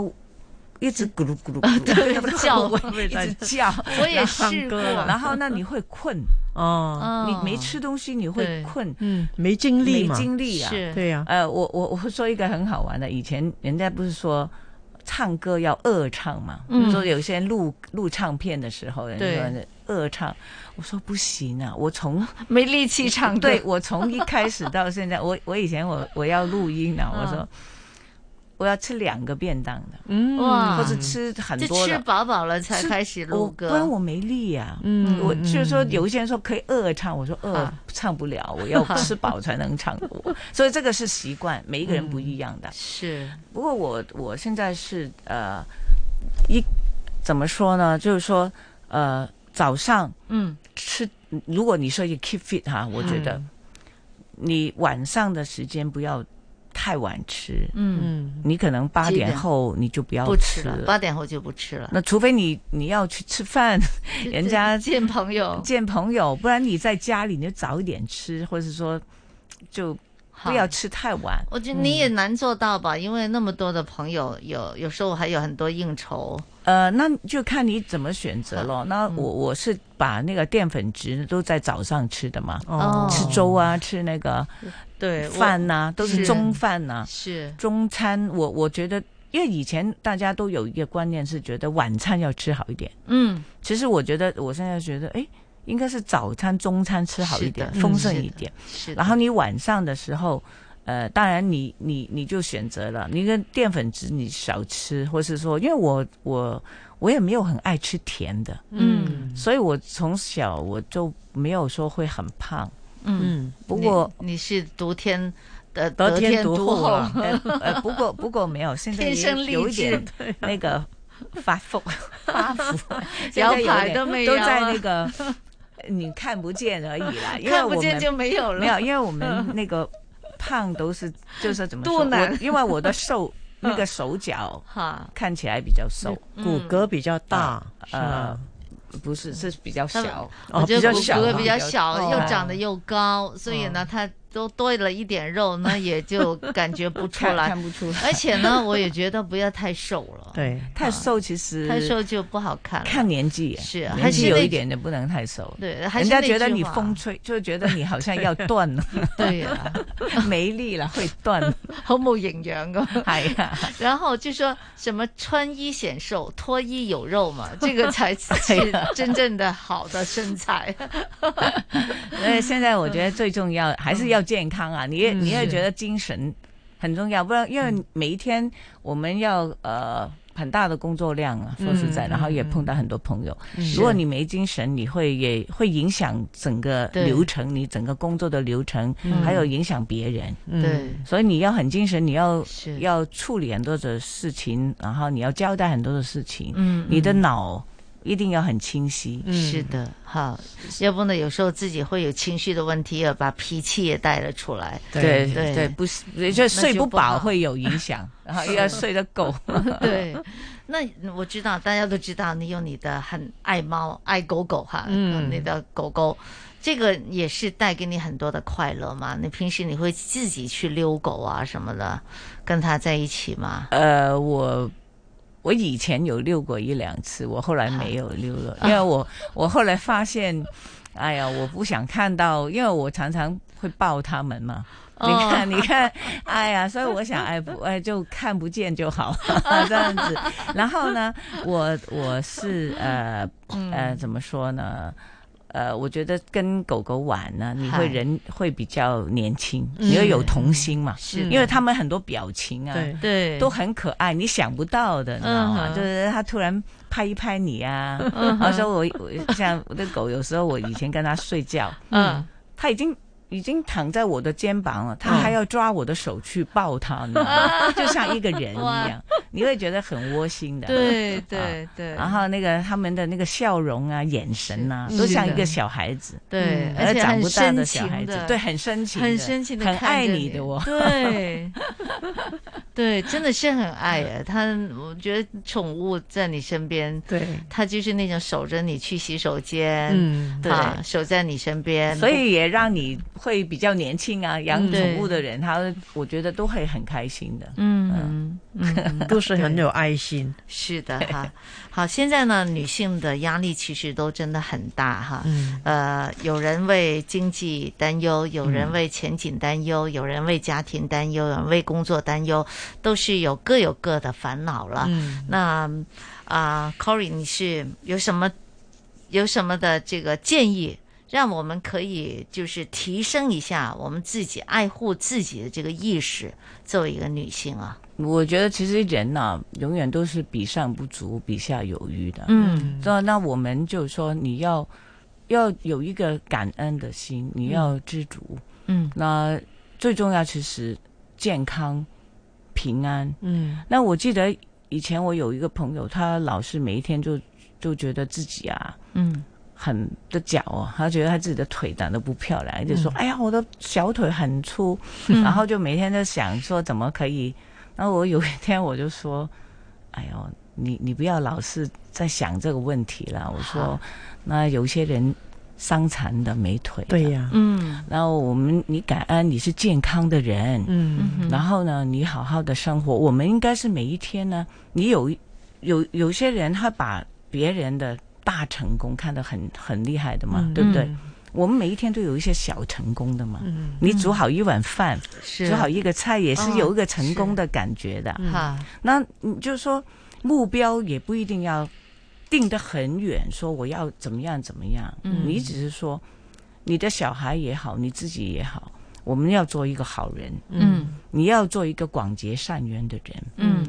Speaker 17: 一直咕噜咕噜咕
Speaker 6: 对
Speaker 17: 噜
Speaker 6: 叫，
Speaker 17: 一直叫
Speaker 6: 我也试过嗯
Speaker 17: 然后那你会困。
Speaker 26: 哦
Speaker 17: 你没吃东西你会
Speaker 26: 对
Speaker 17: 困，
Speaker 26: 嗯没精力
Speaker 17: 没
Speaker 26: 嘛
Speaker 17: 精力啊，
Speaker 26: 是对呀
Speaker 17: 呃，我我我会说一个很好玩的，以前人家不是说唱歌要恶唱嘛，
Speaker 6: 嗯
Speaker 17: 说有些人录录唱片的时候，人
Speaker 6: 对
Speaker 17: 家说恶唱，我说不行啊，我从
Speaker 6: 没力气唱歌
Speaker 17: 对我从一开始到现在，我我以前我我要录音呢，我说
Speaker 6: 嗯。
Speaker 17: 我要吃两个便当的，
Speaker 26: 嗯
Speaker 6: 哇
Speaker 17: 或者吃很
Speaker 6: 就
Speaker 17: 多的，
Speaker 6: 吃饱饱了才
Speaker 17: 吃
Speaker 6: 开始
Speaker 17: 我
Speaker 6: 录歌，
Speaker 17: 不然我没力呀、
Speaker 6: 嗯
Speaker 17: 我
Speaker 6: 嗯
Speaker 17: 就是说，有一些人说可以饿唱，我说饿
Speaker 6: 啊
Speaker 17: 唱不了，我 要吃饱才能唱。我所以这个是习惯，每一个人不一样的。
Speaker 6: 是，
Speaker 17: 不过我我现在是呃，一怎么说呢？就是说呃，早上
Speaker 6: 嗯
Speaker 17: 吃，如果你说要 keep fit 哈，我觉得
Speaker 6: 嗯
Speaker 17: 你晚上的时间不要太晚吃，
Speaker 6: 嗯，
Speaker 17: 你可能八
Speaker 6: 几
Speaker 17: 点
Speaker 6: 点
Speaker 17: 后你就不要
Speaker 6: 不吃
Speaker 17: 了
Speaker 6: 了，八点后就不吃了。
Speaker 17: 那除非你你要去吃 饭，人家
Speaker 6: 见朋友
Speaker 17: 见朋友，不然你在家里你就早一点吃，或者是说就不要吃太晚。
Speaker 6: 我觉得你也
Speaker 17: 嗯、
Speaker 6: 难做到吧，因为那么多的朋友，有有时候还有很多应酬。嗯
Speaker 17: 呃，那就看你怎么选择咯。那我我是把那个淀粉质都在早上吃的嘛，
Speaker 6: 哦
Speaker 17: 吃粥啊，吃那个
Speaker 6: 对我
Speaker 17: 饭呐、都是
Speaker 6: 是
Speaker 17: 中饭呐、
Speaker 6: 是
Speaker 17: 中餐。我我觉得，因为以前大家都有一个观念是觉得晚餐要吃好一点，
Speaker 6: 嗯，
Speaker 17: 其实我觉得，我现在觉得，哎，应该是早餐、中餐吃好一点
Speaker 6: 是，的
Speaker 17: 丰
Speaker 6: 嗯
Speaker 17: 盛
Speaker 6: 是
Speaker 17: 一
Speaker 6: 的
Speaker 17: 点。
Speaker 6: 是的
Speaker 17: 然后你晚上的时候，呃，当然你你你就选择了，你跟淀粉质你少吃，或是说，因为我我我也没有很爱吃甜的，
Speaker 6: 嗯，
Speaker 17: 所以我从小我就没有说会很胖，
Speaker 6: 嗯，
Speaker 17: 不过
Speaker 6: 你你是独天的
Speaker 17: 得
Speaker 6: 天
Speaker 17: 天独
Speaker 6: 厚
Speaker 17: 厚啊呃呃，不过不过没有，现在也
Speaker 6: 天生丽
Speaker 17: 有一
Speaker 6: 质
Speaker 17: 点那个发福发福， 现在有
Speaker 6: 摇牌
Speaker 17: 点
Speaker 6: 都没
Speaker 17: 都
Speaker 6: 摇
Speaker 17: 在
Speaker 6: 啊
Speaker 17: 那 个。你看不见而已 啦，因为
Speaker 6: 看
Speaker 17: 我
Speaker 6: 不见
Speaker 17: 们
Speaker 6: 就没有了嗯
Speaker 17: 没有，因为我们那个胖都是就是怎么说？
Speaker 6: 肚腩
Speaker 17: 我因为我的 手
Speaker 6: 嗯
Speaker 17: 那个手脚
Speaker 6: 哈嗯
Speaker 17: 看起来比较瘦，
Speaker 26: 骨骼比较大，
Speaker 17: 呃，不是是比较
Speaker 6: 他们
Speaker 17: 小，哦
Speaker 6: 我觉
Speaker 17: 比
Speaker 6: 得
Speaker 17: 较
Speaker 6: 骨
Speaker 17: 小
Speaker 6: 骼比较小，
Speaker 17: 哦
Speaker 6: 又长得又高，所以呢，他都多了一点肉， 那也就感觉不出
Speaker 17: 看
Speaker 6: 来，
Speaker 17: 看不出来
Speaker 6: 而且呢，我也觉得不要太瘦了，
Speaker 17: 对，太瘦其实
Speaker 6: 太瘦就不好看了。
Speaker 17: 看年纪，
Speaker 6: 是啊
Speaker 17: 年
Speaker 6: 还是
Speaker 17: 纪有
Speaker 6: 那
Speaker 17: 一点点不能太瘦，
Speaker 6: 对还
Speaker 17: 人
Speaker 6: 是
Speaker 17: 家
Speaker 6: 那
Speaker 17: 觉得
Speaker 6: 句
Speaker 17: 你
Speaker 6: 话
Speaker 17: 风吹，就觉得你好像要断了，
Speaker 6: 对啊 呀，
Speaker 17: 没力了会断，
Speaker 6: 好冇营养噶，
Speaker 17: 系啊。
Speaker 6: 然后就说什么穿衣显瘦，脱衣有肉 嘛，这个才是
Speaker 17: 啊
Speaker 6: 真正的好的身 材。
Speaker 17: 所以现在我觉得最重要还是要健康啊！你也
Speaker 6: 嗯
Speaker 17: 你也
Speaker 6: 是
Speaker 17: 觉得精神很重要，不然因为每一天我们要呃很大的工作量啊，说实在，
Speaker 6: 嗯
Speaker 17: 然后也碰到很多朋友
Speaker 6: 嗯。
Speaker 17: 如果
Speaker 6: 是
Speaker 17: 你没精神，你会也会影响整个
Speaker 6: 对
Speaker 17: 流程，你整个工作的流程
Speaker 6: 嗯，
Speaker 17: 还有影响别人。
Speaker 6: 嗯对
Speaker 17: 所以你要很精神，你要要处理很多的事情，然后你要交代很多的事情，
Speaker 6: 嗯
Speaker 17: 你的
Speaker 6: 嗯
Speaker 17: 脑一定要很清晰。
Speaker 6: 是的，哈，要不呢，有时候自己会有情绪的问题，要把脾气也带了出来。
Speaker 17: 对
Speaker 6: 对，。
Speaker 17: 对，不是，就睡不饱会有影响然后要睡得 够
Speaker 6: 对，那我知道，大家都知道，你有你的很爱猫、爱狗狗哈，
Speaker 17: 嗯
Speaker 6: 你的狗狗，这个也是带给你很多的快乐嘛。你平时你会自己去遛狗啊什么的，跟它在一起吗？
Speaker 17: 呃，我我以前有遛过一两次，我后来没有遛了，
Speaker 6: 啊
Speaker 17: 因为 我我后来发现，哎呀，我不想看到，因为我常常会抱他们嘛。
Speaker 6: 哦
Speaker 17: 你看，你 看，哎呀，所以我想，哎不，哎就看不见就 好，这样子。
Speaker 6: 嗯
Speaker 17: 然后呢，我我是呃呃怎么说呢？呃，我觉得跟狗狗玩呢，你会
Speaker 6: 嗨
Speaker 17: 人会比较年轻，
Speaker 6: 嗯
Speaker 17: 你要有童心嘛，
Speaker 6: 是
Speaker 17: 因为他们很多表情啊，
Speaker 6: 对对
Speaker 17: 都很可爱，你想不到的，你知道吗？
Speaker 6: 嗯哼
Speaker 17: 就是他突然拍一拍你啊，
Speaker 6: 嗯哼
Speaker 17: 然后说我我像我的狗，有时候我以前跟它睡觉，
Speaker 6: 嗯，
Speaker 17: 它已经。已经躺在我的肩膀了，它还要抓我的手去抱它， 你知道吗？就像一个人一
Speaker 6: 哇
Speaker 17: 样，你会觉得很窝心的。
Speaker 6: 对
Speaker 17: 啊
Speaker 6: 对对
Speaker 17: 然后那个他们的那个笑容啊、眼神啊，
Speaker 6: 是
Speaker 17: 都像
Speaker 6: 是
Speaker 17: 一
Speaker 6: 的
Speaker 17: 个小孩子。
Speaker 6: 对
Speaker 17: 嗯
Speaker 6: 而且
Speaker 17: 长
Speaker 6: 很
Speaker 17: 不大的
Speaker 6: 深
Speaker 17: 小孩
Speaker 6: 情
Speaker 17: 子
Speaker 6: 的，
Speaker 17: 对，嗯很深情的，
Speaker 6: 很深情地
Speaker 17: 很
Speaker 6: 看
Speaker 17: 爱
Speaker 6: 着
Speaker 17: 你
Speaker 6: 你
Speaker 17: 的我。
Speaker 6: 对对，真的是很爱啊！他，我觉得宠物在你身边，
Speaker 26: 对，
Speaker 6: 它就是那种守着你去洗手间，
Speaker 17: 嗯
Speaker 6: 啊
Speaker 17: 对
Speaker 6: 守在你身边，
Speaker 17: 所以也让你会比较年轻啊，养
Speaker 6: 嗯
Speaker 17: 宠物的人，他我觉得都会很开心的。
Speaker 6: 嗯 嗯，
Speaker 26: 都是很有爱心。
Speaker 6: 是的哈，好，现在呢，女性的压力其实都真的很大哈。
Speaker 26: 嗯
Speaker 6: 呃，有人为经济担忧，有人
Speaker 26: 嗯
Speaker 6: 为前景担忧，有人为家庭担忧，有人为工作担忧，都是有各有各的烦恼了。
Speaker 26: 嗯
Speaker 6: 那啊、c o r y 你是有什么有什么的这个建议，让我们可以就是提升一下我们自己爱护自己的这个意识，作为一个女性啊，
Speaker 17: 我觉得其实人呐、永远都是比上不足，比下有余的。啊
Speaker 6: 嗯，
Speaker 17: 那那我们就说你要要有一个感恩的心，你要知足。
Speaker 6: 嗯
Speaker 17: 那最重要其实健康、平安。
Speaker 26: 嗯
Speaker 17: 那我记得以前我有一个朋友，他老是每一天就就觉得自己啊，
Speaker 6: 嗯
Speaker 17: 很的脚啊，他觉得他自己的腿长得不漂亮，就说：“
Speaker 6: 嗯
Speaker 17: 哎呀，我的小腿很粗。
Speaker 6: 嗯
Speaker 17: 然后就每天在想说怎么可以。然后我有一天我就说：“哎呦，你你不要老是在想这个问题了。”我说
Speaker 6: 好：“
Speaker 17: 那有些人伤残的没腿，
Speaker 26: 对呀、
Speaker 6: 嗯
Speaker 17: 然后我们你感恩你是健康的人，
Speaker 26: 嗯
Speaker 6: 嗯
Speaker 17: 然后呢，你好好的生活。我们应该是每一天呢，你有有有些人他把别人的大成功看得很很厉害的嘛，
Speaker 6: 嗯
Speaker 17: 对不对？
Speaker 6: 嗯
Speaker 17: 我们每一天都有一些小成功的嘛。
Speaker 6: 嗯
Speaker 17: 你煮好一碗饭，
Speaker 6: 是
Speaker 17: 煮好一个菜，也是
Speaker 6: 哦
Speaker 17: 有一个成功的感觉的。
Speaker 6: 哈，
Speaker 17: 那你就说目标也不一定要定得很远，说我要怎么样怎么样。
Speaker 6: 嗯
Speaker 17: 你只是说你的小孩也好，你自己也好，我们要做一个好人。
Speaker 6: 嗯
Speaker 17: 你要做一个广结善缘的人。
Speaker 6: 嗯，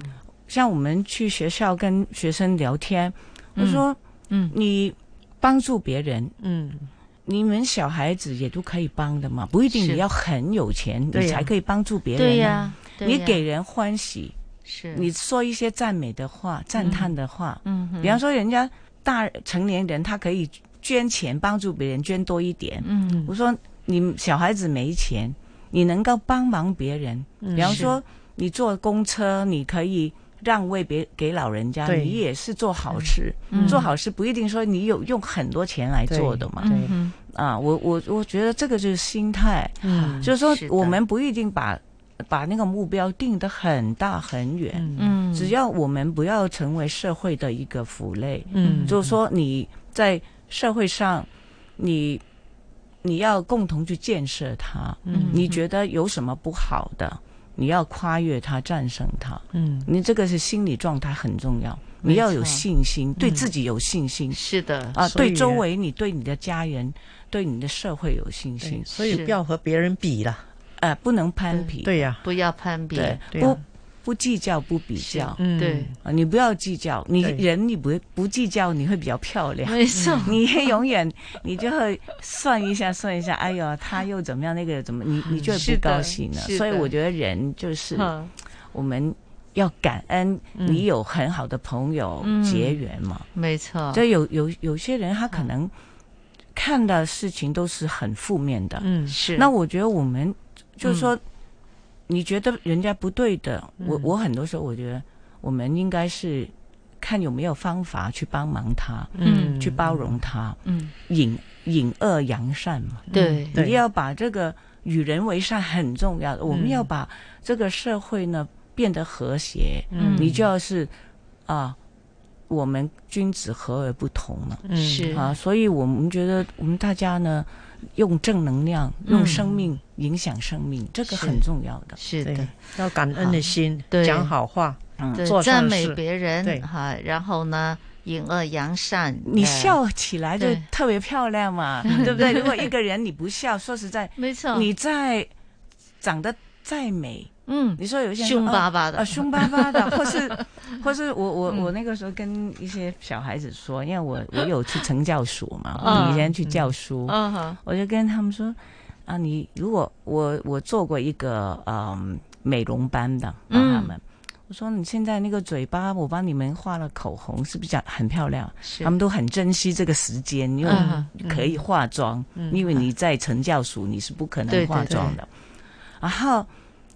Speaker 17: 像我们去学校跟学生聊天，我说，
Speaker 6: 嗯，
Speaker 17: 你帮助别人，
Speaker 26: 嗯，
Speaker 17: 你们小孩子也都可以帮的嘛，不一定
Speaker 6: 是
Speaker 17: 你要很有钱，
Speaker 26: 对
Speaker 17: 你
Speaker 26: 呀
Speaker 17: 才可以帮助别人、啊
Speaker 6: 对呀对呀
Speaker 17: 你给人欢喜，
Speaker 6: 是
Speaker 17: 你说一些赞美的话、赞叹的话，
Speaker 6: 嗯哼
Speaker 17: 比方说人家大成年人他可以捐钱帮助别人，捐多一点，
Speaker 6: 嗯
Speaker 17: 我说你小孩子没钱，你能够帮忙别人，
Speaker 6: 嗯
Speaker 17: 比方
Speaker 6: 是
Speaker 17: 说你坐公车，你可以。让位别给老人家，
Speaker 26: 对
Speaker 17: 你也是做好事。
Speaker 26: 嗯
Speaker 17: 做好事不一定说你有用很多钱来
Speaker 26: 对
Speaker 17: 做的嘛。
Speaker 26: 对
Speaker 6: 嗯
Speaker 17: 啊，我我我觉得这个就是心态，
Speaker 26: 嗯
Speaker 17: 就是说
Speaker 6: 是的
Speaker 17: 我们不一定把把那个目标定得很大很远，
Speaker 6: 嗯
Speaker 17: 只要我们不要成为社会的一个负累，
Speaker 26: 嗯
Speaker 17: 就是说你在社会上，你你要共同去建设它，
Speaker 26: 嗯
Speaker 17: 你觉得有什么不好的，你要跨越它，战胜它，
Speaker 26: 嗯
Speaker 17: 你这个是心理状态很重要，
Speaker 6: 没
Speaker 17: 你要有
Speaker 6: 错嗯
Speaker 17: 信心，对自己有信心，
Speaker 6: 是的，
Speaker 17: 啊，
Speaker 26: 所以
Speaker 17: 对周围你、对你的家人、对你的社会有信心，
Speaker 26: 所以
Speaker 6: 是
Speaker 26: 不要和别人比了。
Speaker 17: 呃，不能攀比，
Speaker 26: 对呀、
Speaker 6: 不要攀比，
Speaker 17: 对，
Speaker 26: 对
Speaker 17: 不
Speaker 26: 啊
Speaker 17: 不计较，不比
Speaker 6: 是
Speaker 17: 较，
Speaker 26: 嗯
Speaker 6: 对，
Speaker 17: 啊，你不要计较，你
Speaker 26: 对
Speaker 17: 人你不不计较，你会比较漂亮。
Speaker 6: 没错，
Speaker 17: 你永远，你就会算一下算一下，哎呦，他又怎么样，那个又怎么，你你就会
Speaker 6: 是
Speaker 17: 不
Speaker 6: 的
Speaker 17: 高兴了
Speaker 6: 嗯是。
Speaker 17: 所以
Speaker 6: 的
Speaker 17: 我觉得人就是
Speaker 6: 哈
Speaker 17: 我们要感恩，
Speaker 6: 嗯
Speaker 17: 你有很好的朋友
Speaker 6: 嗯
Speaker 17: 结缘嘛。
Speaker 6: 没错，嗯
Speaker 17: 就有有有些人他可能看的事情都是很负面的，
Speaker 26: 嗯
Speaker 6: 是
Speaker 17: 那我觉得我们就是说，
Speaker 6: 嗯
Speaker 17: 你觉得人家不对的，我我很多时候我觉得我们应该是看有没有方法去帮忙他，
Speaker 6: 嗯
Speaker 17: 去包容他，
Speaker 6: 嗯，
Speaker 17: 引引恶扬善嘛，嗯
Speaker 6: 对嗯
Speaker 26: 对
Speaker 17: 你要把这个与人为善很重要的，我们要把这个社会呢变得和谐，
Speaker 6: 嗯
Speaker 17: 你就要是啊，我们君子和而不同嘛，
Speaker 6: 是
Speaker 17: 啊，所以我们觉得我们大家呢，用正能量，
Speaker 6: 嗯
Speaker 17: 用生命影响生命，这个
Speaker 6: 是
Speaker 17: 很重要的。
Speaker 6: 是的
Speaker 26: 对。，要感恩的心
Speaker 6: 对，
Speaker 26: 讲好话，
Speaker 17: 嗯
Speaker 6: 对，
Speaker 26: 做
Speaker 6: 赞
Speaker 26: 善
Speaker 6: 美
Speaker 26: 事
Speaker 6: 别人，
Speaker 26: 对
Speaker 6: 哈，然后呢，隐恶扬善，
Speaker 17: 你
Speaker 6: 哎
Speaker 17: 笑起来就
Speaker 6: 对
Speaker 17: 特别漂亮 嘛，
Speaker 6: 嗯
Speaker 17: 对不对？如果一个人你不笑，说实在，
Speaker 6: 没错
Speaker 17: 你再长得再美，
Speaker 6: 嗯，
Speaker 17: 你说有些人说
Speaker 6: 凶巴巴的
Speaker 17: 哦啊，凶巴巴 的，或是或是我我
Speaker 6: 嗯
Speaker 17: 我那个时候跟一些小孩子说，因为我我有去成教署嘛，
Speaker 6: 嗯
Speaker 17: 我以前去教书，
Speaker 6: 嗯哼
Speaker 17: 我就跟他们说啊，你如果我我做过一个嗯美容班的，
Speaker 6: 嗯
Speaker 17: 帮他们。我说你现在那个嘴巴，我帮你们画了口红，是不是讲很漂亮？
Speaker 6: 是
Speaker 17: 他们都很珍惜这个时间，因为
Speaker 6: 嗯
Speaker 17: 可以化妆，
Speaker 6: 嗯
Speaker 17: 因为你在成教署你是不可
Speaker 6: 对对
Speaker 17: 能化妆的。然后哦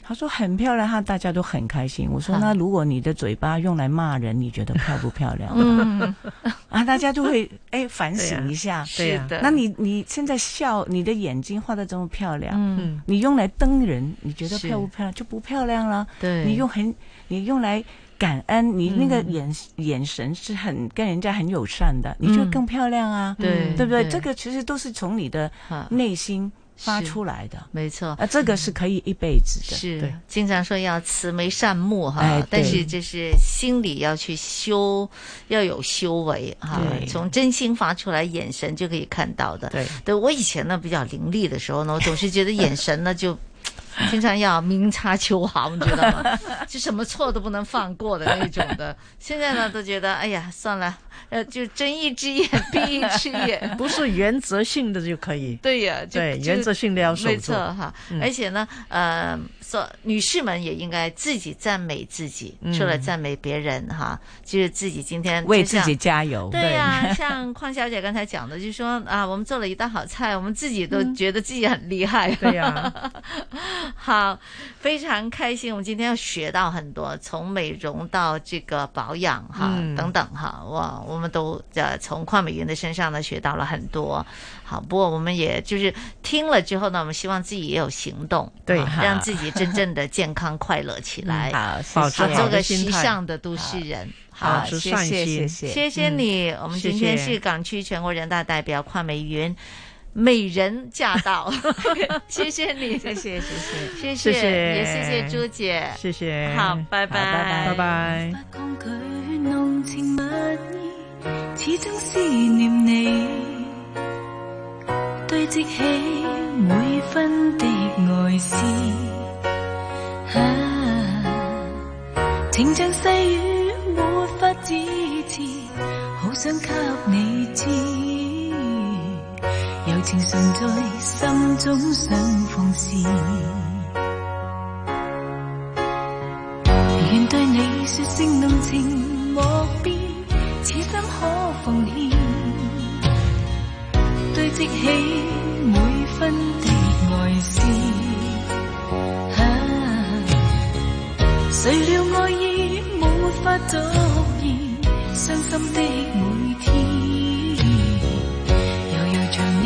Speaker 17: 他说很漂亮，他大家都很开心。我说
Speaker 6: 好
Speaker 17: 那如果你的嘴巴用来骂人，你觉得漂不漂亮？
Speaker 6: 嗯，
Speaker 17: 啊，大家就会哎反省一下。
Speaker 6: 对呀是的
Speaker 17: 那你你现在笑，你的眼睛画的这么漂亮，
Speaker 6: 嗯，
Speaker 17: 你用来瞪人，你觉得
Speaker 6: 是
Speaker 17: 漂不漂亮？就不漂亮了。
Speaker 6: 对
Speaker 17: 你用很，你用来感恩，你那个
Speaker 6: 嗯
Speaker 17: 眼、眼神是很跟人家很友善的，你就
Speaker 6: 嗯
Speaker 17: 更漂亮啊。
Speaker 6: 对
Speaker 17: 对不对？
Speaker 6: 对
Speaker 17: 这个其实都是从你的
Speaker 6: 啊
Speaker 17: 内心发
Speaker 6: 是
Speaker 17: 出来的。
Speaker 6: 没错，
Speaker 17: 啊，这个是可以一辈子的。
Speaker 6: 是
Speaker 17: 对
Speaker 6: 经常说要慈眉善目哈，
Speaker 17: 哎对
Speaker 6: 但是这是心里要去修，要有修为哈
Speaker 17: 对，
Speaker 6: 从真心发出来，眼神就可以看到的。
Speaker 17: 对，
Speaker 6: 我以前呢比较伶俐的时候呢， 我总是觉得眼神呢就。经常要明察秋毫，你知道 吗？就什么错都不能放过的 那种的。现在呢，都觉得哎呀，算了，呃，就睁一只眼闭一只 眼，
Speaker 26: 不是原则性的就可以。
Speaker 6: 对呀，就
Speaker 26: 对
Speaker 6: 就
Speaker 26: 原则性的要守住
Speaker 6: 没错哈。
Speaker 26: 嗯
Speaker 6: 而且呢，呃，所女士们也应该自己赞美自己，
Speaker 17: 嗯
Speaker 6: 除了赞美别人哈，就是自己今天
Speaker 17: 为
Speaker 6: 就像
Speaker 17: 自己加油
Speaker 6: 对呀、
Speaker 17: 对
Speaker 6: 像邝小姐刚才讲的，就说啊，我们做了一道好菜，我们自己都觉得自己很厉害。
Speaker 26: 嗯对呀、
Speaker 6: 好，非常开心，我们今天要学到很多，从美容到这个保养哈、
Speaker 30: 嗯
Speaker 6: 等等哈，哇，我们都呃从邝美云的身上呢学到了很多。好，不过我们也就是听了之后呢，我们希望自己也有行动，
Speaker 26: 对
Speaker 6: 啊
Speaker 26: 好
Speaker 6: 让自己真正的健康快乐起来，
Speaker 26: 嗯好谢谢
Speaker 6: 做个
Speaker 26: 保持好的心
Speaker 6: 时
Speaker 26: 态
Speaker 6: 尚的都市人。
Speaker 26: 好保持
Speaker 6: 谢
Speaker 26: 善
Speaker 6: 谢
Speaker 26: 心
Speaker 6: 谢谢，谢谢你。
Speaker 26: 嗯
Speaker 6: 我们今天
Speaker 26: 谢谢
Speaker 6: 是港区全国人大代表邝美云。美人驾到， 谢谢你，谢
Speaker 17: 谢谢
Speaker 6: 谢，谢
Speaker 26: 谢谢
Speaker 6: 也谢谢朱姐，
Speaker 26: 谢谢
Speaker 6: 好，拜拜，
Speaker 26: 好拜拜拜拜
Speaker 12: 抗拒浓情蜜意，始终思念你，堆积起每分的爱思。啊，情像细雨，没法止止，好想给你知，柔情常在心中想放肆。愿对你说声浓情莫变，此心可奉献，堆积起每分的爱思。啊，谁料爱意没法兑现，伤心的每天，悠悠长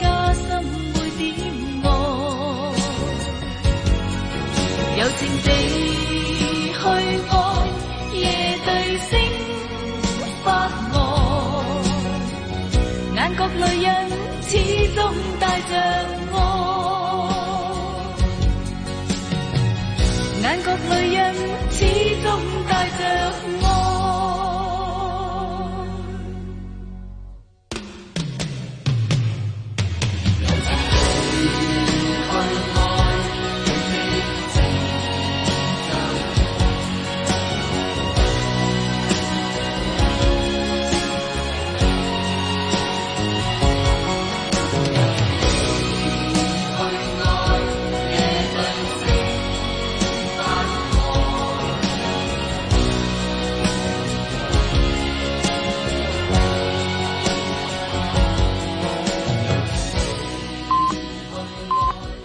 Speaker 12: 加深每點愛，友情地去愛，夜對星發呆，眼角淚印始終帶着。